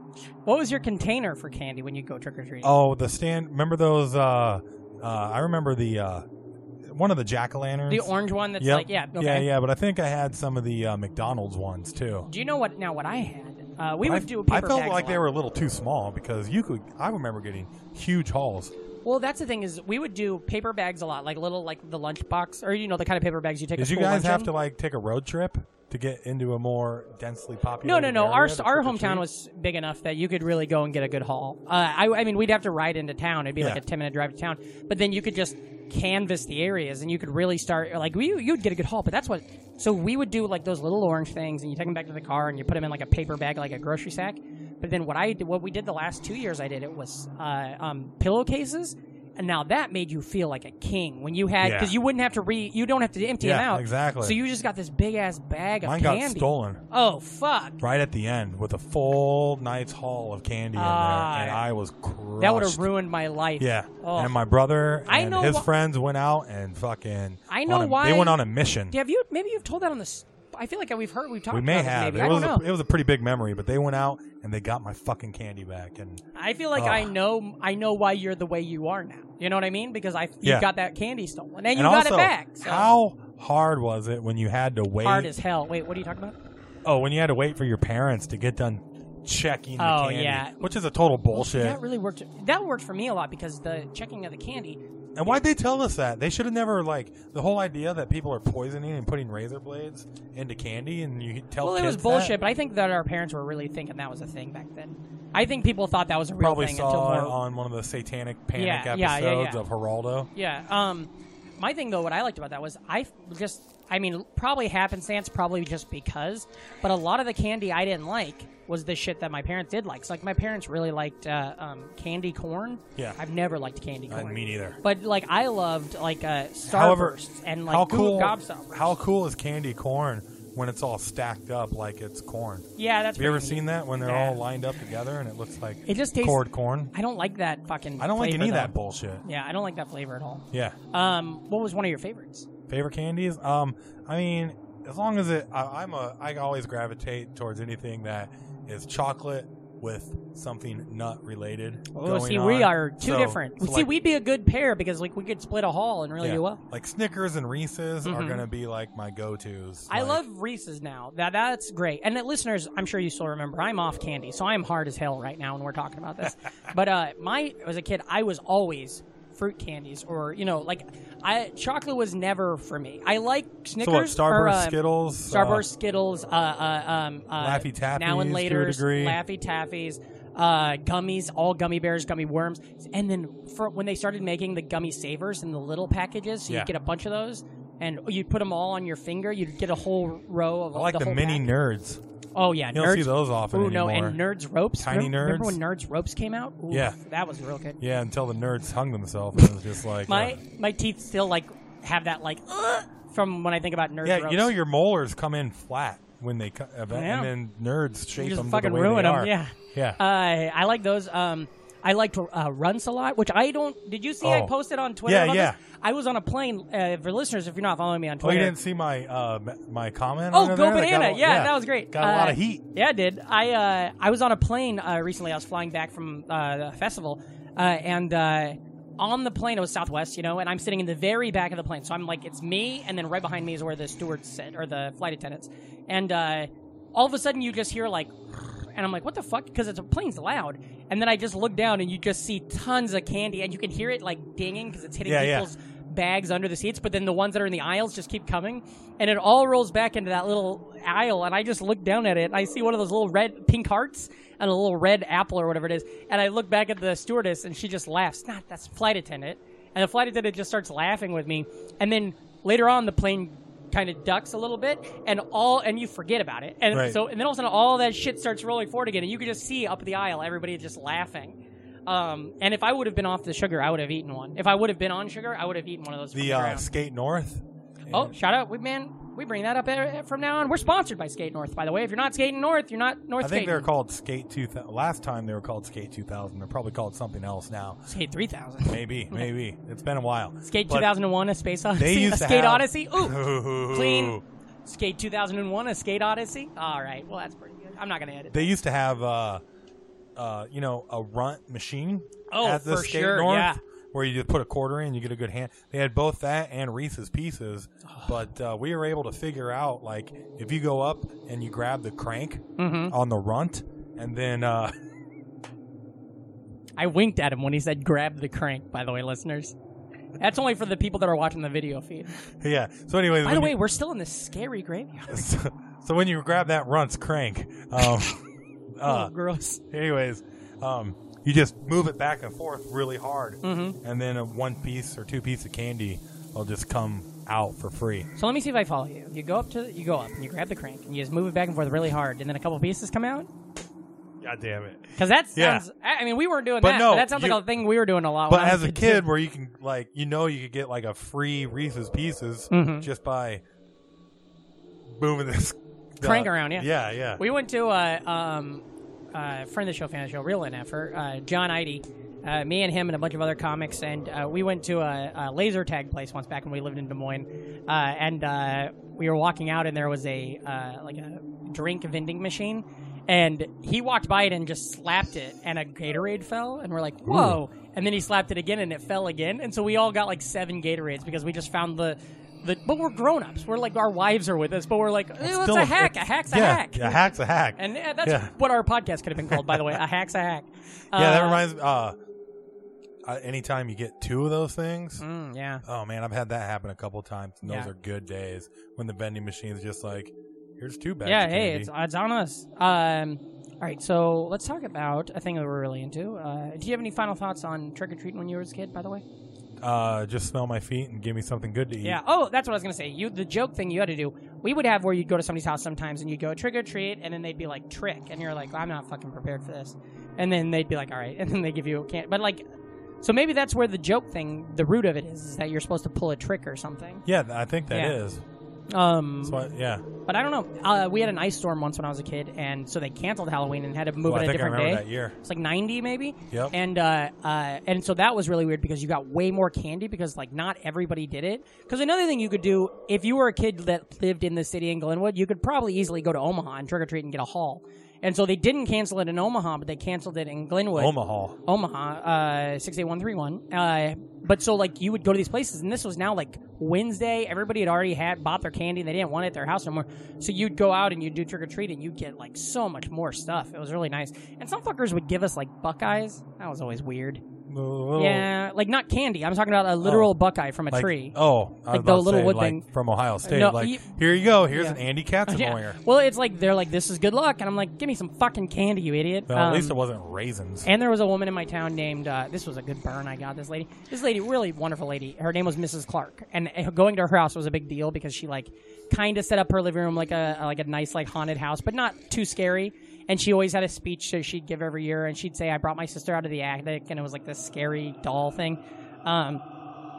Speaker 7: What was your container for candy when you go trick or treating?
Speaker 1: Oh, the stand. Remember those? Uh, uh, I remember the uh, one of the jack o' lanterns.
Speaker 7: the orange one that's
Speaker 1: Yep.
Speaker 7: like yeah, okay.
Speaker 1: yeah, yeah. But I think I had some of the uh, McDonald's ones too.
Speaker 7: Do you know what? Now what I had? Uh, we
Speaker 1: I,
Speaker 7: would do. Paper
Speaker 1: I felt
Speaker 7: bags a
Speaker 1: like
Speaker 7: lot.
Speaker 1: they were a little too small because you could. I remember getting huge hauls.
Speaker 7: Well, that's the thing is we would do paper bags a lot, like little like the lunchbox or you know the kind of paper bags you take. a
Speaker 1: Did you
Speaker 7: school
Speaker 1: guys
Speaker 7: lunch
Speaker 1: have
Speaker 7: in.
Speaker 1: to like take a road trip to get into a more densely
Speaker 7: No,
Speaker 1: populated?
Speaker 7: no, no.
Speaker 1: area
Speaker 7: Our
Speaker 1: to
Speaker 7: our
Speaker 1: trick or
Speaker 7: hometown
Speaker 1: treat?
Speaker 7: was big enough that you could really go and get a good haul. Uh, I I mean, we'd have to ride into town. It'd be like
Speaker 1: Yeah.
Speaker 7: a ten minute drive to town, but then you could just canvas the areas and you could really start like we you'd get a good haul. But that's what. So we would do like those little orange things, and you take them back to the car, and you put them in like a paper bag, like a grocery sack. But then what I did, what we did the last two years, I did it was uh, um, pillowcases. And now that made you feel like a king when you had
Speaker 1: Yeah.
Speaker 7: because you wouldn't have to re you don't have to empty them
Speaker 1: Yeah,
Speaker 7: out
Speaker 1: exactly.
Speaker 7: So you just got this big ass bag of
Speaker 1: Mine
Speaker 7: candy.
Speaker 1: got stolen
Speaker 7: Oh fuck!
Speaker 1: right at the end with a full night's haul of candy in
Speaker 7: Ah.
Speaker 1: there, and I was crushed.
Speaker 7: That would have ruined my life.
Speaker 1: Yeah,
Speaker 7: Oh.
Speaker 1: and my brother and
Speaker 7: I know
Speaker 1: his
Speaker 7: wh-
Speaker 1: friends went out and fucking.
Speaker 7: I know
Speaker 1: on a-
Speaker 7: why-
Speaker 1: they went on a mission.
Speaker 7: Have you? Maybe you've told that on the. s- I feel like we've heard we've talked.
Speaker 1: we may
Speaker 7: about this
Speaker 1: have.
Speaker 7: Maybe.
Speaker 1: It
Speaker 7: I
Speaker 1: was
Speaker 7: don't
Speaker 1: a,
Speaker 7: know.
Speaker 1: it was a pretty big memory, but they went out and they got my fucking candy back, and
Speaker 7: I feel like
Speaker 1: Ugh.
Speaker 7: I know. I know why you're the way you are now. You know what I mean? Because I you
Speaker 1: Yeah.
Speaker 7: got that candy stolen and
Speaker 1: and
Speaker 7: you got
Speaker 1: also,
Speaker 7: it back. So.
Speaker 1: How hard was it when you had to wait?
Speaker 7: hard as hell? Wait, what are you talking about?
Speaker 1: oh, when you had to wait for your parents to get done checking the
Speaker 7: Oh,
Speaker 1: candy,
Speaker 7: yeah.
Speaker 1: which is a total bullshit.
Speaker 7: That really worked. That worked for me a lot because the checking of the candy.
Speaker 1: And why'd they tell us that? They should have never like the whole idea that people are poisoning and putting razor blades into candy, and you tell.
Speaker 7: Well, it
Speaker 1: kids
Speaker 7: was bullshit,
Speaker 1: That.
Speaker 7: but I think that our parents were really thinking that was a thing back then. I think people thought that was a real
Speaker 1: Probably
Speaker 7: thing
Speaker 1: saw
Speaker 7: until
Speaker 1: it
Speaker 7: more
Speaker 1: on one of the satanic panic
Speaker 7: Yeah,
Speaker 1: episodes
Speaker 7: yeah, yeah, yeah.
Speaker 1: of Geraldo.
Speaker 7: Yeah. Um, my thing though, what I liked about that was I f- just, I mean, probably happenstance, probably just because, but a lot of the candy I didn't like was the shit that my parents did like. So, like my parents really liked uh, um, candy corn.
Speaker 1: Yeah.
Speaker 7: I've never liked candy
Speaker 1: Uh,
Speaker 7: corn.
Speaker 1: me neither.
Speaker 7: But like I loved like uh,
Speaker 1: However,
Speaker 7: Starbursts and like
Speaker 1: how
Speaker 7: Goo
Speaker 1: cool,
Speaker 7: Gobstoppers.
Speaker 1: how cool is candy corn when it's all stacked up like it's corn?
Speaker 7: yeah, that's.
Speaker 1: Have you ever
Speaker 7: pretty neat.
Speaker 1: seen that when they're
Speaker 7: Yeah.
Speaker 1: all lined up together and it looks like
Speaker 7: It just tastes-
Speaker 1: cored corn?
Speaker 7: I don't like that fucking.
Speaker 1: I don't like
Speaker 7: flavor,
Speaker 1: any of
Speaker 7: though.
Speaker 1: that bullshit.
Speaker 7: Yeah, I don't like that flavor at all.
Speaker 1: Yeah,
Speaker 7: Um, what was one of your favorites?
Speaker 1: favorite candies. Um, I mean, as long as it, I, I'm a, I always gravitate towards anything that is chocolate with something nut related.
Speaker 7: Oh,
Speaker 1: going
Speaker 7: see, we
Speaker 1: on.
Speaker 7: are two
Speaker 1: So-
Speaker 7: different.
Speaker 1: so
Speaker 7: see,
Speaker 1: like-
Speaker 7: we'd be a good pair because like we could split a haul and really
Speaker 1: yeah,
Speaker 7: do well.
Speaker 1: Like Snickers and Reese's are
Speaker 7: Mhm.
Speaker 1: gonna be like my go tos.
Speaker 7: I love Reese's now. That that's great. And uh, listeners, I'm sure you still remember. I'm off candy, so I'm hard as hell right now when we're talking
Speaker 1: *laughs*
Speaker 7: about this. but uh, my as a kid, I was always fruit candies or you know like I chocolate was never for me. I like
Speaker 1: so
Speaker 7: Snickers
Speaker 1: what, Starburst,
Speaker 7: or, uh,
Speaker 1: Skittles, uh,
Speaker 7: Starburst, Skittles, uh, uh, um, uh,
Speaker 1: Laffy Taffys
Speaker 7: now and
Speaker 1: to a
Speaker 7: later,
Speaker 1: degree.
Speaker 7: Laffy Taffys, uh, gummies, all gummy bears, gummy worms, and then for, when they started making the gummy savers in the little packages, so you
Speaker 1: Yeah.
Speaker 7: would get a bunch of those, and you'd put them all on your finger. You'd get a whole row of
Speaker 1: I like the,
Speaker 7: whole
Speaker 1: mini
Speaker 7: pack.
Speaker 1: nerds.
Speaker 7: Oh yeah,
Speaker 1: You
Speaker 7: nerds.
Speaker 1: don't see those often
Speaker 7: Ooh
Speaker 1: anymore.
Speaker 7: no, and nerds ropes.
Speaker 1: Tiny
Speaker 7: remember, Remember
Speaker 1: Nerds.
Speaker 7: when nerds ropes came out? Ooh,
Speaker 1: Yeah.
Speaker 7: that was real good.
Speaker 1: yeah, until the nerds hung themselves. and It was just like
Speaker 7: My
Speaker 1: uh,
Speaker 7: my teeth still like have that like "Ugh," from when I think about nerds.
Speaker 1: yeah,
Speaker 7: ropes.
Speaker 1: you know your molars come in flat when they co- and
Speaker 7: Yeah.
Speaker 1: then nerds shape
Speaker 7: just
Speaker 1: them to
Speaker 7: fucking
Speaker 1: the way
Speaker 7: ruin
Speaker 1: they
Speaker 7: 'em,
Speaker 1: are.
Speaker 7: yeah.
Speaker 1: yeah.
Speaker 7: Uh, I like those. Um, I liked uh, Runts a lot, which I don't. Did you see I
Speaker 1: Oh.
Speaker 7: posted on Twitter?
Speaker 1: Yeah,
Speaker 7: about
Speaker 1: yeah.
Speaker 7: This? I was on a plane. Uh, for listeners, if you're not following me on
Speaker 1: Oh,
Speaker 7: Twitter,
Speaker 1: you didn't see my uh, m- my comment?
Speaker 7: Oh,
Speaker 1: under
Speaker 7: go
Speaker 1: there? That got
Speaker 7: banana!
Speaker 1: a-
Speaker 7: yeah, that was great.
Speaker 1: Got a lot
Speaker 7: Uh,
Speaker 1: of heat.
Speaker 7: Yeah, it did. I uh, I was on a plane uh, recently. I was flying back from uh, the festival, uh, and uh, on the plane it was Southwest, you know, and I'm sitting in the very back of the plane, so I'm like, it's me, and then right behind me is where the stewards sit or the flight attendants, and uh, all of a sudden you just hear like. *laughs* And I'm like, what the fuck? Because it's a plane's loud. And then I just look down and you just see tons of candy, and you can hear it like dinging because it's hitting
Speaker 1: Yeah, yeah.
Speaker 7: people's bags under the seats, but then the ones that are in the aisles just keep coming, and it all rolls back into that little aisle. And I just look down at it, and I see one of those little red pink hearts and a little red apple or whatever it is. And I look back at the stewardess, and she just laughs. Not that's flight attendant, and the flight attendant just starts laughing with me. And then later on, the plane kind of ducks a little bit, and all and you forget about it. And
Speaker 1: Right.
Speaker 7: so, and then all of a sudden, all that shit starts rolling forward again, and you can just see up the aisle everybody just laughing. Um, and if I would have been off the sugar, I would have eaten one. If I would have been on sugar, I would have eaten one of those. from
Speaker 1: The uh,
Speaker 7: ground.
Speaker 1: skate north.
Speaker 7: oh, shout out, Wigman! We bring that up eh, from now on. We're sponsored by Skate North, by the way. If you're not skating North, you're not North
Speaker 1: I think
Speaker 7: skating.
Speaker 1: they're called Skate 2000. Last time they were called Skate 2000. They're probably called something else now. *laughs*
Speaker 7: Skate 3000.
Speaker 1: Maybe, maybe. It's been a while.
Speaker 7: Skate
Speaker 1: But
Speaker 7: 2001, a Space Odyssey. *laughs*
Speaker 1: They used
Speaker 7: a
Speaker 1: to
Speaker 7: Skate
Speaker 1: have-
Speaker 7: Odyssey.
Speaker 1: *laughs*
Speaker 7: Ooh, clean. Skate 2001, a Skate Odyssey. All right. Well, that's pretty good. I'm not going to edit.
Speaker 1: They used to have, uh, uh, you know, a runt machine
Speaker 7: Oh,
Speaker 1: at the
Speaker 7: for
Speaker 1: Skate
Speaker 7: sure,
Speaker 1: North,
Speaker 7: yeah.
Speaker 1: where you just put a quarter in, you get a good hand. They had both that and Reese's Pieces, but uh, we were able to figure out like if you go up and you grab the crank
Speaker 7: Mm-hmm.
Speaker 1: on the runt, and then uh, *laughs*
Speaker 7: I winked at him when he said grab the crank, by the way, listeners. That's only for the people that are watching the video feed.
Speaker 1: yeah. So, anyways,
Speaker 7: By
Speaker 1: when
Speaker 7: the way,
Speaker 1: you-
Speaker 7: we're still in this scary graveyard.
Speaker 1: *laughs* so, so when you grab that runt's crank, um, uh,
Speaker 7: oh, *laughs* gross.
Speaker 1: anyways, um, you just move it back and forth really hard,
Speaker 7: Mm-hmm.
Speaker 1: and then a one piece or two piece of candy will just come out for free.
Speaker 7: So let me see if I follow you. You go up to the, you go up and you grab the crank and you just move it back and forth really hard, and then a couple pieces come out.
Speaker 1: God damn it!
Speaker 7: Because that
Speaker 1: Yeah.
Speaker 7: sounds. I I mean, we weren't doing
Speaker 1: But
Speaker 7: that.
Speaker 1: no,
Speaker 7: but that sounds
Speaker 1: you-
Speaker 7: like a thing we were doing a lot.
Speaker 1: But
Speaker 7: when I
Speaker 1: as
Speaker 7: was
Speaker 1: a
Speaker 7: kid,
Speaker 1: kid,
Speaker 7: too.
Speaker 1: where you can like you know you could get like a free Reese's Pieces
Speaker 7: Mm-hmm.
Speaker 1: just by moving this the-
Speaker 7: *laughs* Crank around, yeah.
Speaker 1: yeah, yeah.
Speaker 7: we went to uh, um, uh, friend of the show, fan of the show, real effort, uh, John Idy, uh, me and him and a bunch of other comics, and uh, we went to a, a laser tag place once back when we lived in Des Moines, uh, and uh, we were walking out, and there was a uh, like a drink vending machine. And he walked by it and just slapped it, and a Gatorade fell, and we're like, "Whoa!" And then he slapped it again, and it fell again, and so we all got like seven Gatorades because we just found the, the. But we're grown ups. We're like our wives are with us, but we're like, eh, "What's
Speaker 1: Still
Speaker 7: a hack? A
Speaker 1: it's-
Speaker 7: hack's
Speaker 1: yeah,
Speaker 7: a hack."
Speaker 1: A hack's a hack.
Speaker 7: And yeah, that's
Speaker 1: Yeah.
Speaker 7: what our podcast could have been called, by the way. A hack's a hack.
Speaker 1: *laughs* yeah, that
Speaker 7: Uh,
Speaker 1: reminds me. Uh, uh, anytime you get two of those things,
Speaker 7: mm, yeah.
Speaker 1: oh man, I've had that happen a couple times. And those
Speaker 7: Yeah.
Speaker 1: are good days when the vending machine's just like, here's two bags.
Speaker 7: Yeah,
Speaker 1: of
Speaker 7: hey,
Speaker 1: candy.
Speaker 7: it's, uh, it's on us. Um, all right, so let's talk about a thing that we're really into. Uh, do you have any final thoughts on trick or treating when you were a kid, by the way?
Speaker 1: uh, just smell my feet and give me something good to eat.
Speaker 7: Yeah. Oh, that's what I was gonna say. You the joke thing you had to do. We would have where you'd go to somebody's house sometimes and you'd go trick or treat, and then they'd be like trick, and you're like, I'm not fucking prepared for this, and then they'd be like, all right, *laughs* and then they give you a can. But like, so maybe that's where the joke thing, the root of it is, is that you're supposed to pull a trick or something.
Speaker 1: yeah, I think that
Speaker 7: Yeah.
Speaker 1: is.
Speaker 7: Um,
Speaker 1: That's why- yeah,
Speaker 7: But I don't know. Uh, we had an ice storm once when I was a kid, and so they canceled Halloween and had to move
Speaker 1: Well, I
Speaker 7: it a
Speaker 1: think I
Speaker 7: different
Speaker 1: remember
Speaker 7: day.
Speaker 1: that year.
Speaker 7: It's like ninety maybe.
Speaker 1: Yep.
Speaker 7: And uh, uh, and so that was really weird because you got way more candy because like not everybody did it. Because another thing you could do if you were a kid that lived in the city in Glenwood, you could probably easily go to Omaha and trick or treat and get a haul. And so they didn't cancel it in Omaha, but they canceled it in Glenwood.
Speaker 1: Omaha.
Speaker 7: Omaha, uh, 68131. Uh, but so, like, you would go to these places, and this was now like Wednesday. Everybody had already had bought their candy, and they didn't want it at their house no more. So, you'd go out and you'd do trick or treat, and you'd get like so much more stuff. It was really nice. And some fuckers would give us like Buckeyes. That was always weird.
Speaker 1: Little-
Speaker 7: Yeah, like not candy. I'm talking about a literal
Speaker 1: Oh.
Speaker 7: Buckeye from a
Speaker 1: like,
Speaker 7: tree.
Speaker 1: Oh, I was
Speaker 7: Like the
Speaker 1: about to
Speaker 7: little
Speaker 1: say,
Speaker 7: wood
Speaker 1: like,
Speaker 7: thing.
Speaker 1: from Ohio State.
Speaker 7: No,
Speaker 1: like
Speaker 7: you-
Speaker 1: here you go. Here's
Speaker 7: Yeah.
Speaker 1: an Andy
Speaker 7: *laughs* Yeah.
Speaker 1: Katzenmoyer.
Speaker 7: Well, it's like they're like, this is good luck. And I'm like, give me some fucking candy, you idiot.
Speaker 1: Well, at
Speaker 7: Um,
Speaker 1: least it wasn't raisins.
Speaker 7: And there was a woman in my town named, uh, this was a good burn I got this lady. This lady, really wonderful lady. Her name was Mrs. Clark. And uh, going to her house was a big deal because she, like, kind of set up her living room like a, like a nice, like, haunted house, but not too scary. And she always had a speech that she'd give every year. And she'd say, I brought my sister out of the attic. And it was like this scary doll thing. Um,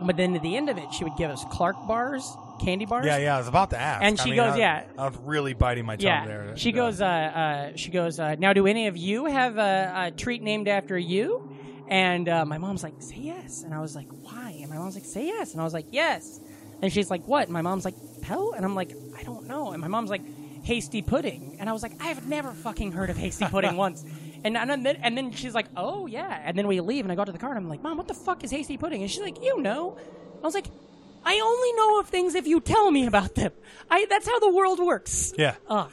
Speaker 7: but then at the end of it, she would give us Clark bars, candy bars.
Speaker 1: yeah, yeah. I was about to ask.
Speaker 7: And
Speaker 1: I
Speaker 7: she
Speaker 1: mean,
Speaker 7: goes,
Speaker 1: I-
Speaker 7: yeah.
Speaker 1: I was really biting my tongue
Speaker 7: Yeah,
Speaker 1: there.
Speaker 7: she
Speaker 1: Uh,
Speaker 7: goes. Uh, uh, she goes. Uh, now, do any of you have a, a treat named after you? And uh, my mom's like, say yes. And I was like, why? And my mom's like, say yes. And I was like, yes. And she's like, what? And my mom's like, hell. And I'm like, I don't know. And my mom's like, hasty pudding. And I was like, I have never fucking heard of hasty
Speaker 1: *laughs*
Speaker 7: pudding once. And, and then and then she's like, oh yeah. And then we leave, and I go to the car, and I'm like, mom, what the fuck is hasty pudding? And she's like, you know. I was like. I only know of things if you tell me about them. I, that's how the world works.
Speaker 1: Yeah.
Speaker 7: Ugh.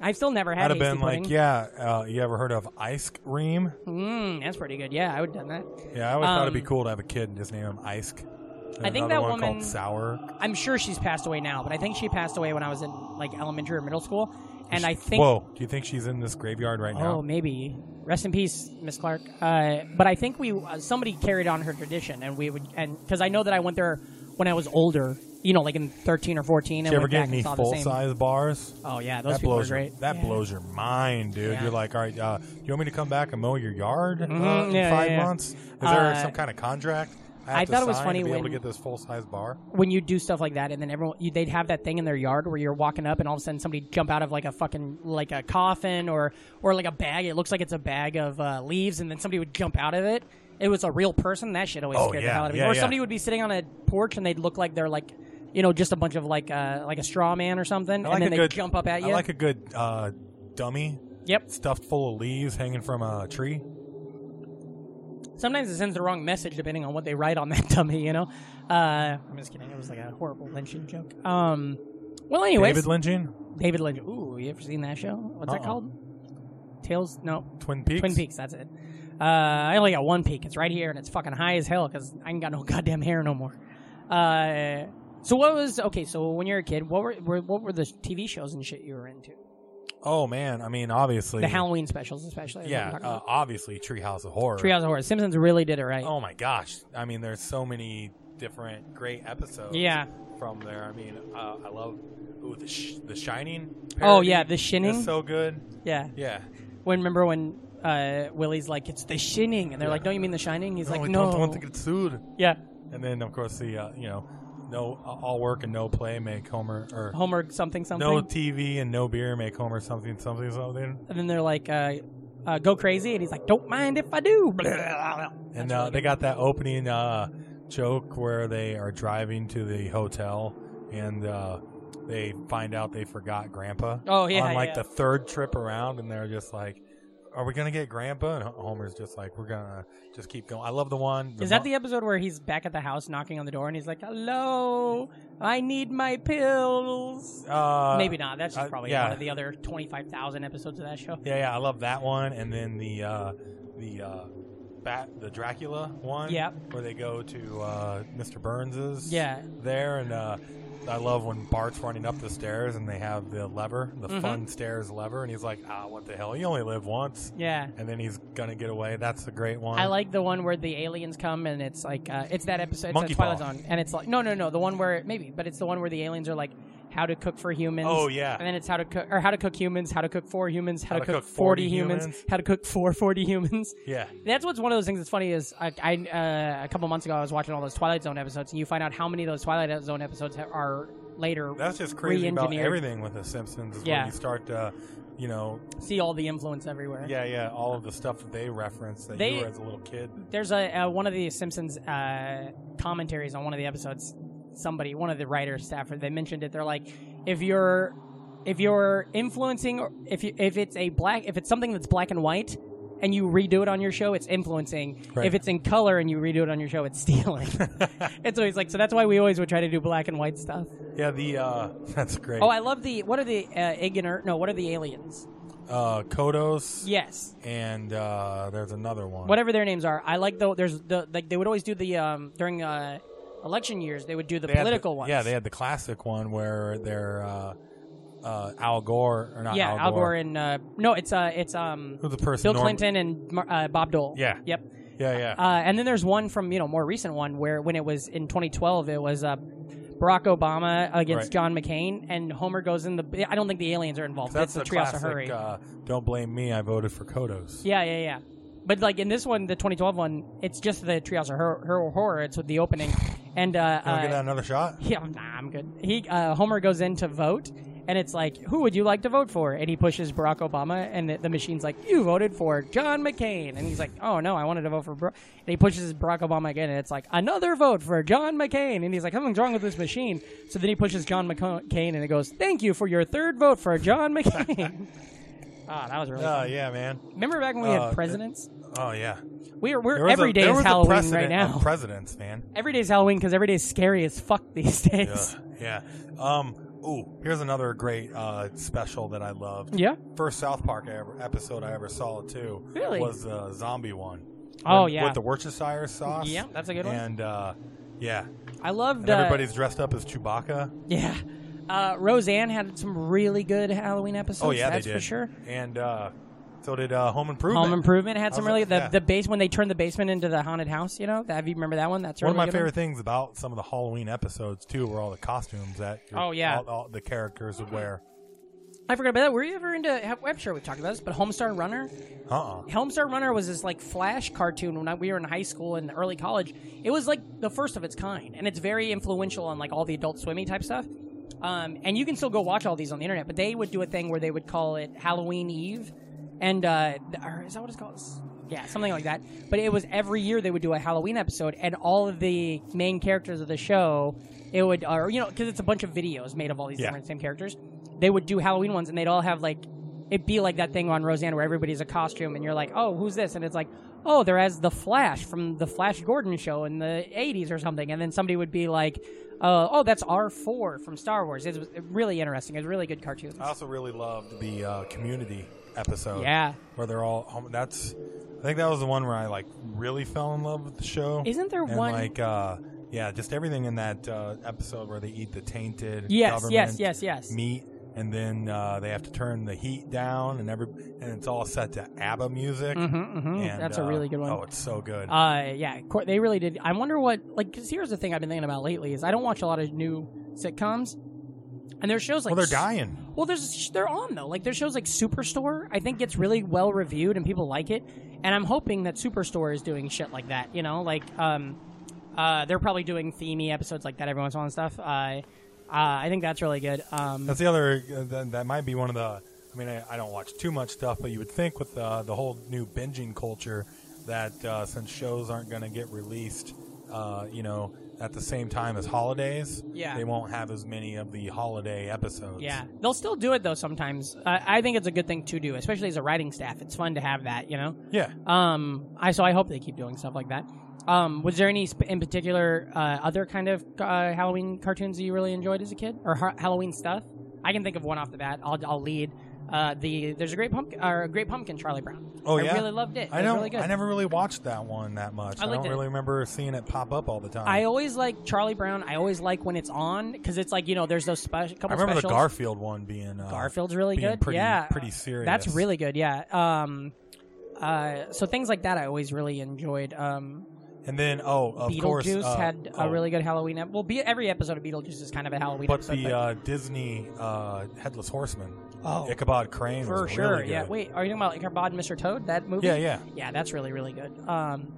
Speaker 7: I've still never had
Speaker 1: I'd have
Speaker 7: hasty
Speaker 1: been
Speaker 7: pudding.
Speaker 1: like, yeah. Uh, you ever heard of ice cream?
Speaker 7: Mm, that's pretty good. Yeah, I would have done that.
Speaker 1: Yeah, I always thought it'd be
Speaker 7: Um,
Speaker 1: cool to have a kid and just name him Ice. There's
Speaker 7: I think
Speaker 1: another
Speaker 7: that
Speaker 1: one
Speaker 7: woman-
Speaker 1: called Sour.
Speaker 7: I'm sure she's passed away now, but I think she passed away when I was in like elementary or middle school. And I think
Speaker 1: Whoa, do you think she's in this graveyard right
Speaker 7: Oh,
Speaker 1: now?
Speaker 7: maybe. Rest in peace, Miss Clark. Uh, but I think we uh, somebody carried on her tradition, and we would, and because I know that I went there when I was older, you know, like in thirteen or fourteen,
Speaker 1: Did
Speaker 7: and
Speaker 1: you ever
Speaker 7: went
Speaker 1: get
Speaker 7: back
Speaker 1: any
Speaker 7: and saw the
Speaker 1: full
Speaker 7: same.
Speaker 1: size bars?
Speaker 7: Oh yeah, those
Speaker 1: that
Speaker 7: people were
Speaker 1: blows Your,
Speaker 7: great.
Speaker 1: that
Speaker 7: Yeah.
Speaker 1: blows your mind, dude.
Speaker 7: Yeah.
Speaker 1: You're like, all right, uh, you want me to come back and mow your yard uh,
Speaker 7: Mhm,
Speaker 1: in
Speaker 7: yeah,
Speaker 1: five
Speaker 7: yeah, yeah.
Speaker 1: months? Is there
Speaker 7: Uh,
Speaker 1: some kind of contract? have
Speaker 7: I
Speaker 1: to
Speaker 7: thought it was
Speaker 1: sign
Speaker 7: funny
Speaker 1: to be able
Speaker 7: when-
Speaker 1: to get this full size bar.
Speaker 7: when you do stuff like that, and then everyone you, they'd have that thing in their yard where you're walking up, and all of a sudden somebody jump out of like a fucking like a coffin or or like a bag. It looks like it's a bag of uh, leaves, and then somebody would jump out of it. It was a real person. That shit always
Speaker 1: Oh,
Speaker 7: scared the
Speaker 1: yeah,
Speaker 7: hell out of me.
Speaker 1: yeah,
Speaker 7: or
Speaker 1: yeah.
Speaker 7: somebody would be sitting on a porch, and they'd look like they're like. You know, just a bunch of like uh, like a straw man or something,
Speaker 1: I like
Speaker 7: and then
Speaker 1: a
Speaker 7: they
Speaker 1: good
Speaker 7: jump up at you.
Speaker 1: I like a good uh, dummy
Speaker 7: yep.
Speaker 1: stuffed full of leaves hanging from a tree.
Speaker 7: Sometimes it sends the wrong message depending on what they write on that *laughs* dummy. You know. Uh, I'm just kidding. It was like a horrible lynching joke. Um. Well, anyways,
Speaker 1: David lynching,
Speaker 7: David Lynch. Ooh, you ever seen that show? What's that
Speaker 1: Uh-uh.
Speaker 7: called? Tales? No,
Speaker 1: Twin Peaks.
Speaker 7: Twin Peaks. That's it. Uh, I only got one peak. It's right here, and it's fucking high as hell because I ain't got no *laughs* goddamn hair no more. Uh, so what was okay? So when you were a kid, what were, were what were the TV shows and shit you were into?
Speaker 1: Oh man, I mean obviously
Speaker 7: The Halloween specials, especially. is what I'm
Speaker 1: Yeah,
Speaker 7: talking
Speaker 1: uh,
Speaker 7: about.
Speaker 1: obviously Treehouse of Horror.
Speaker 7: Treehouse of Horror. Simpsons really did it right.
Speaker 1: Oh my gosh! I mean, there's so many different great episodes.
Speaker 7: Yeah.
Speaker 1: From there, I mean, uh, I love ooh, the sh- the Shining.
Speaker 7: Oh,
Speaker 1: parody
Speaker 7: yeah, The
Speaker 1: is
Speaker 7: Shining.
Speaker 1: so good.
Speaker 7: yeah.
Speaker 1: Yeah.
Speaker 7: When remember when uh, Willie's like, "It's the Shining," and they're like, "Don't you mean the Shining?" He's like,
Speaker 1: we
Speaker 7: "No."
Speaker 1: don't want to get sued.
Speaker 7: yeah.
Speaker 1: And then of course the uh, you know, no all work and no play make Homer or
Speaker 7: Homer something something.
Speaker 1: no TV and no beer make Homer something something something.
Speaker 7: and then they're like, uh, uh, "Go crazy," and he's like, "Don't mind if I do." Blah, blah, blah.
Speaker 1: And uh, they got that opening uh, joke where they are driving to the hotel and uh, they find out they forgot Grandpa.
Speaker 7: Oh, yeah,
Speaker 1: On like
Speaker 7: yeah.
Speaker 1: the third trip around, and they're just like, "Are we gonna get Grandpa?" And H- Homer's just like, "We're gonna just keep going." I love the one.
Speaker 7: Is that
Speaker 1: mo-
Speaker 7: the episode where he's back at the house knocking on the door and he's like, "Hello, I need my pills."
Speaker 1: Uh,
Speaker 7: Maybe not. That's just
Speaker 1: uh,
Speaker 7: probably
Speaker 1: yeah.
Speaker 7: one of the other twenty-five thousand episodes of that show.
Speaker 1: Yeah, yeah, I love that one, and then the uh, the uh, bat, the Dracula one.
Speaker 7: Yep.
Speaker 1: Where they go to uh, Mr. Burns's.
Speaker 7: Yeah.
Speaker 1: There and. Uh, I love when Bart's running up the stairs and they have the lever, the
Speaker 7: Mm-hmm.
Speaker 1: fun stairs lever, and he's like, "Ah, what the hell? You only live once."
Speaker 7: Yeah.
Speaker 1: And then he's gonna get away. That's a great one.
Speaker 7: I like the one where the aliens come and it's like uh, it's that episode, it's
Speaker 1: Monkey
Speaker 7: a Twilight
Speaker 1: Paw.
Speaker 7: Zone, and it's like no, no, no, the one where maybe, but it's the one where the aliens are like how to cook for humans.
Speaker 1: Oh, yeah.
Speaker 7: and then it's how to cook or how to cook humans, how to cook for humans, how, to,
Speaker 1: 40
Speaker 7: cook, forty humans,
Speaker 1: humans.
Speaker 7: how to cook for forty humans. *laughs*
Speaker 1: Yeah.
Speaker 7: that's what's one of those things that's funny is I, I uh, a couple months ago I was watching all those Twilight Zone episodes, and you find out how many of those Twilight Zone episodes ha- are later.
Speaker 1: That's just crazy about
Speaker 7: re-engineered.
Speaker 1: everything with the Simpsons. Is
Speaker 7: Yeah.
Speaker 1: When you start to, you know,
Speaker 7: See all the influence everywhere.
Speaker 1: yeah, yeah, all of the stuff that they reference that
Speaker 7: They-
Speaker 1: you were as a little kid.
Speaker 7: there's a uh, one of the Simpsons uh, commentaries on one of the episodes. Somebody, one of the writers, staffer, they mentioned it. They're like, if you're if you're influencing, or if you, if it's a black, if it's something that's black and white, and you redo it on your show, it's influencing.
Speaker 1: Right.
Speaker 7: If it's in color and you redo it on your show, it's stealing. and so he's like, so that's why we always would try to do black and white stuff.
Speaker 1: Yeah. The uh, *laughs* that's great.
Speaker 7: Oh, I love the what are the uh, ignorant? No, what are the aliens?
Speaker 1: uh, Kodos.
Speaker 7: Yes,
Speaker 1: and uh, there's another one.
Speaker 7: whatever their names are. I like the there's the like they would always do the um during uh election years they would do the
Speaker 1: They had
Speaker 7: political
Speaker 1: the,
Speaker 7: ones.
Speaker 1: Yeah, they had the classic one where they're uh, uh, Al Gore or not
Speaker 7: yeah
Speaker 1: Al Gore.
Speaker 7: Al Gore and uh no it's uh it's um
Speaker 1: Who's the person?
Speaker 7: Bill
Speaker 1: norm-
Speaker 7: Clinton and Mar- uh, Bob Dole.
Speaker 1: Yeah.
Speaker 7: Yep.
Speaker 1: Yeah, yeah.
Speaker 7: Uh, and then there's one from you know more recent one where when it was in 2012 it was uh. Barack Obama against
Speaker 1: Right.
Speaker 7: John McCain, and Homer goes in the. I don't think the aliens are involved.
Speaker 1: that's the
Speaker 7: it's the Treehouse of
Speaker 1: classic.
Speaker 7: Hurry.
Speaker 1: Uh, Don't blame me. I voted for Kodos.
Speaker 7: Yeah, yeah, yeah. But like in this one, the 2012 one, it's just the Treehouse of Horror. Horror, horror. It's with the opening, and uh,
Speaker 1: Can we get
Speaker 7: uh,
Speaker 1: that another shot?
Speaker 7: *laughs* yeah, nah, I'm good. He uh, Homer goes in to vote, and it's like, who would you like to vote for? And he pushes Barack Obama, and the, the machine's like, you voted for John McCain, and he's like, oh no, I wanted to vote for. Barack. And he pushes Barack Obama again, and it's like another vote for John McCain, and he's like, something's wrong with this machine. So then he pushes John McCain, and it goes, thank you for your third vote for John McCain. Ah, that was really.
Speaker 1: Oh
Speaker 7: fun.
Speaker 1: yeah, man.
Speaker 7: Remember back when we
Speaker 1: Uh,
Speaker 7: had presidents?
Speaker 1: Oh yeah.
Speaker 7: We're,
Speaker 1: There
Speaker 7: we're
Speaker 1: was
Speaker 7: every
Speaker 1: a,
Speaker 7: day
Speaker 1: there
Speaker 7: is
Speaker 1: was a
Speaker 7: Halloween right
Speaker 1: precedent
Speaker 7: now.
Speaker 1: Of presidents, man.
Speaker 7: *laughs* every day is Halloween because every day is scary as fuck these days. *laughs*
Speaker 1: Ugh, yeah. Um. Ooh, here's another great uh, special that I loved.
Speaker 7: Yeah.
Speaker 1: First South Park I ever, episode I ever saw too.
Speaker 7: Really?
Speaker 1: Was the zombie one.
Speaker 7: Oh
Speaker 1: With-
Speaker 7: yeah.
Speaker 1: With the Worcestershire sauce.
Speaker 7: Yeah, that's a good one.
Speaker 1: And uh, yeah,
Speaker 7: I loved.
Speaker 1: and
Speaker 7: Uh,
Speaker 1: everybody's dressed up as Chewbacca.
Speaker 7: *laughs*
Speaker 1: Oh,
Speaker 7: Yeah. Uh, Roseanne had some really good Halloween episodes.
Speaker 1: Oh yeah,
Speaker 7: that's
Speaker 1: they did
Speaker 7: for sure.
Speaker 1: And uh, so did uh, Home Improvement.
Speaker 7: Home Improvement had some
Speaker 1: How's
Speaker 7: really
Speaker 1: that?
Speaker 7: the,
Speaker 1: Yeah.
Speaker 7: the base when they turned the basement into the haunted house. You know that you remember that one? That's a
Speaker 1: One of
Speaker 7: really
Speaker 1: my
Speaker 7: good
Speaker 1: favorite things about some of the Halloween episodes too were all the costumes that. your-
Speaker 7: Oh, yeah.
Speaker 1: all, all the characters would wear.
Speaker 7: I forgot about that. Were you ever into? I'm sure we've talked about this, but Homestar Runner.
Speaker 1: Uh-uh.
Speaker 7: Helmstar Runner was this like flash cartoon when I, we were in high school and early college. It was like the first of its kind, and it's very influential on like all the Adult Swimming type stuff. Um, and you can still go watch all these on the internet, but they would do a thing where they would call it Halloween Eve, and uh, th- or is that what it's called? S- Yeah, something like that. But it was every year they would do a Halloween episode, and all of the main characters of the show, it would, or you know, because it's a bunch of videos made of all these
Speaker 1: Yeah.
Speaker 7: different same characters. They would do Halloween ones, and they'd all have like it'd be like that thing on Roseanne where everybody's a costume and you're like, oh, who's this? And it's like, oh, they're as the Flash from the Flash Gordon show in the 80s or something. And then somebody would be like, uh, oh, that's R4 from Star Wars. It was really interesting. It's really good cartoons.
Speaker 1: I also really loved the uh, community episode.
Speaker 7: Yeah.
Speaker 1: Where they're all home. That's, I think that was the one where I like really fell in love with the show.
Speaker 7: Isn't there
Speaker 1: and,
Speaker 7: one-
Speaker 1: Like, uh, yeah, just everything in that uh, episode where they eat the tainted
Speaker 7: Yes, yes,
Speaker 1: government
Speaker 7: yes, yes.
Speaker 1: meat, and then uh, they have to turn the heat down, and every and it's all set to ABBA music.
Speaker 7: Mhm, mhm.
Speaker 1: And,
Speaker 7: That's a
Speaker 1: uh,
Speaker 7: really good one.
Speaker 1: Oh, it's so good.
Speaker 7: Uh, yeah, cor- they really did. I wonder what like because here's the thing I've been thinking about lately is I don't watch a lot of new sitcoms, and there's shows like
Speaker 1: well, they're
Speaker 7: s-
Speaker 1: dying.
Speaker 7: Well, there's they're on though. Like their shows like Superstore, I think gets really well reviewed and people like it. And I'm hoping that Superstore is doing shit like that. You know, like um, uh, they're probably doing themey episodes like that every once in a while and stuff. Uh, uh, I think that's really good. Um,
Speaker 1: That's the other. Uh, that, that might be one of the. I mean, I, I don't watch too much stuff, but you would think with uh, the whole new binging culture that uh, since shows aren't going to get released, uh, you know, at the same time as holidays,
Speaker 7: Yeah.
Speaker 1: they won't have as many of the holiday episodes.
Speaker 7: yeah, they'll still do it though sometimes. Uh, I think it's a good thing to do, especially as a writing staff. It's fun to have that. You know.
Speaker 1: yeah.
Speaker 7: Um, I so I hope they keep doing stuff like that. Um, was there any sp- in particular uh, other kind of uh, Halloween cartoons that you really enjoyed as a kid, or ha- Halloween stuff? I can think of one off the bat. I'll, I'll lead. Uh, the there's a great pumpkin or a great pumpkin Charlie Brown.
Speaker 1: Oh
Speaker 7: I
Speaker 1: yeah,
Speaker 7: really loved it.
Speaker 1: I
Speaker 7: It was
Speaker 1: don't.
Speaker 7: really good.
Speaker 1: I never really watched that one that much.
Speaker 7: I
Speaker 1: I,
Speaker 7: liked
Speaker 1: don't
Speaker 7: it.
Speaker 1: really remember seeing it pop up all the time.
Speaker 7: I always like Charlie Brown. I always like when it's on because it's like you know there's those special
Speaker 1: I
Speaker 7: couple.
Speaker 1: remember
Speaker 7: specials.
Speaker 1: the Garfield one being uh,
Speaker 7: Garfield's really
Speaker 1: being
Speaker 7: good.
Speaker 1: Pretty,
Speaker 7: yeah,
Speaker 1: pretty serious.
Speaker 7: That's really good. Yeah. Um, uh, so things like that I always really enjoyed. Um,
Speaker 1: And then oh, of
Speaker 7: Beetlejuice
Speaker 1: course, uh,
Speaker 7: had a
Speaker 1: oh,
Speaker 7: really good Halloween. Ep- well, be- every episode of Beetlejuice is kind of a Halloween
Speaker 1: But
Speaker 7: episode.
Speaker 1: the uh, Disney uh, Headless Horseman,
Speaker 7: Oh.
Speaker 1: Ichabod Crane,
Speaker 7: for
Speaker 1: was
Speaker 7: sure,
Speaker 1: really good.
Speaker 7: yeah. Wait, are you talking about Ichabod and Mr. Toad? That movie?
Speaker 1: yeah, yeah,
Speaker 7: yeah. That's really, really good. Um,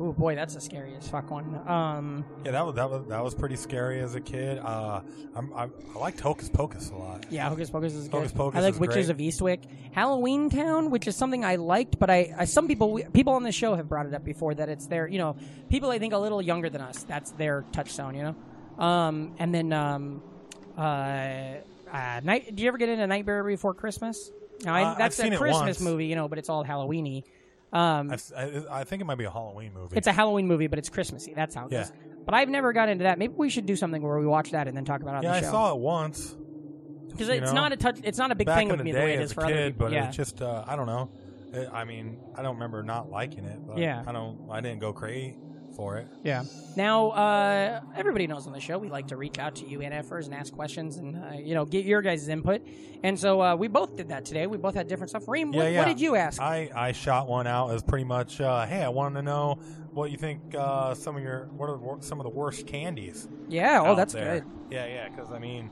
Speaker 7: oh boy, that's a scary as fuck one. Um,
Speaker 1: yeah. That was that was that was pretty scary as a kid. Uh, I'm, I, I liked Hocus Pocus a lot.
Speaker 7: yeah, Hocus Pocus is good.
Speaker 1: Hocus Pocus
Speaker 7: I like
Speaker 1: is
Speaker 7: Witches
Speaker 1: great.
Speaker 7: of Eastwick, Halloween Town, which is something I liked, but I, I some people we, people on the show have brought it up before that it's their you know people I think a little younger than us that's their touchstone, you know. Um, and then um, uh, uh, night. Do you ever get into Nightmare Before Christmas? Now, I,
Speaker 1: Uh, I've
Speaker 7: that's
Speaker 1: seen
Speaker 7: a
Speaker 1: it
Speaker 7: Christmas
Speaker 1: once.
Speaker 7: movie, you know, but it's all Halloweeny. Um,
Speaker 1: I, I, I think it might be a Halloween movie.
Speaker 7: it's a Halloween movie, but it's Christmassy. That's how it
Speaker 1: Yeah.
Speaker 7: goes. But I've never got into that. Maybe we should do something where we watch that and then talk about it on
Speaker 1: yeah,
Speaker 7: the
Speaker 1: I
Speaker 7: show.
Speaker 1: saw it once
Speaker 7: because
Speaker 1: you
Speaker 7: it's
Speaker 1: know,
Speaker 7: not a touch. It's not a big
Speaker 1: back
Speaker 7: thing
Speaker 1: in
Speaker 7: with
Speaker 1: the
Speaker 7: me
Speaker 1: day
Speaker 7: the way it
Speaker 1: as
Speaker 7: is
Speaker 1: a
Speaker 7: for
Speaker 1: kid,
Speaker 7: other people.
Speaker 1: but
Speaker 7: yeah.
Speaker 1: it's just uh, I don't know. It, I mean, I don't remember not liking it. But
Speaker 7: Yeah.
Speaker 1: I don't. I didn't go crazy for it.
Speaker 7: Yeah. Now, uh, everybody knows on the show we like to reach out to you NFers and ask questions and uh, you know get your guys' input. And so uh, we both did that today. We both had different stuff. Reem,
Speaker 1: Yeah,
Speaker 7: what,
Speaker 1: yeah. Uh,
Speaker 7: what did you ask?
Speaker 1: I, I shot one out as pretty much, uh, hey, I wanted to know what you think uh, some of your what are the wor- some of the worst candies
Speaker 7: yeah. Oh,
Speaker 1: out
Speaker 7: that's
Speaker 1: there.
Speaker 7: good.
Speaker 1: Yeah, yeah. Because I mean,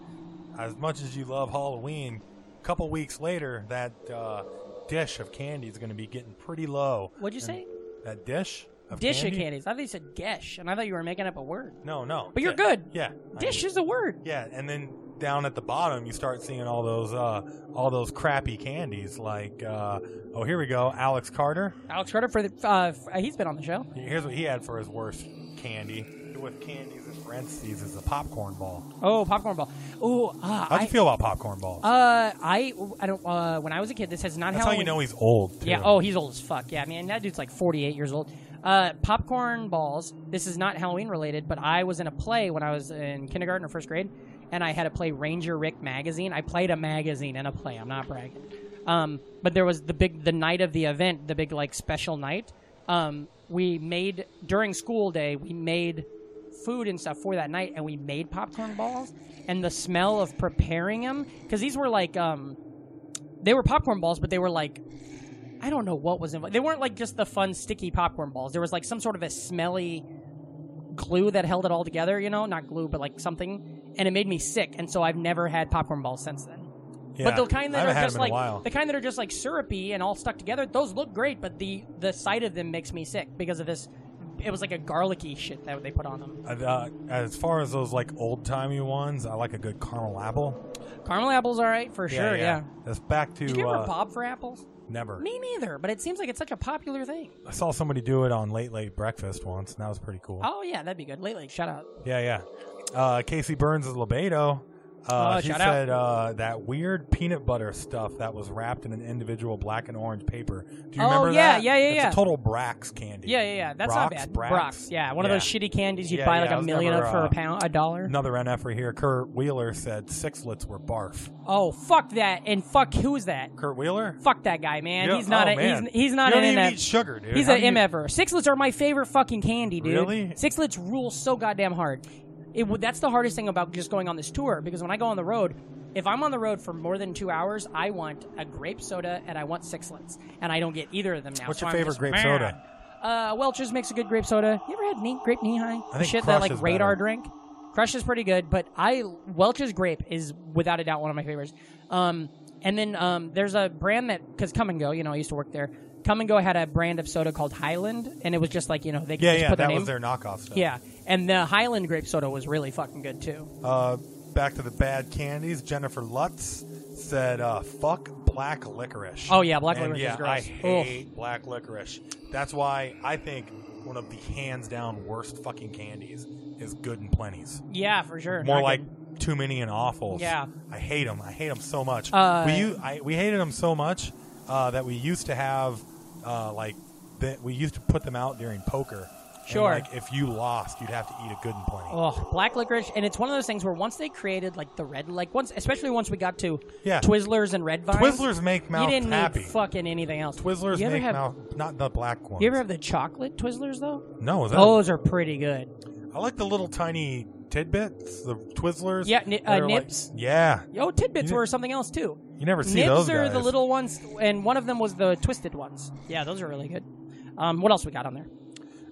Speaker 1: as much as you love Halloween, a couple weeks later, that uh, dish of candy is going to be getting pretty low.
Speaker 7: What'd you
Speaker 1: And
Speaker 7: say?
Speaker 1: That dish of
Speaker 7: Dish
Speaker 1: candy?
Speaker 7: of candies. I thought you said gesh, and I thought you were making up a word.
Speaker 1: No, no.
Speaker 7: But you're
Speaker 1: Yeah,
Speaker 7: good.
Speaker 1: Yeah. I
Speaker 7: Dish
Speaker 1: mean,
Speaker 7: is a word.
Speaker 1: yeah, and then down at the bottom, you start seeing all those uh, all those crappy candies like uh, oh here we go, Alex Carter.
Speaker 7: Alex Carter for the uh, f- uh, he's been on the show.
Speaker 1: Here's what he had for his worst candy. With candies in parentheses is a popcorn ball.
Speaker 7: Oh, popcorn ball. Oh, ah,
Speaker 1: How'd
Speaker 7: I-
Speaker 1: you feel about popcorn balls?
Speaker 7: Uh, I I don't. Uh, when I was a kid, this has not
Speaker 1: That's how
Speaker 7: Halloween.
Speaker 1: you know he's old. Too.
Speaker 7: Yeah. Oh, he's old as fuck. Yeah. I mean, that dude's like 48 years old. Uh, popcorn balls. This is not Halloween related, but I was in a play when I was in kindergarten or first grade, and I had to play Ranger Rick magazine. I played a magazine in a play. I'm not bragging. Um, but there was the big the night of the event, the big like special night. Um, we made during school day. We made food and stuff for that night, and we made popcorn balls. And the smell of preparing them, because these were like um, they were popcorn balls, but they were like I don't know what was involved. They weren't like just the fun sticky popcorn balls. There was like some sort of a smelly glue that held it all together. You know, not glue, but like something, and it made me sick. And so I've never had popcorn balls since then.
Speaker 1: Yeah.
Speaker 7: But the kind
Speaker 1: I
Speaker 7: that
Speaker 1: haven't
Speaker 7: are
Speaker 1: had
Speaker 7: just
Speaker 1: them in a
Speaker 7: like
Speaker 1: while.
Speaker 7: the kind that are just like syrupy and all stuck together, those look great, but the the sight of them makes me sick because of this. It was like a garlicky shit that they put on them.
Speaker 1: I- Uh, as far as those like old timey ones, I like a good caramel apple.
Speaker 7: Caramel apples, all right for sure. Yeah.
Speaker 1: That's back to
Speaker 7: Did you ever
Speaker 1: uh,
Speaker 7: bob for apples?
Speaker 1: never.
Speaker 7: Me neither, but it seems like it's such a popular thing.
Speaker 1: I saw somebody do it on Late Late Breakfast once, and that was pretty cool.
Speaker 7: Oh yeah, that'd be good. Lately, shout out.
Speaker 1: Yeah, yeah. Uh, Casey Burns' Lebedo. Uh,
Speaker 7: Oh,
Speaker 1: she
Speaker 7: shout out.
Speaker 1: said uh, that weird peanut butter stuff that was wrapped in an individual black and orange paper. Do you
Speaker 7: Oh,
Speaker 1: remember
Speaker 7: yeah,
Speaker 1: that?
Speaker 7: yeah, yeah,
Speaker 1: It's
Speaker 7: yeah.
Speaker 1: a total Brax candy.
Speaker 7: Yeah, yeah, yeah. That's not
Speaker 1: Brock's,
Speaker 7: bad.
Speaker 1: Brax.
Speaker 7: Yeah, one of those shitty candies you'd
Speaker 1: Yeah,
Speaker 7: buy
Speaker 1: yeah,
Speaker 7: like
Speaker 1: I
Speaker 7: a
Speaker 1: was
Speaker 7: million
Speaker 1: never,
Speaker 7: of for
Speaker 1: uh,
Speaker 7: a pound, a dollar.
Speaker 1: Another NFer here. Kurt Wheeler said sixlets were barf.
Speaker 7: Oh fuck that, and fuck who's that?
Speaker 1: Kurt Wheeler?
Speaker 7: Fuck that guy, man.
Speaker 1: Yeah,
Speaker 7: he's not.
Speaker 1: oh,
Speaker 7: a,
Speaker 1: man.
Speaker 7: He's, he's not
Speaker 1: you
Speaker 7: an
Speaker 1: don't even
Speaker 7: MF.
Speaker 1: eat sugar, dude.
Speaker 7: He's
Speaker 1: How
Speaker 7: an
Speaker 1: do you-
Speaker 7: MFer. Sixlets are my favorite fucking candy, dude.
Speaker 1: Really?
Speaker 7: Sixlets rule so goddamn hard. It would. That's the hardest thing about just going on this tour because when I go on the road, if I'm on the road for more than two hours, I want a grape soda and I want sixlets, and I don't get either of them now.
Speaker 1: What's
Speaker 7: so
Speaker 1: your
Speaker 7: I'm
Speaker 1: favorite
Speaker 7: just
Speaker 1: grape
Speaker 7: mad.
Speaker 1: soda?
Speaker 7: Uh, Welch's makes a good grape soda. You ever had knee, grape knee high?
Speaker 1: I think
Speaker 7: Shit
Speaker 1: Crush
Speaker 7: that like
Speaker 1: is
Speaker 7: radar
Speaker 1: better.
Speaker 7: drink. Crush is pretty good, but I Welch's grape is without a doubt one of my favorites. Um, and then um, there's a brand that because Come and Go, you know, I used to work there. Come and Go had a brand of soda called Highland, and it was just like you know they could
Speaker 1: Yeah,
Speaker 7: just
Speaker 1: yeah,
Speaker 7: put their
Speaker 1: that
Speaker 7: name.
Speaker 1: was their knockoff stuff.
Speaker 7: Yeah, and the Highland grape soda was really fucking good too.
Speaker 1: Uh, back to the bad candies. Jennifer Lutz said, uh, "Fuck black licorice."
Speaker 7: Oh, yeah, black
Speaker 1: And
Speaker 7: licorice
Speaker 1: yeah,
Speaker 7: is gross.
Speaker 1: I hate black licorice. That's why I think one of the hands down worst fucking candies is Good and Plenty's.
Speaker 7: Yeah, for sure.
Speaker 1: More
Speaker 7: Not
Speaker 1: like
Speaker 7: good.
Speaker 1: too many and awfuls.
Speaker 7: Yeah.
Speaker 1: I hate them. I hate them so much.
Speaker 7: Uh,
Speaker 1: we u- I, we hated them so much uh, that we used to have uh, like that. We used to put them out during poker. And,
Speaker 7: Sure.
Speaker 1: like if you lost, you'd have to eat a Good and Plenty.
Speaker 7: Oh, black licorice, and it's one of those things where once they created like the red, like once, especially once we got to
Speaker 1: Yeah.
Speaker 7: Twizzlers and Red Vines,
Speaker 1: Twizzlers make mouth
Speaker 7: you didn't
Speaker 1: happy.
Speaker 7: need fucking anything else.
Speaker 1: Twizzlers
Speaker 7: you ever
Speaker 1: make
Speaker 7: have,
Speaker 1: mouth, not the black ones.
Speaker 7: You ever Oh. have the chocolate Twizzlers though?
Speaker 1: no, is that,
Speaker 7: Those are pretty good.
Speaker 1: I like the little tiny tidbits, the Twizzlers.
Speaker 7: Yeah, ni- uh,
Speaker 1: that are like-
Speaker 7: nips.
Speaker 1: yeah,
Speaker 7: Oh, tidbits
Speaker 1: You-
Speaker 7: were something else too.
Speaker 1: you never see
Speaker 7: Nibs
Speaker 1: those
Speaker 7: are
Speaker 1: guys.
Speaker 7: the little ones, and one of them was the twisted ones. Yeah, those are really good. Um, what else we got on there?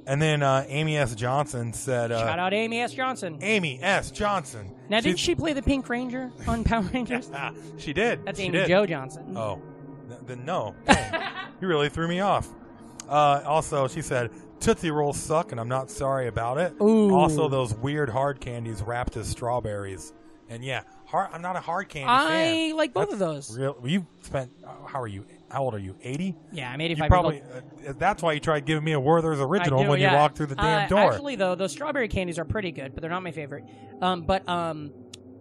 Speaker 1: And then uh, Amy S. Johnson said, uh,
Speaker 7: Shout out Amy S. Johnson.
Speaker 1: "Amy S. Johnson."
Speaker 7: Now, didn't she play the Pink Ranger on Power Rangers?
Speaker 1: Ah, *laughs* she did.
Speaker 7: That's
Speaker 1: She
Speaker 7: Amy
Speaker 1: did.
Speaker 7: Joe Johnson.
Speaker 1: Oh, Th- then
Speaker 7: *laughs*
Speaker 1: no. Dang. you really threw me off. Uh, also, she said, Tootsie Rolls suck, and I'm not sorry about it.
Speaker 7: Ooh.
Speaker 1: Also, those weird hard candies wrapped as strawberries. And yeah, hard, I'm not a hard candy
Speaker 7: I
Speaker 1: fan.
Speaker 7: like both of those.
Speaker 1: Real, you spent, how are you, how old are you, 80?
Speaker 7: Yeah, I'm
Speaker 1: You
Speaker 7: 85 years
Speaker 1: probably,
Speaker 7: old.
Speaker 1: uh, that's why you tried giving me a Werther's
Speaker 7: I
Speaker 1: Original
Speaker 7: do,
Speaker 1: when
Speaker 7: yeah.
Speaker 1: you walked through the damn
Speaker 7: Uh,
Speaker 1: door.
Speaker 7: Actually, though, those strawberry candies are pretty good, but they're not my favorite. Um, but um,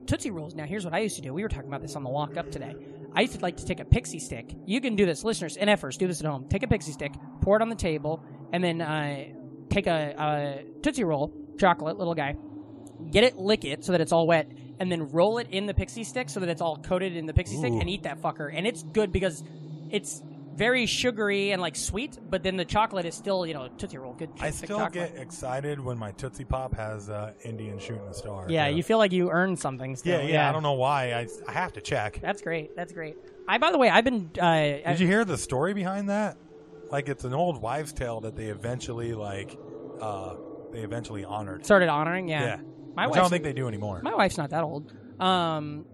Speaker 7: Tootsie Rolls. Now, here's what I used to do. We were talking about this on the walk up today. I used to like to take a pixie stick. You can do this, listeners and efforts. Do this at home. Take a pixie stick, pour it on the table, and then uh, take a, a Tootsie Roll, chocolate little guy. Get it, lick it so that it's all wet, and then roll it in the pixie stick so that it's all coated in the pixie stick,
Speaker 1: Ooh.
Speaker 7: and eat that fucker. And it's good because it's very sugary and like sweet, but then the chocolate is still you know Tootsie Roll. Good.
Speaker 1: I
Speaker 7: thick
Speaker 1: still
Speaker 7: chocolate.
Speaker 1: get excited when my Tootsie Pop has uh, Indian shooting a star.
Speaker 7: Yeah,
Speaker 1: too.
Speaker 7: you feel like you earned something. Still.
Speaker 1: yeah, yeah, I don't know why. I, I have to check.
Speaker 7: That's great. That's great. I, by the way, I've been. Uh, I-
Speaker 1: Did you hear the story behind that? Like it's an old wives' tale that they eventually like uh they eventually honored.
Speaker 7: started honoring. Yeah.
Speaker 1: Yeah.
Speaker 7: My
Speaker 1: Which I don't
Speaker 7: wife's,
Speaker 1: think they do anymore.
Speaker 7: my wife's not that old. Um,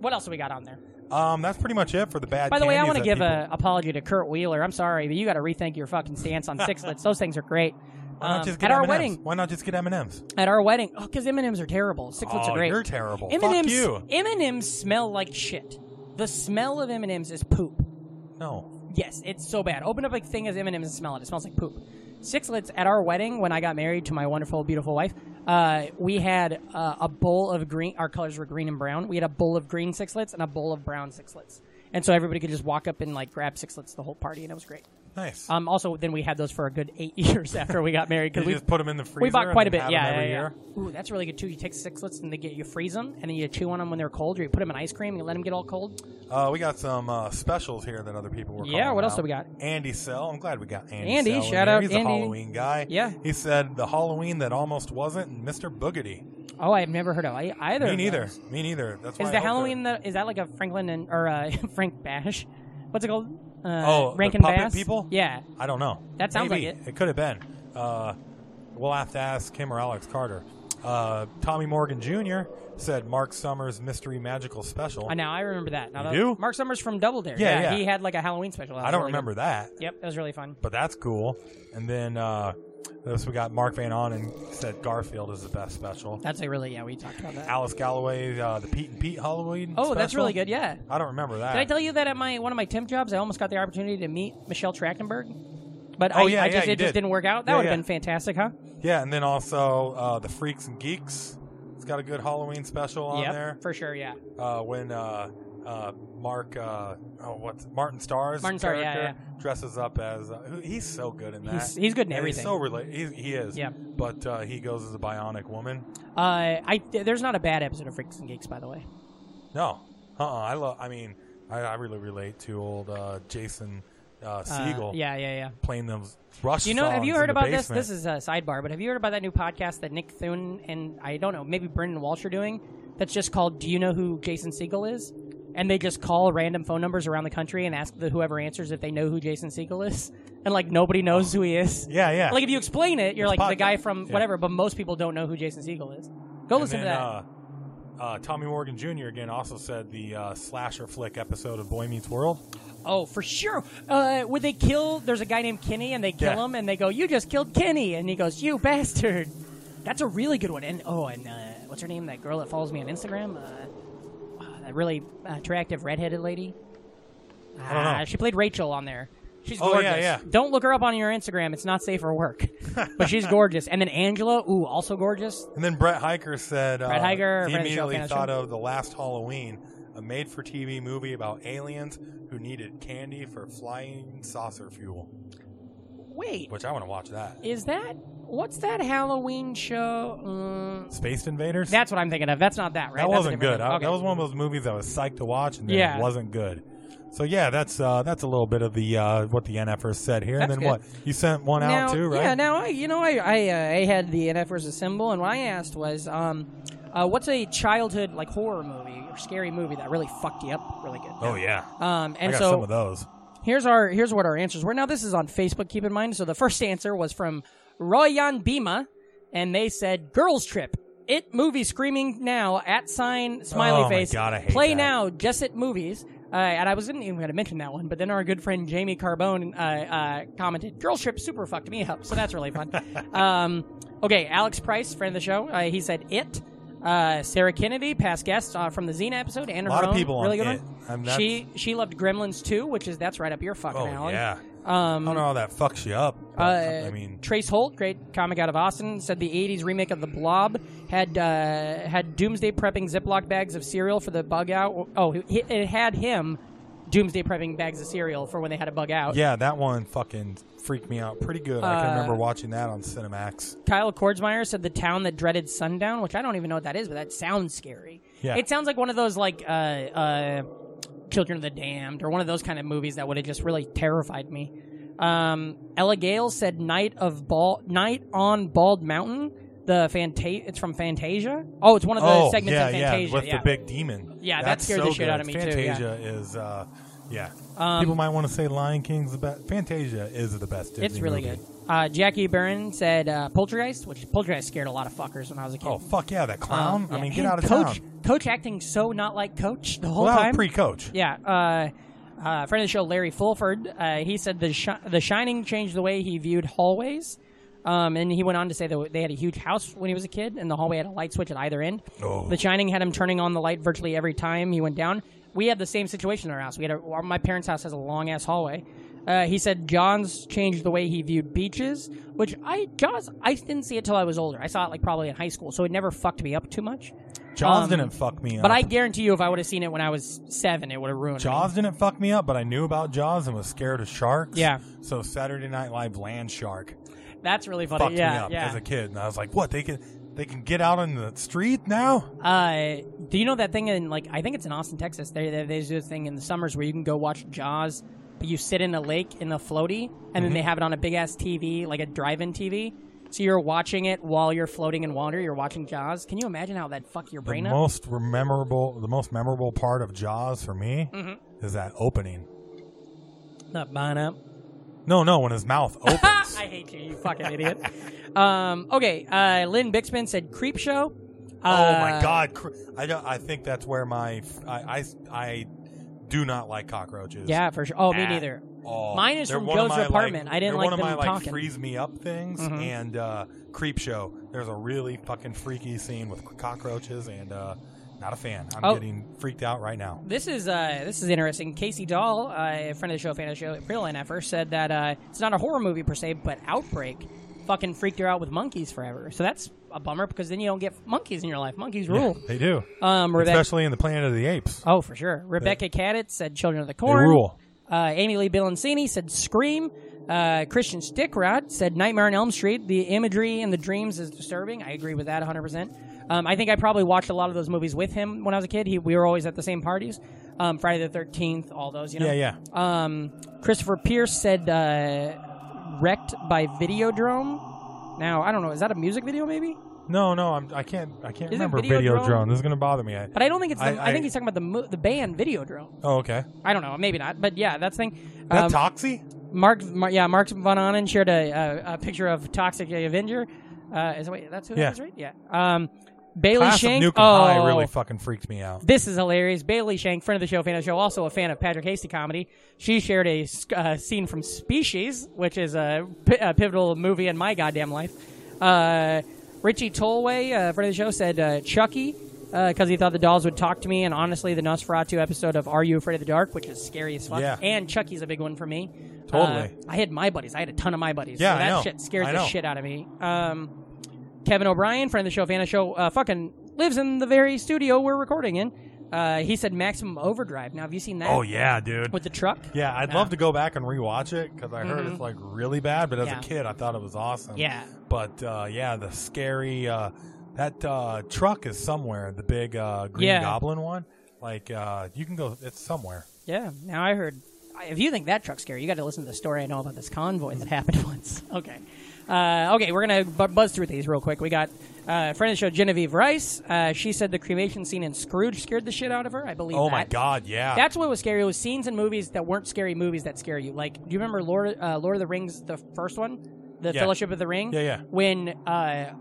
Speaker 7: what else do we got on there?
Speaker 1: Um, that's pretty much it for the bad.
Speaker 7: By the way, I
Speaker 1: candies
Speaker 7: want to
Speaker 1: that
Speaker 7: give
Speaker 1: people-
Speaker 7: an apology to Kurt Wheeler. I'm sorry, but you got to rethink your fucking stance on sixlets. Those things are great.
Speaker 1: Why not
Speaker 7: Um,
Speaker 1: just get
Speaker 7: at our
Speaker 1: M&Ms?
Speaker 7: wedding,
Speaker 1: Why not just get M and M's?
Speaker 7: at our wedding, oh, because M and M's are terrible. Sixlets
Speaker 1: Oh,
Speaker 7: are great.
Speaker 1: you're terrible. Fuck
Speaker 7: M&Ms,
Speaker 1: you.
Speaker 7: M&Ms smell like shit. The smell of M&Ms is poop.
Speaker 1: No.
Speaker 7: Yes, it's so bad. Open up a thing as M and M's and smell it. It smells like poop. Sixlets at our wedding when I got married to my wonderful, beautiful wife. Uh, we had uh, a bowl of green. Our colors were green and brown. We had a bowl of green sixlets and a bowl of brown sixlets, and so everybody could just walk up and like grab sixlets the whole party, and it was great.
Speaker 1: Nice.
Speaker 7: Um, also, then we had those for a good eight *laughs* years after we got married
Speaker 1: Did
Speaker 7: because
Speaker 1: you
Speaker 7: we
Speaker 1: just put them in the freezer.
Speaker 7: we bought
Speaker 1: and
Speaker 7: quite a
Speaker 1: then
Speaker 7: bit.
Speaker 1: have 'em
Speaker 7: Yeah,
Speaker 1: every
Speaker 7: yeah,
Speaker 1: year?
Speaker 7: yeah. Ooh, that's really good too. You take sixlets and they get you freeze them, and then you chew on them when they're cold, or you put them in ice cream and you let them get all cold.
Speaker 1: Uh, we got some uh, specials here that other people were.
Speaker 7: Yeah,
Speaker 1: calling
Speaker 7: what else
Speaker 1: out.
Speaker 7: do we got?
Speaker 1: Andy Sell. I'm glad we got Andy.
Speaker 7: Andy,
Speaker 1: Sell in
Speaker 7: shout
Speaker 1: there.
Speaker 7: out
Speaker 1: He's
Speaker 7: Andy.
Speaker 1: a Halloween guy.
Speaker 7: Yeah.
Speaker 1: He said the Halloween that almost wasn't, and Mr. Boogity.
Speaker 7: Oh, I've never heard of I- either.
Speaker 1: Me
Speaker 7: of
Speaker 1: neither.
Speaker 7: those.
Speaker 1: Me neither. That's why
Speaker 7: Is
Speaker 1: I
Speaker 7: the
Speaker 1: hope they're-
Speaker 7: Halloween that is that like a Franklin and or uh, *laughs* Frank Bash? What's it called? Uh,
Speaker 1: Oh, the
Speaker 7: Rankin
Speaker 1: puppet
Speaker 7: Bass
Speaker 1: people?
Speaker 7: Yeah,
Speaker 1: I don't know.
Speaker 7: That sounds
Speaker 1: Maybe.
Speaker 7: like it.
Speaker 1: It could have been. Uh, we'll have to ask him or Alex Carter. uh, Tommy Morgan Jr. said Mark Summers Mystery Magical Special.
Speaker 7: I know. I remember that. Now,
Speaker 1: You
Speaker 7: that-
Speaker 1: do?
Speaker 7: Mark Summers from Double Dare.
Speaker 1: Yeah, yeah.
Speaker 7: He had like a Halloween special. That
Speaker 1: I
Speaker 7: was
Speaker 1: don't
Speaker 7: really good.
Speaker 1: remember that,
Speaker 7: Yep, that was really fun.
Speaker 1: but that's cool. And then uh, this we got Mark Van Onen said Garfield is the best special.
Speaker 7: That's a really yeah. We talked about that.
Speaker 1: Alice Galloway, uh, the Pete and Pete Halloween.
Speaker 7: Oh, that's
Speaker 1: special?
Speaker 7: really good. Yeah.
Speaker 1: I don't remember that.
Speaker 7: Did I tell you that at my one of my temp jobs, I almost got the opportunity to meet Michelle Trachtenberg, but I,
Speaker 1: Oh, yeah,
Speaker 7: I
Speaker 1: yeah,
Speaker 7: just
Speaker 1: you
Speaker 7: it just
Speaker 1: did.
Speaker 7: didn't work out. That
Speaker 1: Yeah,
Speaker 7: would have
Speaker 1: yeah.
Speaker 7: been fantastic, huh?
Speaker 1: Yeah, and then also uh, the Freaks and Geeks. It's got a good Halloween special on
Speaker 7: Yeah,
Speaker 1: there.
Speaker 7: for sure. Yeah,
Speaker 1: Uh, when uh, uh, Mark, uh, oh, what's Martin Starr's
Speaker 7: Martin Starr,
Speaker 1: character
Speaker 7: yeah,
Speaker 1: dresses up as uh, who- he's so good in that.
Speaker 7: he's he's good in
Speaker 1: And
Speaker 7: everything.
Speaker 1: He's so rela- he's, he is.
Speaker 7: Yeah.
Speaker 1: But uh, he goes as a bionic woman.
Speaker 7: uh, I there's not a bad episode of Freaks and Geeks, by the way.
Speaker 1: No. Uh. uh I love. I mean, I, I really relate to old uh, Jason uh,
Speaker 7: Uh,
Speaker 1: Siegel
Speaker 7: yeah, yeah, yeah.
Speaker 1: playing those Rush.
Speaker 7: You know, have
Speaker 1: songs
Speaker 7: you
Speaker 1: in
Speaker 7: heard
Speaker 1: the
Speaker 7: about this?
Speaker 1: basement.
Speaker 7: This is a sidebar, but have you heard about that new podcast that Nick Thune and I don't know, maybe Brendan Walsh are doing? That's just called "Do You Know Who Jason Siegel Is?" And they just call random phone numbers around the country and ask the whoever answers if they know who Jason Siegel is, *laughs* and like nobody knows who he is.
Speaker 1: *laughs* Yeah, yeah.
Speaker 7: Like if you explain it, you're
Speaker 1: It's
Speaker 7: like the
Speaker 1: podcast.
Speaker 7: guy from
Speaker 1: Yeah.
Speaker 7: whatever, but most people don't know who Jason Siegel is. Go listen
Speaker 1: and then,
Speaker 7: to that.
Speaker 1: Uh, uh, Tommy Morgan Jr. again also said the uh, slasher flick episode of Boy Meets World.
Speaker 7: oh, for sure. Uh, would they kill? There's a guy named Kenny, and they kill
Speaker 1: Yeah.
Speaker 7: him, and they go, "You just killed Kenny," and he goes, "You bastard." That's a really good one. And oh, and uh, what's her name? That girl that follows me on Instagram. Uh, wow, that really attractive redheaded lady.
Speaker 1: don't know.
Speaker 7: Ah, she played Rachel on there. She's
Speaker 1: Oh,
Speaker 7: gorgeous.
Speaker 1: yeah, yeah.
Speaker 7: Don't look her up on your Instagram. It's not safe
Speaker 1: *laughs*
Speaker 7: for work. but she's gorgeous. And then Angela, ooh, also gorgeous.
Speaker 1: And then Brett Hiker said uh,
Speaker 7: Brett Hiker,
Speaker 1: he
Speaker 7: friend of the show,
Speaker 1: immediately
Speaker 7: fan of the
Speaker 1: thought
Speaker 7: show.
Speaker 1: of the last Halloween, a made-for-TV movie about aliens who needed candy for flying saucer fuel.
Speaker 7: Wait,
Speaker 1: Which I want to watch that.
Speaker 7: Is that what's that Halloween show? Mm,
Speaker 1: Space Invaders.
Speaker 7: that's what I'm thinking of. That's not that, right?
Speaker 1: that
Speaker 7: That's a
Speaker 1: wasn't
Speaker 7: different
Speaker 1: good.
Speaker 7: thing.
Speaker 1: I,
Speaker 7: Okay.
Speaker 1: That was one of those movies I was psyched to watch, and then
Speaker 7: Yeah.
Speaker 1: it wasn't good. So yeah, that's uh, that's a little bit of the uh, what the NFers said here, and then
Speaker 7: That's
Speaker 1: what
Speaker 7: good.
Speaker 1: you sent one
Speaker 7: now,
Speaker 1: out too, right?
Speaker 7: Yeah. Now I, you know, I I, uh, I had the NF versus symbol, and what I asked was, um, uh, what's a childhood like horror movie or scary movie that really fucked you up really good?
Speaker 1: oh yeah,
Speaker 7: Um,
Speaker 1: I
Speaker 7: and
Speaker 1: got
Speaker 7: so
Speaker 1: some of those.
Speaker 7: here's our here's what our answers were. Now this is on Facebook. Keep in mind. So the first answer was from Royan Bima, and they said "Girls Trip." It movie screaming now at sign smiley
Speaker 1: Oh, my
Speaker 7: face.
Speaker 1: God, I hate
Speaker 7: Play
Speaker 1: that.
Speaker 7: now just at movies. Uh, and I wasn't even going to mention that one, but then our good friend Jamie Carbone uh, uh, commented, "Girls Trip super fucked me up," so that's
Speaker 1: *laughs*
Speaker 7: really fun. um, okay, Alex Price, friend of the show, uh, he said it. Uh, Sarah Kennedy, past guest uh, from the Xena episode, and
Speaker 1: A
Speaker 7: her
Speaker 1: lot of
Speaker 7: own,
Speaker 1: people on
Speaker 7: really good
Speaker 1: It.
Speaker 7: one.
Speaker 1: I'm not-
Speaker 7: she she loved Gremlins too, which is that's right up your fucking
Speaker 1: Oh
Speaker 7: alley.
Speaker 1: yeah. I don't
Speaker 7: Um,
Speaker 1: know how that fucks you up. but,
Speaker 7: uh,
Speaker 1: I mean,
Speaker 7: Trace Holt, great comic out of Austin, said the '80s remake of The Blob had uh, had Doomsday prepping Ziploc bags of cereal for the bug out. Oh, it it had him Doomsday prepping bags of cereal for when they had a bug out.
Speaker 1: yeah, that one fucking freaked me out pretty good. I can
Speaker 7: Uh,
Speaker 1: remember watching that on Cinemax.
Speaker 7: Kyle Kordsmeyer said the town that dreaded sundown, which I don't even know what that is, but that sounds scary.
Speaker 1: Yeah.
Speaker 7: It sounds like one of those like uh, uh, Children of the Damned or one of those kind of movies that would have just really terrified me. Um, Ella Gale said Night of Bald Night on Bald Mountain. The Fanta- it's from Fantasia. Oh, it's one of the
Speaker 1: oh,
Speaker 7: segments
Speaker 1: yeah,
Speaker 7: in
Speaker 1: yeah,
Speaker 7: Fantasia.
Speaker 1: with the big demon.
Speaker 7: Yeah, that
Speaker 1: That's
Speaker 7: scared
Speaker 1: so
Speaker 7: the shit
Speaker 1: good.
Speaker 7: out of me, too, yeah. Um,
Speaker 1: Fantasia is, uh, yeah. People might want to say Lion King's the best. Fantasia is the best. Disney
Speaker 7: it's really
Speaker 1: movie.
Speaker 7: good. Uh, Jackie Barron said uh, Poltergeist, which Poltergeist scared a lot of fuckers when I was a kid.
Speaker 1: Oh fuck yeah, that clown!
Speaker 7: Um,
Speaker 1: I
Speaker 7: yeah.
Speaker 1: mean, get
Speaker 7: And
Speaker 1: out of
Speaker 7: coach,
Speaker 1: town.
Speaker 7: Coach acting so not like Coach the whole
Speaker 1: Well, that
Speaker 7: time.
Speaker 1: was pre-coach.
Speaker 7: Yeah. Uh, uh, friend of the show, Larry Fulford, uh, he said the shi- the Shining changed the way he viewed hallways. Um, and he went on to say that they had a huge house when he was a kid, and the hallway had a light switch at either end.
Speaker 1: Oh.
Speaker 7: The Shining had him turning on the light virtually every time he went down. We had the same situation in our house. We had a, our- my parents' house has a long ass hallway. Uh, he said Jaws changed the way he viewed beaches, which I Jaws I didn't see it till I was older. I saw it like probably in high school, so it never fucked me up too much.
Speaker 1: Jaws
Speaker 7: Um,
Speaker 1: didn't fuck me up.
Speaker 7: But I guarantee you, if I would have seen it when I was seven, it would have ruined me.
Speaker 1: Jaws didn't fuck me up, but I knew about Jaws and was scared of sharks.
Speaker 7: Yeah.
Speaker 1: So Saturday Night Live Land Shark
Speaker 7: That's really funny.
Speaker 1: fucked
Speaker 7: yeah,
Speaker 1: me up
Speaker 7: yeah.
Speaker 1: as a kid, and I was like, "What? They can they can get out on the street now?"
Speaker 7: Uh, do you know that thing in like I think it's in Austin, Texas? They they, they do this thing in the summers where you can go watch Jaws, but you sit in a lake in a floaty, and then they
Speaker 1: Mm-hmm.
Speaker 7: have it on a big ass TV, like a drive-in TV. So you're watching it while you're floating in water. You're watching Jaws. Can you imagine how that fuck your
Speaker 1: The
Speaker 7: brain up?
Speaker 1: most memorable, the most memorable
Speaker 7: Mm-hmm.
Speaker 1: part of Jaws for me is that opening.
Speaker 7: Not mine up.
Speaker 1: No, no, when his
Speaker 7: *laughs*
Speaker 1: mouth opens.
Speaker 7: I hate you, you fucking idiot. *laughs* Um, okay, uh, Lynn Bixman said creep show. Uh,
Speaker 1: oh my god! cr- I don't, I think that's where my f- I, I I do not like cockroaches.
Speaker 7: Yeah, for sure. Oh, me
Speaker 1: at
Speaker 7: neither.
Speaker 1: all.
Speaker 7: Mine is
Speaker 1: They're
Speaker 7: from
Speaker 1: one of
Speaker 7: Joe's
Speaker 1: my, like-
Speaker 7: apartment. I didn't
Speaker 1: they're
Speaker 7: like
Speaker 1: one of
Speaker 7: them
Speaker 1: my,
Speaker 7: talking. Mm-hmm.
Speaker 1: Like, freeze me up things and uh, creep show. There's a really fucking freaky scene with cockroaches and uh, not a fan. I'm
Speaker 7: Oh.
Speaker 1: getting freaked out right now.
Speaker 7: This is uh, this is interesting. Casey Dahl, uh, a friend of the show, fan of the show, Preline at first said that uh, it's not a horror movie per se, but Outbreak fucking freaked her out with monkeys forever. So that's a bummer because then you don't get monkeys in your life. Monkeys rule.
Speaker 1: *laughs* They do,
Speaker 7: Um, Rebecca.
Speaker 1: especially in the Planet of the Apes.
Speaker 7: Oh, for sure. Rebecca Caddett said "Children of the
Speaker 1: they
Speaker 7: Corn."
Speaker 1: rule.
Speaker 7: Uh, Amy Lee Bilancini said "Scream." Uh, Christian Stickrod said "Nightmare on Elm Street." The imagery and the dreams is disturbing. I agree with that 100. percent um, I think I probably watched a lot of those movies with him when I was a kid. He, we were always at the same parties. Um, Friday the 13th, all those, you know.
Speaker 1: Yeah, yeah.
Speaker 7: Um, Christopher Pierce said uh, "Wrecked by Videodrome." Now I don't know. Is that a music video? Maybe.
Speaker 1: No, no, I'm, I can't. I can't
Speaker 7: Is it
Speaker 1: remember
Speaker 7: Videodrome?
Speaker 1: Videodrome. This is gonna bother me. I,
Speaker 7: But I don't think it's. The, I,
Speaker 1: I- I-
Speaker 7: think he's talking about the mo- the band Videodrome.
Speaker 1: oh, okay.
Speaker 7: I don't know. Maybe not. But yeah, that's the thing.
Speaker 1: That
Speaker 7: Um,
Speaker 1: Toxie?
Speaker 7: Mark, Mar- yeah, Mark Von Onen shared a, a, a picture of Toxic Avenger. Uh, is wait, that's who
Speaker 1: Yeah.
Speaker 7: that is, right? Yeah. Um, Bailey
Speaker 1: Class of
Speaker 7: Shank.
Speaker 1: Nukem
Speaker 7: oh,
Speaker 1: High really fucking freaked me out.
Speaker 7: this is hilarious. Bailey Shank, friend of the show, fan of the show, also a fan of Patrick Hasty comedy. She shared a sc- uh, scene from Species, which is a, p- a pivotal movie in my goddamn life. Uh, Richie Tolway, uh, friend of the show, said uh, Chucky because he thought the dolls would talk to me. And honestly, the Nosferatu episode of Are You Afraid of the Dark, which is scary as fuck.
Speaker 1: Yeah.
Speaker 7: And Chucky's a big one for me.
Speaker 1: Totally.
Speaker 7: Uh, I had my buddies. I had a ton of my buddies.
Speaker 1: Yeah,
Speaker 7: so
Speaker 1: I
Speaker 7: that
Speaker 1: know.
Speaker 7: shit scared
Speaker 1: I
Speaker 7: the
Speaker 1: know.
Speaker 7: shit out of me. Um, Kevin O'Brien, friend of the show, fan of the show, uh, fucking lives in the very studio we're recording in. Uh, he said Maximum Overdrive. Now, have you seen that?
Speaker 1: Oh yeah, dude.
Speaker 7: With the truck?
Speaker 1: Yeah, I'd love to go back and rewatch it because I heard it's like really bad. But as
Speaker 7: Yeah.
Speaker 1: a kid, I thought it was awesome.
Speaker 7: Yeah.
Speaker 1: But uh, yeah, the scary uh, that uh, truck is somewhere. The big uh, green
Speaker 7: Yeah.
Speaker 1: goblin one. Like uh, you can go. It's somewhere.
Speaker 7: Yeah. Now, I heard. I- If you think that truck's scary, you got to listen to the story I know about this convoy that happened *laughs* once. Okay. Uh, okay, we're going to bu- buzz through these real quick. We got uh, friend of the show, Genevieve Rice. Uh, she said the cremation scene in Scrooge scared the shit out of her. I believe
Speaker 1: Oh my
Speaker 7: that.
Speaker 1: god, yeah.
Speaker 7: That's what was scary. It was scenes in movies that weren't scary movies that scare you. Like, do you remember Lord, uh, Lord of the Rings, the first one, the
Speaker 1: Yeah.
Speaker 7: Fellowship of the Ring?
Speaker 1: Yeah, yeah.
Speaker 7: When uh,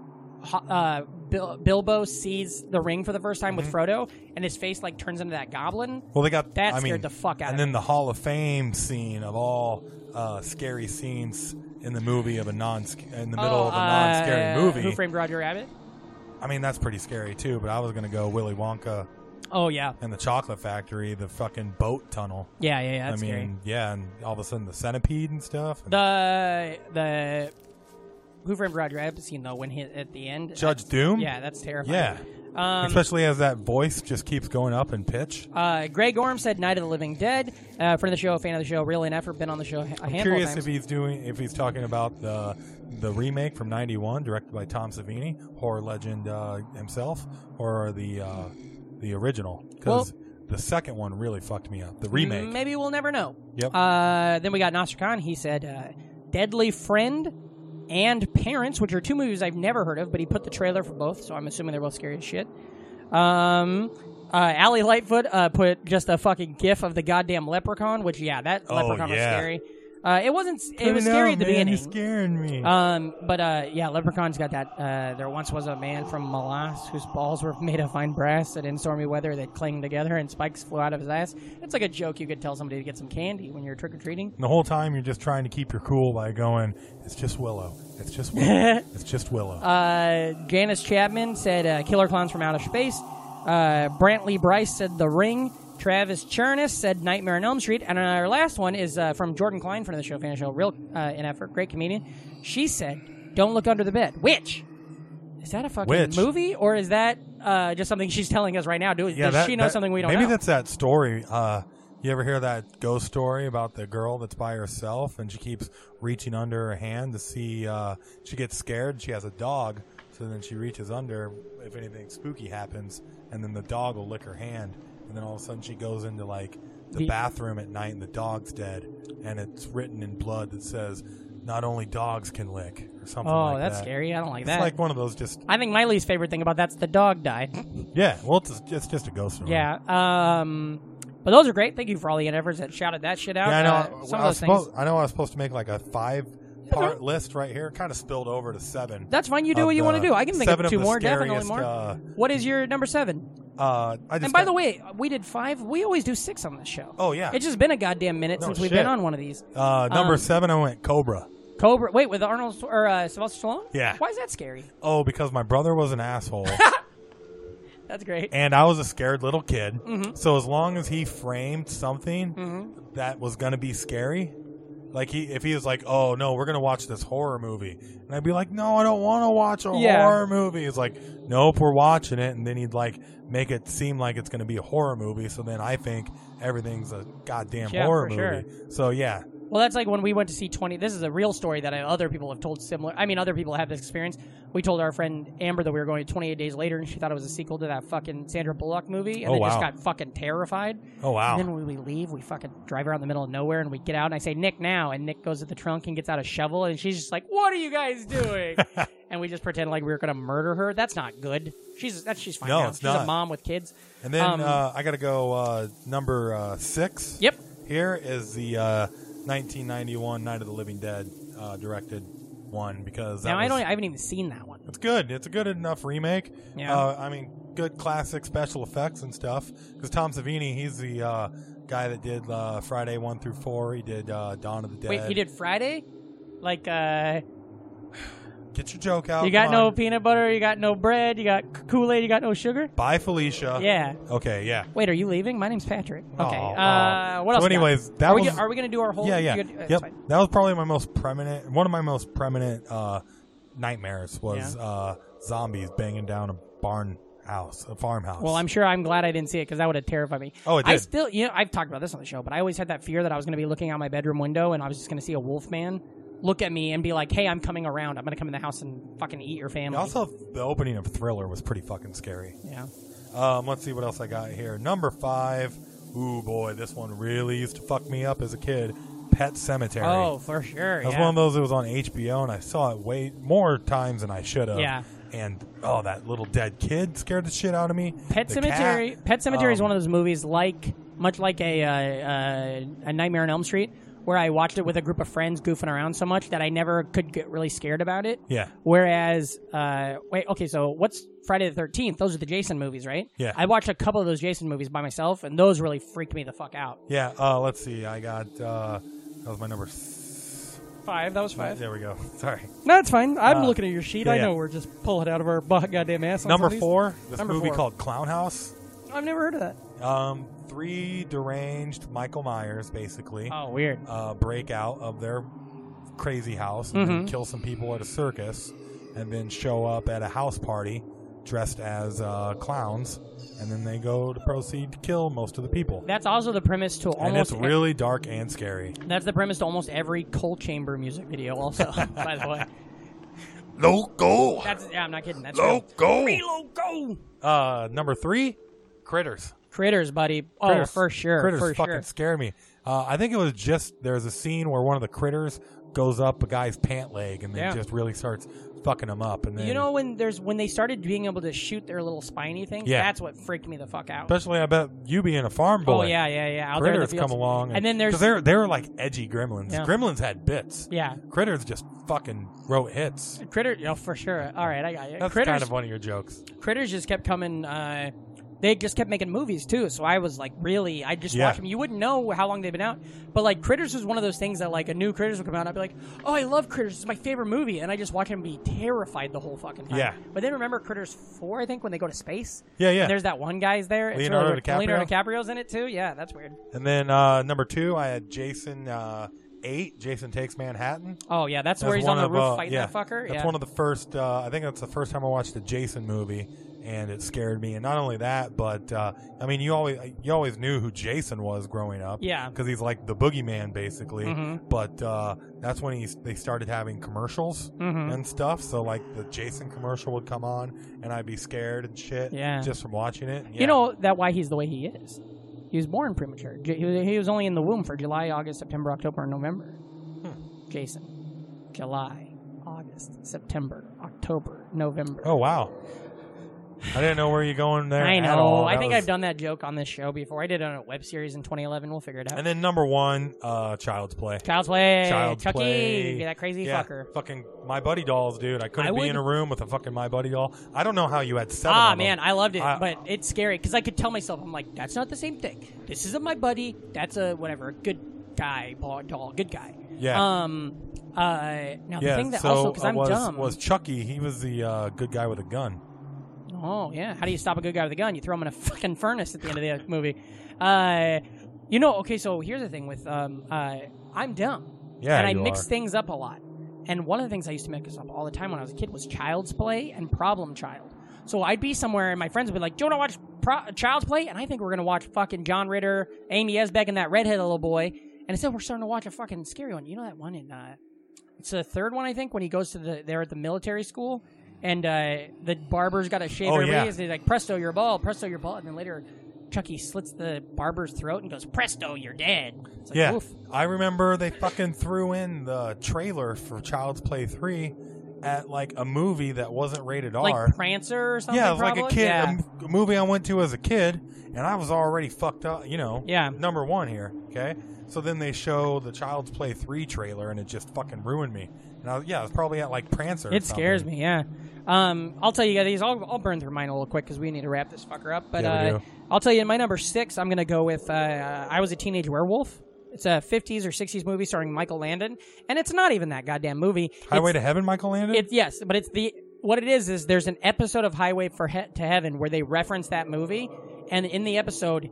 Speaker 7: Ho- uh, Bil- Bilbo sees the ring for the first time
Speaker 1: Mm-hmm.
Speaker 7: with Frodo, and his face like turns into that goblin.
Speaker 1: well, they got
Speaker 7: that
Speaker 1: I
Speaker 7: scared
Speaker 1: mean,
Speaker 7: the fuck out of
Speaker 1: And then the Hall of Fame scene of all uh, scary scenes in the movie of a non in the middle
Speaker 7: Oh,
Speaker 1: of a non-scary
Speaker 7: uh,
Speaker 1: movie.
Speaker 7: Who framed Roger Rabbit?
Speaker 1: I mean, that's pretty scary too. But I was gonna go Willy Wonka
Speaker 7: Oh yeah,
Speaker 1: and the Chocolate Factory, the fucking boat tunnel.
Speaker 7: yeah, yeah, yeah. That's
Speaker 1: I mean,
Speaker 7: scary.
Speaker 1: yeah, and all of a sudden the centipede and stuff. And
Speaker 7: The the Who framed Roger Rabbit scene though, when he at the end,
Speaker 1: Judge Doom.
Speaker 7: yeah, Um, that's terrifying.
Speaker 1: yeah. Especially as that voice just keeps going up in pitch.
Speaker 7: Uh, Greg Orm said Night of the Living Dead. Uh, friend of the show, fan of the show, really an effort, been on the show a handful
Speaker 1: I'm
Speaker 7: of
Speaker 1: curious
Speaker 7: times.
Speaker 1: if he's doing if he's talking about the the remake from '91, directed by Tom Savini, horror legend uh, himself, or the uh, the original. Because the second one really fucked me up. The remake.
Speaker 7: Maybe we'll never know.
Speaker 1: Yep.
Speaker 7: Uh, then we got Nasser Khan. He said uh, Deadly Friend and Parents, which are two movies I've never heard of, but he put the trailer for both, so I'm assuming they're both scary as shit. Um, uh, Allie Lightfoot uh, put just a fucking gif of the goddamn leprechaun, which, yeah, that
Speaker 1: Oh,
Speaker 7: leprechaun was
Speaker 1: yeah.
Speaker 7: scary. Uh, it wasn't. It was
Speaker 1: Turn
Speaker 7: scary
Speaker 1: out,
Speaker 7: at the
Speaker 1: man,
Speaker 7: beginning.
Speaker 1: You're scaring me.
Speaker 7: Um, but uh, yeah, Leprechaun's got that. Uh, there once was a man from Molas whose balls were made of fine brass, and in stormy weather they'd cling together, and spikes flew out of his ass. It's like a joke you could tell somebody to get some candy when you're trick or treating.
Speaker 1: and the whole time you're just trying to keep your cool by going, "It's just Willow. It's just
Speaker 7: *laughs*
Speaker 1: Willow. it's just Willow."
Speaker 7: Uh, Janice Chapman said uh, "Killer Clowns from Outer Space." Uh, Brantley Bryce said "The Ring." Travis Chernis said "Nightmare on Elm Street," and our last one is uh, from Jordan Klein, friend of the show, fan of the show, real uh, in effort, great comedian. She said "Don't look under the bed," which is that a fucking
Speaker 1: Which?
Speaker 7: movie or is that uh, just something she's telling us right now? Do, does
Speaker 1: that-
Speaker 7: she know
Speaker 1: that-
Speaker 7: something we don't
Speaker 1: maybe
Speaker 7: know?
Speaker 1: that's that story. Uh, you ever hear that ghost story about the girl that's by herself and she keeps reaching under her hand to see? Uh, she gets scared. She has a dog, so then she reaches under if anything spooky happens, and then the dog will lick her hand, and then all of a sudden she goes into like the,
Speaker 7: The-
Speaker 1: bathroom at night and the dog's dead, and it's written in blood that says, "Not only dogs can lick," or something.
Speaker 7: oh,
Speaker 1: like
Speaker 7: that's
Speaker 1: that.
Speaker 7: scary. I don't like
Speaker 1: It's
Speaker 7: that.
Speaker 1: like one of those just
Speaker 7: I think my least favorite thing about that's the dog died.
Speaker 1: yeah. Well, it's, it's just a ghost story.
Speaker 7: Yeah. Um, But those are great. Thank you for all the endeavors that shouted that shit out.
Speaker 1: Yeah, I know.
Speaker 7: Uh, some
Speaker 1: I,
Speaker 7: of
Speaker 1: was
Speaker 7: those things.
Speaker 1: supposed, I know I was supposed to make like a five part list right here. Kind of spilled over to seven.
Speaker 7: That's fine. You do
Speaker 1: of
Speaker 7: what you want to
Speaker 1: the-
Speaker 7: do. I can think
Speaker 1: seven
Speaker 7: of two
Speaker 1: the
Speaker 7: more, definitely
Speaker 1: scariest,
Speaker 7: more.
Speaker 1: Uh,
Speaker 7: what is your number seven?
Speaker 1: uh, I just
Speaker 7: And by
Speaker 1: got-
Speaker 7: the way, we did five. We always do six on this show.
Speaker 1: Oh, yeah.
Speaker 7: It's just been a goddamn minute
Speaker 1: No
Speaker 7: since we've
Speaker 1: shit.
Speaker 7: been on one of these.
Speaker 1: uh, number
Speaker 7: um,
Speaker 1: seven, I went Cobra.
Speaker 7: Cobra. Wait, with Arnold Schwar- or uh, Sylvester Stallone?
Speaker 1: Yeah.
Speaker 7: Why is that scary?
Speaker 1: Oh, because my brother was an
Speaker 7: *laughs*
Speaker 1: asshole,
Speaker 7: That's great.
Speaker 1: and I was a scared little kid.
Speaker 7: Mm-hmm.
Speaker 1: So as long as he framed something that was going to be scary, like he, if he was like, "Oh no, we're going to watch this horror movie," and I'd be like, "No, I don't want to watch a
Speaker 7: Yeah.
Speaker 1: horror movie." It's like, "Nope, we're watching it," and then he'd like make it seem like it's going to be a horror movie. So then I think everything's a goddamn
Speaker 7: Yeah,
Speaker 1: horror
Speaker 7: for
Speaker 1: movie.
Speaker 7: sure.
Speaker 1: So yeah,
Speaker 7: Well, that's like when we went to see 20. This is a real story that I, other people have told similar. I mean, other people have this experience. We told our friend Amber that we were going to 28 Days Later, and she thought it was a sequel to that fucking Sandra Bullock movie, and
Speaker 1: Oh,
Speaker 7: then just
Speaker 1: wow.
Speaker 7: got fucking terrified.
Speaker 1: oh wow,
Speaker 7: And then when we leave, we fucking drive around the middle of nowhere, and we get out, and I say, Nick, now. And Nick goes to the trunk and gets out a shovel, and she's just like, What are you
Speaker 1: *laughs*
Speaker 7: guys doing? and we just pretend like we were going to murder her. That's not good. She's, that, she's fine
Speaker 1: No,
Speaker 7: now.
Speaker 1: it's
Speaker 7: she's a
Speaker 1: not.
Speaker 7: mom with kids.
Speaker 1: And then
Speaker 7: Um,
Speaker 1: uh, I got to go uh, number uh, six.
Speaker 7: Yep.
Speaker 1: Here is the uh, 1991 Night of the Living Dead uh, directed one because that
Speaker 7: Now, I,
Speaker 1: was-
Speaker 7: don't, e-, I haven't even seen that one.
Speaker 1: It's good. It's a good enough remake.
Speaker 7: Yeah.
Speaker 1: Uh, I mean, good classic special effects and stuff. Because Tom Savini, he's the uh, guy that did uh, Friday one through four. He did uh, Dawn of the Dead.
Speaker 7: Wait, he did Friday? Like, uh,.
Speaker 1: Get your joke out.
Speaker 7: You got
Speaker 1: Come
Speaker 7: no
Speaker 1: on.
Speaker 7: peanut butter, you got no bread, you got Kool Aid, you got no sugar?
Speaker 1: Bye, Felicia.
Speaker 7: yeah.
Speaker 1: Okay. Yeah.
Speaker 7: Wait, are you leaving? My name's Patrick. Okay.
Speaker 1: Oh,
Speaker 7: uh,
Speaker 1: oh.
Speaker 7: what
Speaker 1: So
Speaker 7: else? we got?
Speaker 1: anyways, that
Speaker 7: are we,
Speaker 1: was-
Speaker 7: gonna- are we going to do our whole?
Speaker 1: yeah, yeah,
Speaker 7: you gonna- uh, it's
Speaker 1: yep.
Speaker 7: fine.
Speaker 1: That was probably my most prominent, one of my most prominent uh, nightmares was uh, zombies banging down a barn house, a farmhouse.
Speaker 7: Well, I'm sure I'm glad I didn't see it because that would have terrified me.
Speaker 1: Oh, it
Speaker 7: I
Speaker 1: did.
Speaker 7: still, you know, I've talked about this on the show, but I always had that fear that I was going to be looking out my bedroom window and I was just going to see a wolf man look at me and be like, "Hey, I'm coming around. I'm going to come in the house and fucking eat your family."
Speaker 1: also the opening of Thriller was pretty fucking scary.
Speaker 7: yeah.
Speaker 1: Um, let's see what else I got here. Number five. Ooh boy, this one really used to fuck me up as a kid. Pet Cemetery.
Speaker 7: Oh, for sure.
Speaker 1: That was
Speaker 7: yeah.
Speaker 1: one of those that was on HBO, and I saw it way more times than I should have.
Speaker 7: Yeah.
Speaker 1: And oh, that little dead kid scared the shit out of me.
Speaker 7: Pet
Speaker 1: The
Speaker 7: Cemetery.
Speaker 1: cat.
Speaker 7: Pet Cemetery is
Speaker 1: Um,
Speaker 7: one of those movies, like much like a uh, uh, a Nightmare on Elm Street, where I watched it with a group of friends goofing around so much that I never could get really scared about it.
Speaker 1: Yeah.
Speaker 7: Whereas, uh, wait, okay, so what's Friday the Thirteenth? Those are the Jason movies, right?
Speaker 1: Yeah.
Speaker 7: I watched a couple of those Jason movies by myself, and those really freaked me the fuck out.
Speaker 1: Yeah, uh, let's see. I got uh, that was my number. s-
Speaker 7: Five. That was five.
Speaker 1: There we go. *laughs* Sorry.
Speaker 7: No, that's fine. I'm
Speaker 1: Uh,
Speaker 7: looking at your sheet.
Speaker 1: yeah,
Speaker 7: I
Speaker 1: yeah.
Speaker 7: know we're just pulling it out of our *laughs* butt, goddamn ass. on
Speaker 1: Number
Speaker 7: some of these.
Speaker 1: four. This
Speaker 7: Number
Speaker 1: movie
Speaker 7: four.
Speaker 1: called Clown House.
Speaker 7: I've never heard of that.
Speaker 1: Um, three deranged Michael Myers basically
Speaker 7: Oh, weird.
Speaker 1: uh, break out of their crazy house and
Speaker 7: Mm-hmm.
Speaker 1: then kill some people at a circus, and then show up at a house party dressed as uh, clowns, and then they go to proceed to kill most of the people.
Speaker 7: That's also the premise to
Speaker 1: and
Speaker 7: almost
Speaker 1: it's really dark and scary.
Speaker 7: That's the premise to almost every Cold Chamber music video, also, *laughs* by the way.
Speaker 1: Loco.
Speaker 7: That's, yeah, I'm not kidding. That's real.
Speaker 1: Loco.
Speaker 7: Loco!
Speaker 1: Uh, number three, Critters.
Speaker 7: Critters, buddy. Oh,
Speaker 1: critters
Speaker 7: for sure.
Speaker 1: Critters
Speaker 7: for
Speaker 1: fucking
Speaker 7: sure.
Speaker 1: scare me. Uh, I think it was just there's a scene where one of the critters goes up a guy's pant leg and then
Speaker 7: Yeah.
Speaker 1: just really starts fucking him up. And then,
Speaker 7: You know when there's when they started being able to shoot their little spiny things?
Speaker 1: Yeah.
Speaker 7: That's what freaked me the fuck out.
Speaker 1: especially I bet you being a farm boy.
Speaker 7: oh yeah, yeah, yeah. Out there in the
Speaker 1: critters come
Speaker 7: fields.
Speaker 1: along, and,
Speaker 7: And then there's
Speaker 1: 'cause they're they were like edgy gremlins.
Speaker 7: Yeah.
Speaker 1: Gremlins had bits.
Speaker 7: yeah,
Speaker 1: Critters just fucking wrote hits.
Speaker 7: critter. Yeah, for sure. All right, I got you.
Speaker 1: That's
Speaker 7: critters,
Speaker 1: kind of one of your jokes.
Speaker 7: critters just kept coming. Uh, they just kept making movies too, so I was like, really, I just
Speaker 1: Yeah.
Speaker 7: watched them. You wouldn't know how long they've been out, but like Critters was one of those things that like a new Critters would come out, and I'd be like, oh, I love Critters, it's my favorite movie, and I just watch him be terrified the whole fucking time.
Speaker 1: Yeah.
Speaker 7: But then remember Critters Four, I think, when they go to space.
Speaker 1: Yeah, yeah.
Speaker 7: And there's that one guy's there. It's
Speaker 1: Leonardo
Speaker 7: really weird.
Speaker 1: DiCaprio?
Speaker 7: Leonardo DiCaprio's in it too. Yeah, that's weird.
Speaker 1: And then uh, number two, I had Jason uh, eight. Jason takes Manhattan.
Speaker 7: Oh yeah, that's, where
Speaker 1: That's
Speaker 7: he's on
Speaker 1: one
Speaker 7: the
Speaker 1: of,
Speaker 7: roof
Speaker 1: uh,
Speaker 7: fighting
Speaker 1: yeah,
Speaker 7: that fucker.
Speaker 1: That's
Speaker 7: yeah.
Speaker 1: one of the first. Uh, I think that's the first time I watched a Jason movie, and it scared me. And not only that, but uh, I mean, you always you always knew who Jason was growing up.
Speaker 7: Yeah.
Speaker 1: because he's like the boogeyman basically.
Speaker 7: Mhm.
Speaker 1: But uh, that's when he they started having commercials
Speaker 7: Mhm.
Speaker 1: and stuff. So like the Jason commercial would come on, and I'd be scared and shit.
Speaker 7: Yeah.
Speaker 1: just from watching it. Yeah.
Speaker 7: You know that why he's the way he is. He was born premature. J- he was- he was only in the womb for July, August, September, October, and November.
Speaker 1: Hmm.
Speaker 7: Jason, July, August, September, October, November.
Speaker 1: Oh wow. I didn't know where you're going there.
Speaker 7: I
Speaker 1: at
Speaker 7: know.
Speaker 1: all.
Speaker 7: I
Speaker 1: That
Speaker 7: think
Speaker 1: was-
Speaker 7: I've done that joke on this show before. I did it on a web series in 2011. We'll figure it out.
Speaker 1: And then number one, uh, Child's Play.
Speaker 7: Child's Play.
Speaker 1: Child's
Speaker 7: Chucky.
Speaker 1: Play.
Speaker 7: That crazy
Speaker 1: Yeah,
Speaker 7: fucker.
Speaker 1: Fucking My Buddy dolls, dude. I couldn't
Speaker 7: I
Speaker 1: be
Speaker 7: would-
Speaker 1: in a room with a fucking My Buddy doll. I don't know how you had seven.
Speaker 7: Ah,
Speaker 1: of them.
Speaker 7: man, I loved it,
Speaker 1: I-
Speaker 7: but it's scary because I could tell myself, I'm like, that's not the same thing. This isn't my buddy. That's a whatever, good guy, ball- doll, good guy.
Speaker 1: Yeah.
Speaker 7: Um. Uh. Now
Speaker 1: yeah,
Speaker 7: the thing that
Speaker 1: so
Speaker 7: also because
Speaker 1: uh,
Speaker 7: I'm
Speaker 1: was,
Speaker 7: dumb.
Speaker 1: was Chucky. He was the uh, good guy with a gun.
Speaker 7: Oh yeah. How do you stop a good guy with a gun? You throw him in a fucking furnace at the end of the movie. Uh. You know. Okay. So here's the thing with um. Uh. I'm dumb.
Speaker 1: Yeah,
Speaker 7: And I
Speaker 1: you
Speaker 7: mix
Speaker 1: are.
Speaker 7: things up a lot. And one of the things I used to mix up all the time when I was a kid was Child's Play and Problem Child. So I'd be somewhere and my friends would be like, "Do you want to watch Pro- Child's Play?" And I think we're gonna watch fucking John Ritter, Amy Esbeck, and that redhead little boy. And instead, we're starting to watch a fucking scary one. You know that one in uh, it's the third one I think when he goes to the they're at the military school and uh, the barber's got to shave
Speaker 1: Oh,
Speaker 7: everybody.
Speaker 1: yeah.
Speaker 7: He's like, "Presto, your ball, presto, your ball," and then later. Chucky slits the barber's throat and goes, "Presto, you're dead." It's like,
Speaker 1: yeah,
Speaker 7: oof.
Speaker 1: I remember they fucking threw in the trailer for Child's Play three at like a movie that wasn't rated R.
Speaker 7: like Prancer or something.
Speaker 1: yeah, it was like a
Speaker 7: probably?
Speaker 1: kid a
Speaker 7: Yeah.
Speaker 1: m- a movie I went to as a kid, and I was already fucked up. You know,
Speaker 7: Yeah.
Speaker 1: number one here. Okay, so then they show the Child's Play three trailer, and it just fucking ruined me. And I was, yeah, I was probably at like Prancer. or
Speaker 7: It scares
Speaker 1: something.
Speaker 7: me, yeah. Um, I'll tell you guys, I'll, I'll burn through mine a little quick because we need to wrap this fucker up. But
Speaker 1: Yeah, we
Speaker 7: uh,
Speaker 1: do.
Speaker 7: I'll tell you, in my number six, I'm going to go with uh, I Was a Teenage Werewolf. It's a 50s or 60s movie starring Michael Landon. And it's not even that goddamn movie.
Speaker 1: Highway to Heaven, Michael Landon.
Speaker 7: It's, yes, but it's the. What it is, is there's an episode of Highway for he- to Heaven where they reference that movie. And in the episode,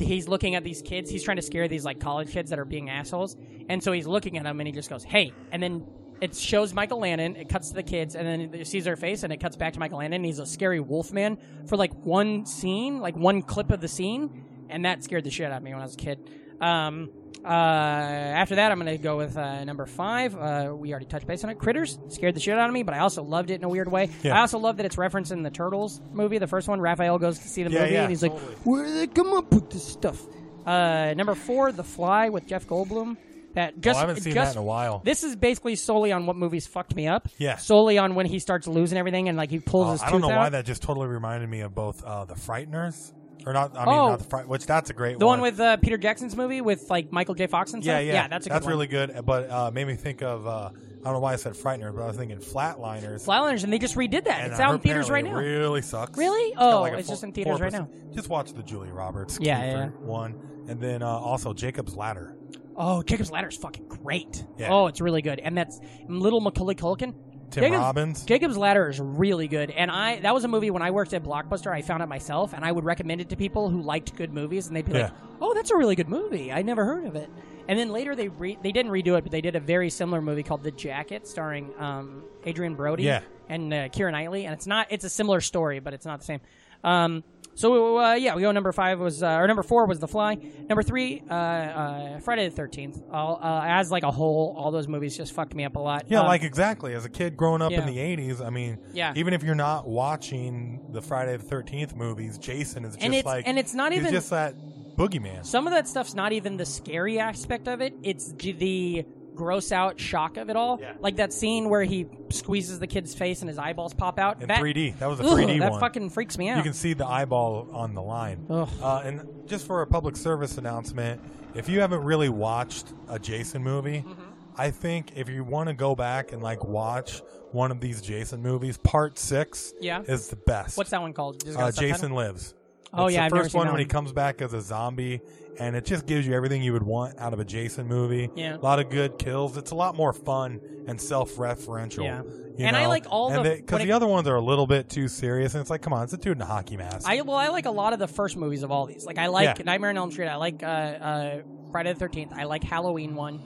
Speaker 7: he's looking at these kids. He's trying to scare these like college kids that are being assholes, and so he's looking at them, and he just goes, "Hey!" And then it shows Michael Landon. It cuts to the kids, and then it sees their face, and it cuts back to Michael Landon. And he's a scary wolf man for like one scene, like one clip of the scene, and that scared the shit out of me when I was a kid. Um, uh, after that, I'm gonna go with uh, number five. Uh, we already touched base on it. Critters scared the shit out of me, but I also loved it in a weird way.
Speaker 1: Yeah.
Speaker 7: I also love that it's referencing the Turtles movie, the first one. Raphael goes to see the
Speaker 1: Yeah,
Speaker 7: movie,
Speaker 1: yeah,
Speaker 7: and he's like, "Where did they come up with this stuff?" Uh, number four, The Fly with Jeff Goldblum. That just
Speaker 1: Oh, I haven't seen
Speaker 7: just-
Speaker 1: that in a while.
Speaker 7: This is basically solely on what movies fucked me up.
Speaker 1: Yeah.
Speaker 7: Solely on when he starts losing everything and like he pulls
Speaker 1: Uh,
Speaker 7: his.
Speaker 1: I don't know
Speaker 7: tooth out.
Speaker 1: why that just totally reminded me of both uh, the Frighteners, or not. I mean,
Speaker 7: Oh.
Speaker 1: not the Fright. Which that's a great
Speaker 7: The one with uh, Peter Jackson's movie with like Michael J. Fox and
Speaker 1: yeah,
Speaker 7: stuff.
Speaker 1: yeah,
Speaker 7: that's a
Speaker 1: that's
Speaker 7: good
Speaker 1: really good. But uh, made me think of uh, I don't know why I said Frighteners, but I was thinking Flatliners.
Speaker 7: one. Flatliners, and they just redid that.
Speaker 1: And
Speaker 7: it's
Speaker 1: I
Speaker 7: out in
Speaker 1: heard
Speaker 7: theaters right
Speaker 1: apparently
Speaker 7: now.
Speaker 1: it Really sucks.
Speaker 7: Really?
Speaker 1: got
Speaker 7: Oh,
Speaker 1: a
Speaker 7: it's
Speaker 1: four-
Speaker 7: just in theaters right
Speaker 1: 4%. Just watch the Julia Roberts.
Speaker 7: Yeah,
Speaker 1: Kiefer
Speaker 7: yeah.
Speaker 1: One, and then uh, also Jacob's Ladder.
Speaker 7: Oh, Jacob's Ladder is fucking great.
Speaker 1: Yeah.
Speaker 7: Oh, it's really good, and that's little Macaulay Culkin.
Speaker 1: Tim Robbins.
Speaker 7: Jacob's Ladder is really good, and I that was a movie when I worked at Blockbuster. I found it myself, and I would recommend it to people who liked good movies, and they'd be like, "Oh, that's a really good movie. I never heard of it." And then later they re- they didn't redo it, but they did a very similar movie called The Jacket, starring um, Adrian Brody
Speaker 1: Yeah.
Speaker 7: and uh, Kieran Knightley, and it's not it's a similar story, but it's not the same. Um, so uh, yeah, we go number five was uh, or number four was The Fly. Number three, uh, uh, Friday the Thirteenth. Uh, as like a whole, all those movies just fucked me up a lot.
Speaker 1: Yeah,
Speaker 7: Um,
Speaker 1: like exactly. As a kid growing up
Speaker 7: yeah.
Speaker 1: in the '80s, I mean,
Speaker 7: Yeah.
Speaker 1: even if you're not watching the Friday the Thirteenth movies, Jason is just
Speaker 7: it's-
Speaker 1: like,
Speaker 7: and it's not
Speaker 1: he's
Speaker 7: even-
Speaker 1: just that boogeyman.
Speaker 7: some of that stuff's not even the scary aspect of it. It's j- the gross out shock of it all. Like that scene where he squeezes the kid's face and his eyeballs pop out.
Speaker 1: In
Speaker 7: that,
Speaker 1: 3D, that was a
Speaker 7: Ugh,
Speaker 1: 3D
Speaker 7: that
Speaker 1: one.
Speaker 7: fucking freaks me out.
Speaker 1: You can see the eyeball on the line.
Speaker 7: Ugh.
Speaker 1: Uh, and just for a public service announcement, if you haven't really watched a Jason movie,
Speaker 7: Mm-hmm.
Speaker 1: I think if you want to go back and like watch one of these Jason movies, Part Six,
Speaker 7: Yeah.
Speaker 1: is the best.
Speaker 7: What's that one called? Just got a
Speaker 1: Uh,
Speaker 7: subtitle?
Speaker 1: Jason Lives.
Speaker 7: Oh,
Speaker 1: It's
Speaker 7: yeah,
Speaker 1: the
Speaker 7: I've never
Speaker 1: first
Speaker 7: seen
Speaker 1: one
Speaker 7: that
Speaker 1: when he
Speaker 7: one.
Speaker 1: comes back as a zombie, and it just gives you everything you would want out of a Jason movie. a
Speaker 7: Yeah.
Speaker 1: lot of good kills. It's a lot more fun and self-referential.
Speaker 7: Yeah.
Speaker 1: you
Speaker 7: And I
Speaker 1: know?
Speaker 7: like all
Speaker 1: and
Speaker 7: the-
Speaker 1: because
Speaker 7: when
Speaker 1: the
Speaker 7: it-
Speaker 1: other ones are a little bit too serious, and it's like, come on, it's a dude in a hockey mask.
Speaker 7: I well, I like a lot of the first movies of all these. Like I like
Speaker 1: Yeah.
Speaker 7: Nightmare on Elm Street. I like uh, uh, Friday the Thirteenth. I like Halloween one.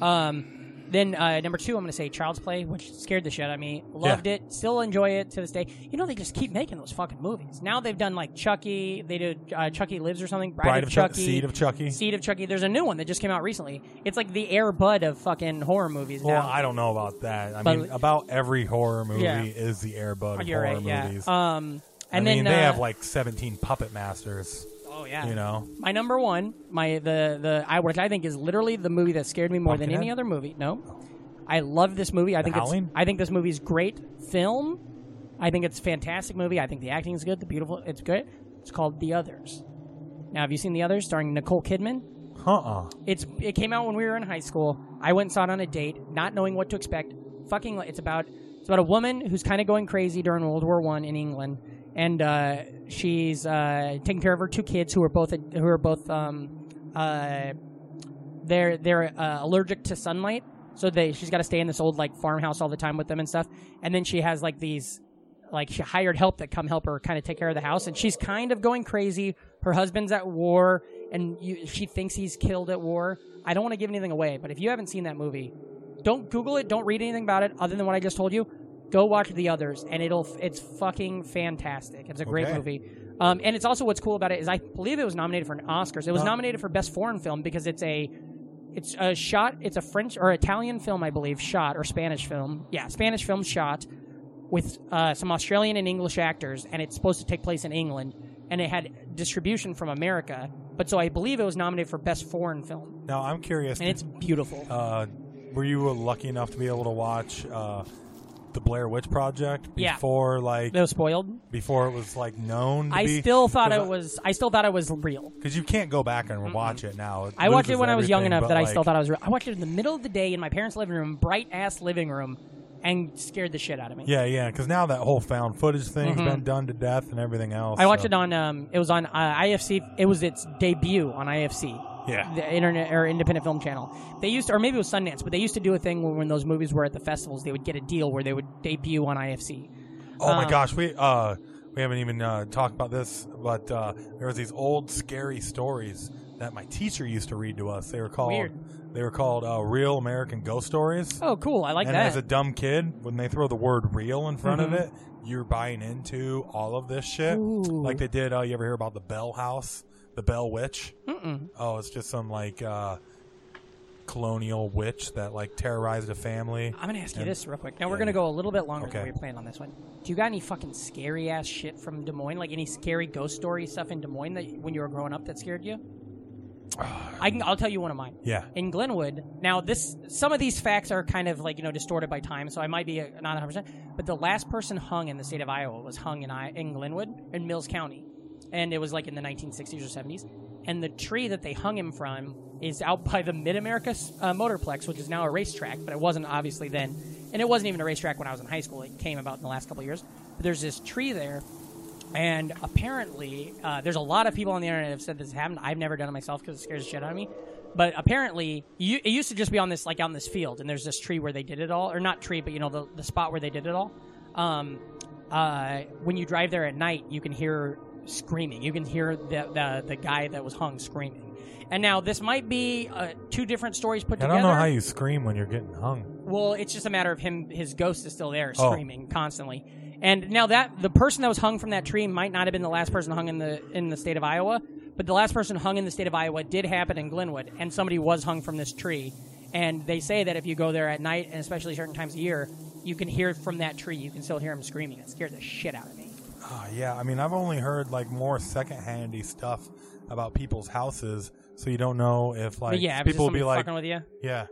Speaker 7: Um, then uh, number two, I'm going to say Child's Play, which scared the shit out of me. Loved it. Still enjoy it to this day. You know, they just keep making those fucking movies. Now they've done like Chucky. They did uh, Chucky Lives or something. Bride,
Speaker 1: Bride
Speaker 7: of
Speaker 1: of Chuck-
Speaker 7: Chucky.
Speaker 1: Seed of Chucky.
Speaker 7: Seed of Chucky. There's a new one that just came out recently. It's like the Air Bud of fucking horror movies
Speaker 1: Well,
Speaker 7: now.
Speaker 1: I don't know about that. I
Speaker 7: But-
Speaker 1: mean, about every horror movie
Speaker 7: Yeah. Oh,
Speaker 1: is the airbud of
Speaker 7: You're
Speaker 1: horror
Speaker 7: right.
Speaker 1: movies.
Speaker 7: Yeah. Um,
Speaker 1: I
Speaker 7: and
Speaker 1: mean,
Speaker 7: then
Speaker 1: they
Speaker 7: uh,
Speaker 1: have like 17 puppet masters.
Speaker 7: oh yeah,
Speaker 1: You know,
Speaker 7: My number one, my the the I which I think is literally the movie that scared me more than any
Speaker 1: Pumpkinhead?
Speaker 7: other movie. No, I love this movie. I think it's,
Speaker 1: Howling?
Speaker 7: I think this movie's great film. I think it's a fantastic movie. I think the acting is good. The beautiful, it's good. It's called The Others. Now, have you seen The Others starring Nicole Kidman?
Speaker 8: Uh-uh.
Speaker 7: It's it came out when we were in high school. I went and saw it on a date, not knowing what to expect. Fucking, it's about it's about a woman who's kind of going crazy during World War One in England, and uh, she's uh, taking care of her two kids who are both who are both um, uh, they're they're uh, allergic to sunlight, so they she's got to stay in this old like farmhouse all the time with them and stuff. And then she has like these like she hired help that come help her kind of take care of the house and she's kind of going crazy her husband's at war and you, she thinks he's killed at war i don't want to give anything away but if you haven't seen that movie don't google it don't read anything about it other than what i just told you go watch the others and it'll it's fucking fantastic it's a great
Speaker 8: Okay.
Speaker 7: movie um, and it's also what's cool about it is i believe it was nominated for an oscars it was nominated for best foreign film because it's a it's a shot it's a french or italian film i believe shot or spanish film yeah spanish film shot with uh, some Australian and English actors, and it's supposed to take place in England, and it had distribution from America. But so I believe it was nominated for Best Foreign Film,
Speaker 1: Now I'm curious.
Speaker 7: and it's beautiful.
Speaker 1: uh, were you lucky enough to be able to watch uh, the Blair Witch Project
Speaker 7: Yeah.
Speaker 1: before, like,
Speaker 7: it was spoiled.
Speaker 1: before it was like known? To
Speaker 7: I
Speaker 1: be?
Speaker 7: still thought
Speaker 1: 'Cause
Speaker 7: it was. I still thought it was real.
Speaker 1: because you can't go back and watch it now.
Speaker 7: I watched it
Speaker 1: loses
Speaker 7: when I was young
Speaker 1: everything,
Speaker 7: enough
Speaker 1: but,
Speaker 7: that I
Speaker 1: like,
Speaker 7: still thought it was real. I watched it in the middle of the day in my parents' living room, bright ass living room, and scared the shit out of me.
Speaker 1: Yeah, yeah, because now that whole found footage thing's been done to death and everything else.
Speaker 7: Mm-hmm. I watched
Speaker 1: so-
Speaker 7: it on. Um, it was on uh, IFC. It was its debut on IFC.
Speaker 1: Yeah,
Speaker 7: the internet or independent film channel. They used, to, or maybe it was Sundance, but they used to do a thing where when those movies were at the festivals, they would get a deal where they would debut on IFC.
Speaker 1: Oh
Speaker 7: Um,
Speaker 1: my gosh, we uh we haven't even uh, talked about this, but uh, there was these old scary stories that my teacher used to read to us. They were called
Speaker 7: Weird.
Speaker 1: they were called uh, real American ghost stories.
Speaker 7: Oh, cool! I like
Speaker 1: and
Speaker 7: that. Mm-hmm.
Speaker 1: as a dumb kid, when they throw the word "real" in front of it, you're buying into all of this shit. Like they did. Uh, you ever hear about the Bell House, the Bell Witch? Mm-mm. Oh, it's just some like uh, colonial witch that like terrorized a family.
Speaker 7: *gasps* I'm gonna ask you
Speaker 1: and-
Speaker 7: this real quick. Now we're gonna go a little bit longer than
Speaker 1: Okay.
Speaker 7: we planned on this one. Do you got any fucking scary ass shit from Des Moines? Like any scary ghost story stuff in Des Moines that when you were growing up that
Speaker 1: *sighs*
Speaker 7: scared you? I can. I'll tell you one of mine.
Speaker 1: Yeah.
Speaker 7: in Glenwood. Now, this some of these facts are kind of like you know distorted by time, so I might be uh, not 100. percent But the last person hung in the state of Iowa was hung in I- in Glenwood in Mills County, and it was like in the 1960s or 70s. And the tree that they hung him from is out by the Mid America uh, Motorplex, which is now a racetrack, but it wasn't obviously then, and it wasn't even a racetrack when I was in high school. It came about in the last couple of years. But there's this tree there and apparently, uh, there's a lot of people on the internet have said this happened. I've never done it myself because it scares the shit out of me. But apparently, you, it used to just be on this like on this field, and there's this tree where they did it all, or not tree, but you know the, the spot where they did it all. Um, uh, when you drive there at night, you can hear screaming. You can hear the the, the guy that was hung screaming. And now this might be uh, two different stories put
Speaker 1: I
Speaker 7: together.
Speaker 1: don't know how you scream when you're getting hung.
Speaker 7: Well, it's just a matter of him. His ghost is still there,
Speaker 1: Oh.
Speaker 7: screaming constantly. And now that the person that was hung from that tree might not have been the last person hung in the in the state of Iowa, but the last person hung in the state of Iowa did happen in Glenwood, and somebody was hung from this tree. And they say that if you go there at night, and especially certain times of year, you can hear from that tree. You can still hear him screaming. It scared the shit out of me.
Speaker 1: Ah, yeah. I mean, I've only heard like more secondhandy stuff about people's houses, so you don't know if
Speaker 7: But
Speaker 1: like
Speaker 7: yeah, it was just
Speaker 1: people will be
Speaker 7: somebody
Speaker 1: like,
Speaker 7: fucking with you.
Speaker 1: yeah.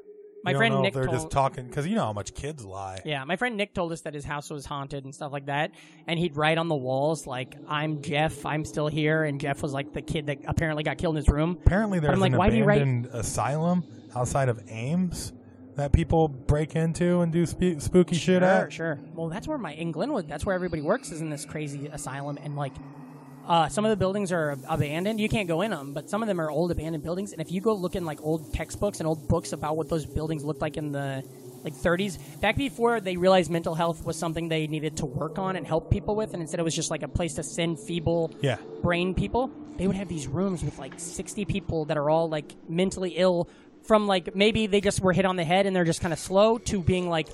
Speaker 7: My
Speaker 1: you don't
Speaker 7: friend
Speaker 1: know if
Speaker 7: Nick
Speaker 1: they're
Speaker 7: told-
Speaker 1: just talking because you know how much kids lie.
Speaker 7: Yeah, my friend Nick told us that his house was haunted and stuff like that, and he'd write on the walls like "I'm Jeff, I'm still here," and Jeff was like the kid that apparently got killed in his room.
Speaker 1: Apparently,
Speaker 7: But I'm
Speaker 1: there's
Speaker 7: like,
Speaker 1: an
Speaker 7: why do you write-
Speaker 1: abandoned asylum outside of Ames that people break into and do spe- spooky shit
Speaker 7: Sure,
Speaker 1: at.
Speaker 7: sure. Well, that's where my in Glenwood, that's where everybody works is in this crazy asylum, and like uh, some of the buildings are abandoned. You can't go in them, but some of them are old abandoned buildings. And if you go look in like old textbooks and old books about what those buildings looked like in the like 30s, back before they realized mental health was something they needed to work on and help people with, and instead it was just like a place to send feeble
Speaker 1: Yeah.
Speaker 7: brain people, they would have these rooms with like 60 people that are all like mentally ill from like maybe they just were hit on the head and they're just kind of slow to being like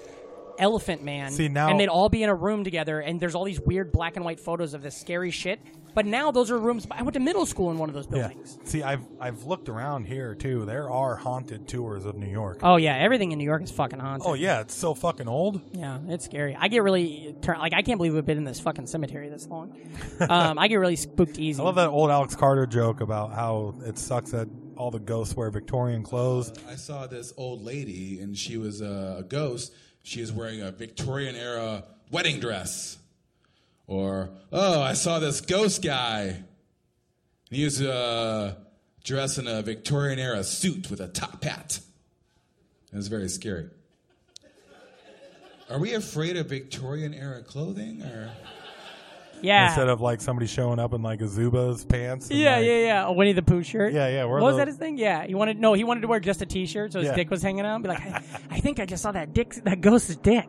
Speaker 7: elephant man
Speaker 1: See, now-
Speaker 7: and they'd all be in a room together and there's all these weird black and white photos of this scary shit but now those are rooms i went to middle school in one of those
Speaker 1: Yeah.
Speaker 7: buildings
Speaker 1: See, I've I've looked around here too. There are haunted tours of New York.
Speaker 7: oh yeah everything in new york is fucking haunted
Speaker 1: oh yeah, it's so fucking old.
Speaker 7: Yeah, it's scary. I get really turn like I can't believe we've been in this fucking cemetery this long. Um, I get really spooked easy.
Speaker 1: I love that old Alex Carter joke about how it sucks that all the ghosts wear Victorian clothes.
Speaker 3: I saw this old lady, and she was a, a ghost. She is wearing a Victorian era wedding dress.
Speaker 9: Or, oh, I saw this ghost guy. He was uh, dressed in a Victorian era suit with a top hat. It was very scary. Are we afraid of Victorian era clothing? Or
Speaker 7: Yeah.
Speaker 10: Instead of like somebody showing up in like Azuba's pants. and,
Speaker 7: yeah,
Speaker 10: like-
Speaker 7: yeah, yeah. A Winnie the Pooh shirt.
Speaker 10: Yeah, yeah, we're
Speaker 7: What was
Speaker 10: the-
Speaker 7: that his thing? Yeah, he wanted no. He wanted to wear just a T-shirt, so his
Speaker 10: Yeah.
Speaker 7: dick was hanging out. Be like, I, I think I just saw that dick, that ghost's dick.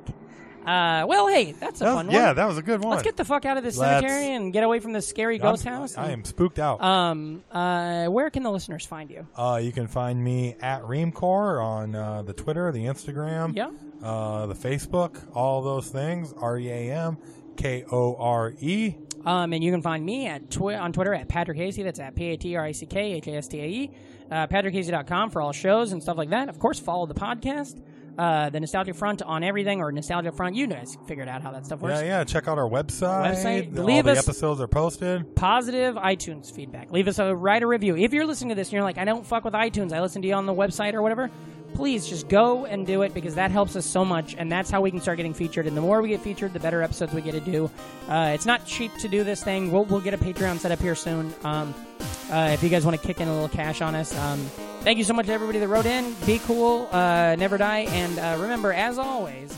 Speaker 7: Uh, well, hey, that's a
Speaker 10: That was-
Speaker 7: fun one.
Speaker 10: yeah, that was a good one.
Speaker 7: Let's get the fuck out of this
Speaker 10: Let's-
Speaker 7: cemetery and get away from this scary
Speaker 10: I'm-
Speaker 7: ghost house.
Speaker 10: I am spooked out.
Speaker 7: Um, uh, where can the listeners find you?
Speaker 10: Uh, you can find me at Reamcore on uh, the Twitter, the Instagram,
Speaker 7: Yeah.
Speaker 10: uh, the Facebook, all those things. R E A M K O R E.
Speaker 7: Um, and you can find me at twi- on Twitter at Patrick Hasty. That's at P A T R I C K H A S T A E. Uh, PatrickHasty.com for all shows and stuff like that. Of course, follow the podcast, uh, the Nostalgia Front on everything, or Nostalgia Front. You guys figured out how that stuff works.
Speaker 10: Yeah, yeah. Check out our website.
Speaker 7: Website.
Speaker 10: All
Speaker 7: Leave
Speaker 10: the
Speaker 7: us-
Speaker 10: episodes are posted.
Speaker 7: Positive iTunes feedback. Leave us a write a review. If you're listening to this and you're like, I don't fuck with iTunes, I listen to you on the website or whatever. Please just go and do it because that helps us so much, and that's how we can start getting featured. And the more we get featured, the better episodes we get to do. Uh, it's not cheap to do this thing. We'll, we'll get a Patreon set up here soon. Um, uh, if you guys want to kick in a little cash on us. Um, thank you so much to everybody that wrote in. Be cool, uh, never die, and uh, remember, as always,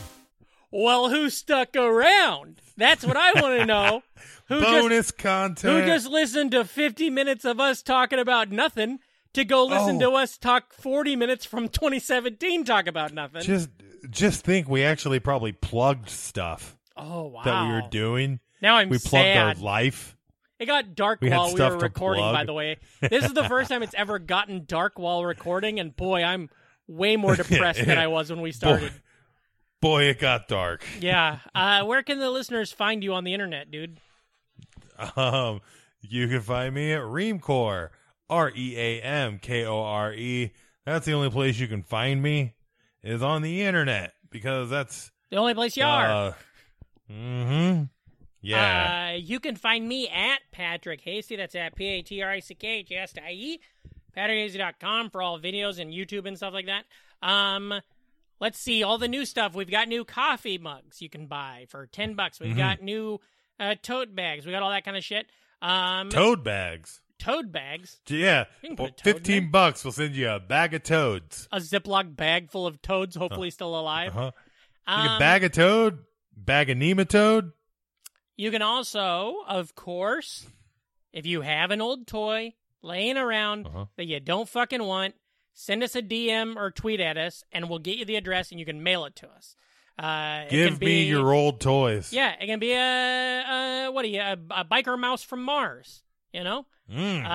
Speaker 2: Well, who stuck around? That's what I want to
Speaker 1: *laughs*
Speaker 2: know. Who
Speaker 1: Bonus
Speaker 2: just
Speaker 1: content.
Speaker 2: who just listened to 50 minutes of us talking about nothing to go listen
Speaker 1: Oh.
Speaker 2: to us talk 40 minutes from 2017 talk about nothing.
Speaker 1: just just think we actually probably plugged stuff
Speaker 2: oh wow.
Speaker 1: that we were doing.
Speaker 2: Now I'm
Speaker 1: we plugged
Speaker 2: sad.
Speaker 1: our life.
Speaker 2: It got dark
Speaker 1: We had
Speaker 2: while we
Speaker 1: stuff
Speaker 2: were
Speaker 1: to
Speaker 2: recording,
Speaker 1: plug.
Speaker 2: by the way. This is the first time it's ever gotten dark while recording, and boy, I'm
Speaker 1: *laughs*
Speaker 2: way more depressed than I was when we
Speaker 1: Boy,
Speaker 2: started.
Speaker 1: boy, it got dark.
Speaker 2: Yeah. Uh, where can the listeners find you on the internet, dude?
Speaker 1: Um, you can find me at Reamcore, R E A M K O R E. That's the only place you can find me is on the internet because that's
Speaker 2: The only place you are.
Speaker 1: hmm Uh, Yeah.
Speaker 2: Uh, you can find me at Patrick Hasty. That's at P A T R I C K H A S T I E. PatrickHasty.com for all videos and YouTube and stuff like that. Um, let's see all the new stuff. We've got new coffee mugs you can buy for 10 bucks.
Speaker 1: Mm-hmm.
Speaker 2: We've got new uh, tote bags. We got all that kind of shit. Um,
Speaker 1: toad bags.
Speaker 2: tote bags.
Speaker 1: Yeah.
Speaker 2: You can put
Speaker 1: Well,
Speaker 2: a toad in
Speaker 1: Fifteen
Speaker 2: there.
Speaker 1: bucks. We'll send you a bag of toads.
Speaker 2: A Ziploc bag full of toads, hopefully still alive.
Speaker 1: Uh-huh. You
Speaker 2: Um,
Speaker 1: can bag a toad, bag a nematode.
Speaker 2: You can also, of course, if you have an old toy laying around
Speaker 1: Uh-huh.
Speaker 2: that you don't fucking want, send us a DM or tweet at us, and we'll get you the address and you can mail it to us. Uh, it
Speaker 1: Give
Speaker 2: can be,
Speaker 1: me your old toys.
Speaker 2: yeah. It can be a, a what are you a, a biker mouse from Mars, you know?
Speaker 1: Mm.
Speaker 2: Uh,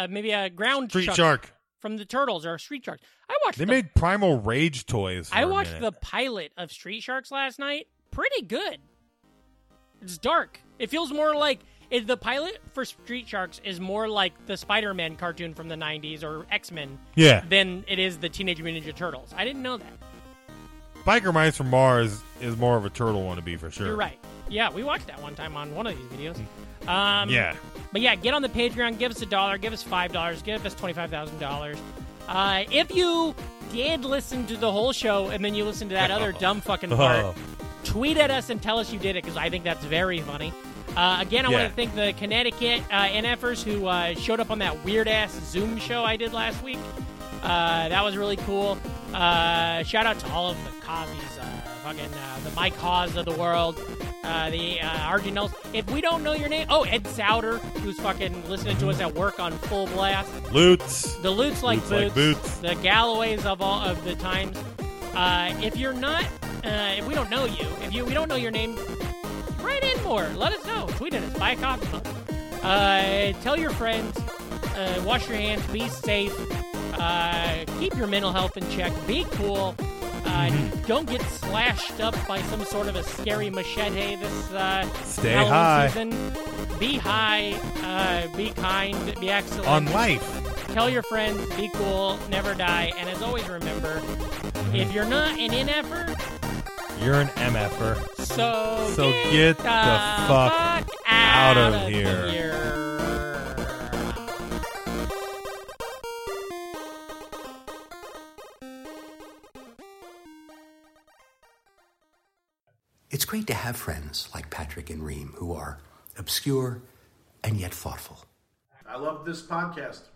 Speaker 2: uh, maybe a ground
Speaker 1: Street
Speaker 2: chuck
Speaker 1: Shark.
Speaker 2: from the Turtles or a street shark. I watched
Speaker 1: They
Speaker 2: the,
Speaker 1: made Primal Rage toys. for
Speaker 2: I
Speaker 1: a
Speaker 2: watched the
Speaker 1: minute.
Speaker 2: pilot of Street Sharks last night. Pretty good. It's dark. It feels more like it, the pilot for Street Sharks is more like the Spider-Man cartoon from the '90s or X-Men
Speaker 1: yeah
Speaker 2: than it is the Teenage Mutant Ninja Turtles. I didn't know that.
Speaker 1: Biker Mice from Mars is more of a turtle one to be for sure.
Speaker 2: You're right. Yeah, we watched that one time on one of these videos. Um,
Speaker 1: Yeah.
Speaker 2: But yeah, get on the Patreon. Give us a dollar. Give us five dollars. Give us twenty-five thousand dollars. Uh, if you did listen to the whole show and then you listened to
Speaker 1: *laughs*
Speaker 2: that other dumb fucking
Speaker 1: Oh.
Speaker 2: part, tweet at us and tell us you did it because I think that's very funny. Uh, again, I
Speaker 1: Yeah.
Speaker 2: want to thank the Connecticut uh, NFers who uh, showed up on that weird ass Zoom show I did last week. Uh, that was really cool. Uh, shout out to all of the Cozzies, uh, fucking uh, the Mike Hawes of the world, uh, the uh, RG Nels. If we don't know your name, oh Ed Souter, who's fucking listening to us at work on full blast.
Speaker 1: Loots.
Speaker 2: The Lutes like,
Speaker 1: Lutes
Speaker 2: boots,
Speaker 1: like boots.
Speaker 2: The Galloways of all of the times. Uh, if you're not, uh, if we don't know you, if you we don't know your name, write in more. Let us know. Tweet at us. Buy a coffee mug. Uh, tell your friends. Uh, wash your hands. Be safe. Uh, keep your mental health in check. Be cool. Uh,
Speaker 1: Mm-hmm.
Speaker 2: Don't get slashed up by some sort of a scary machete this uh,
Speaker 1: Stay
Speaker 2: Halloween
Speaker 1: high.
Speaker 2: season. Be high. Uh, be kind. Be excellent
Speaker 1: On life.
Speaker 2: tell your friends, be cool, never die, and as always, remember if you're not an NFer,
Speaker 1: You're an er. MFer.
Speaker 2: so
Speaker 1: So get the fuck out of here.
Speaker 2: here.
Speaker 11: It's great to have friends like Patrick and Reem who are obscure and yet thoughtful.
Speaker 3: I love this podcast.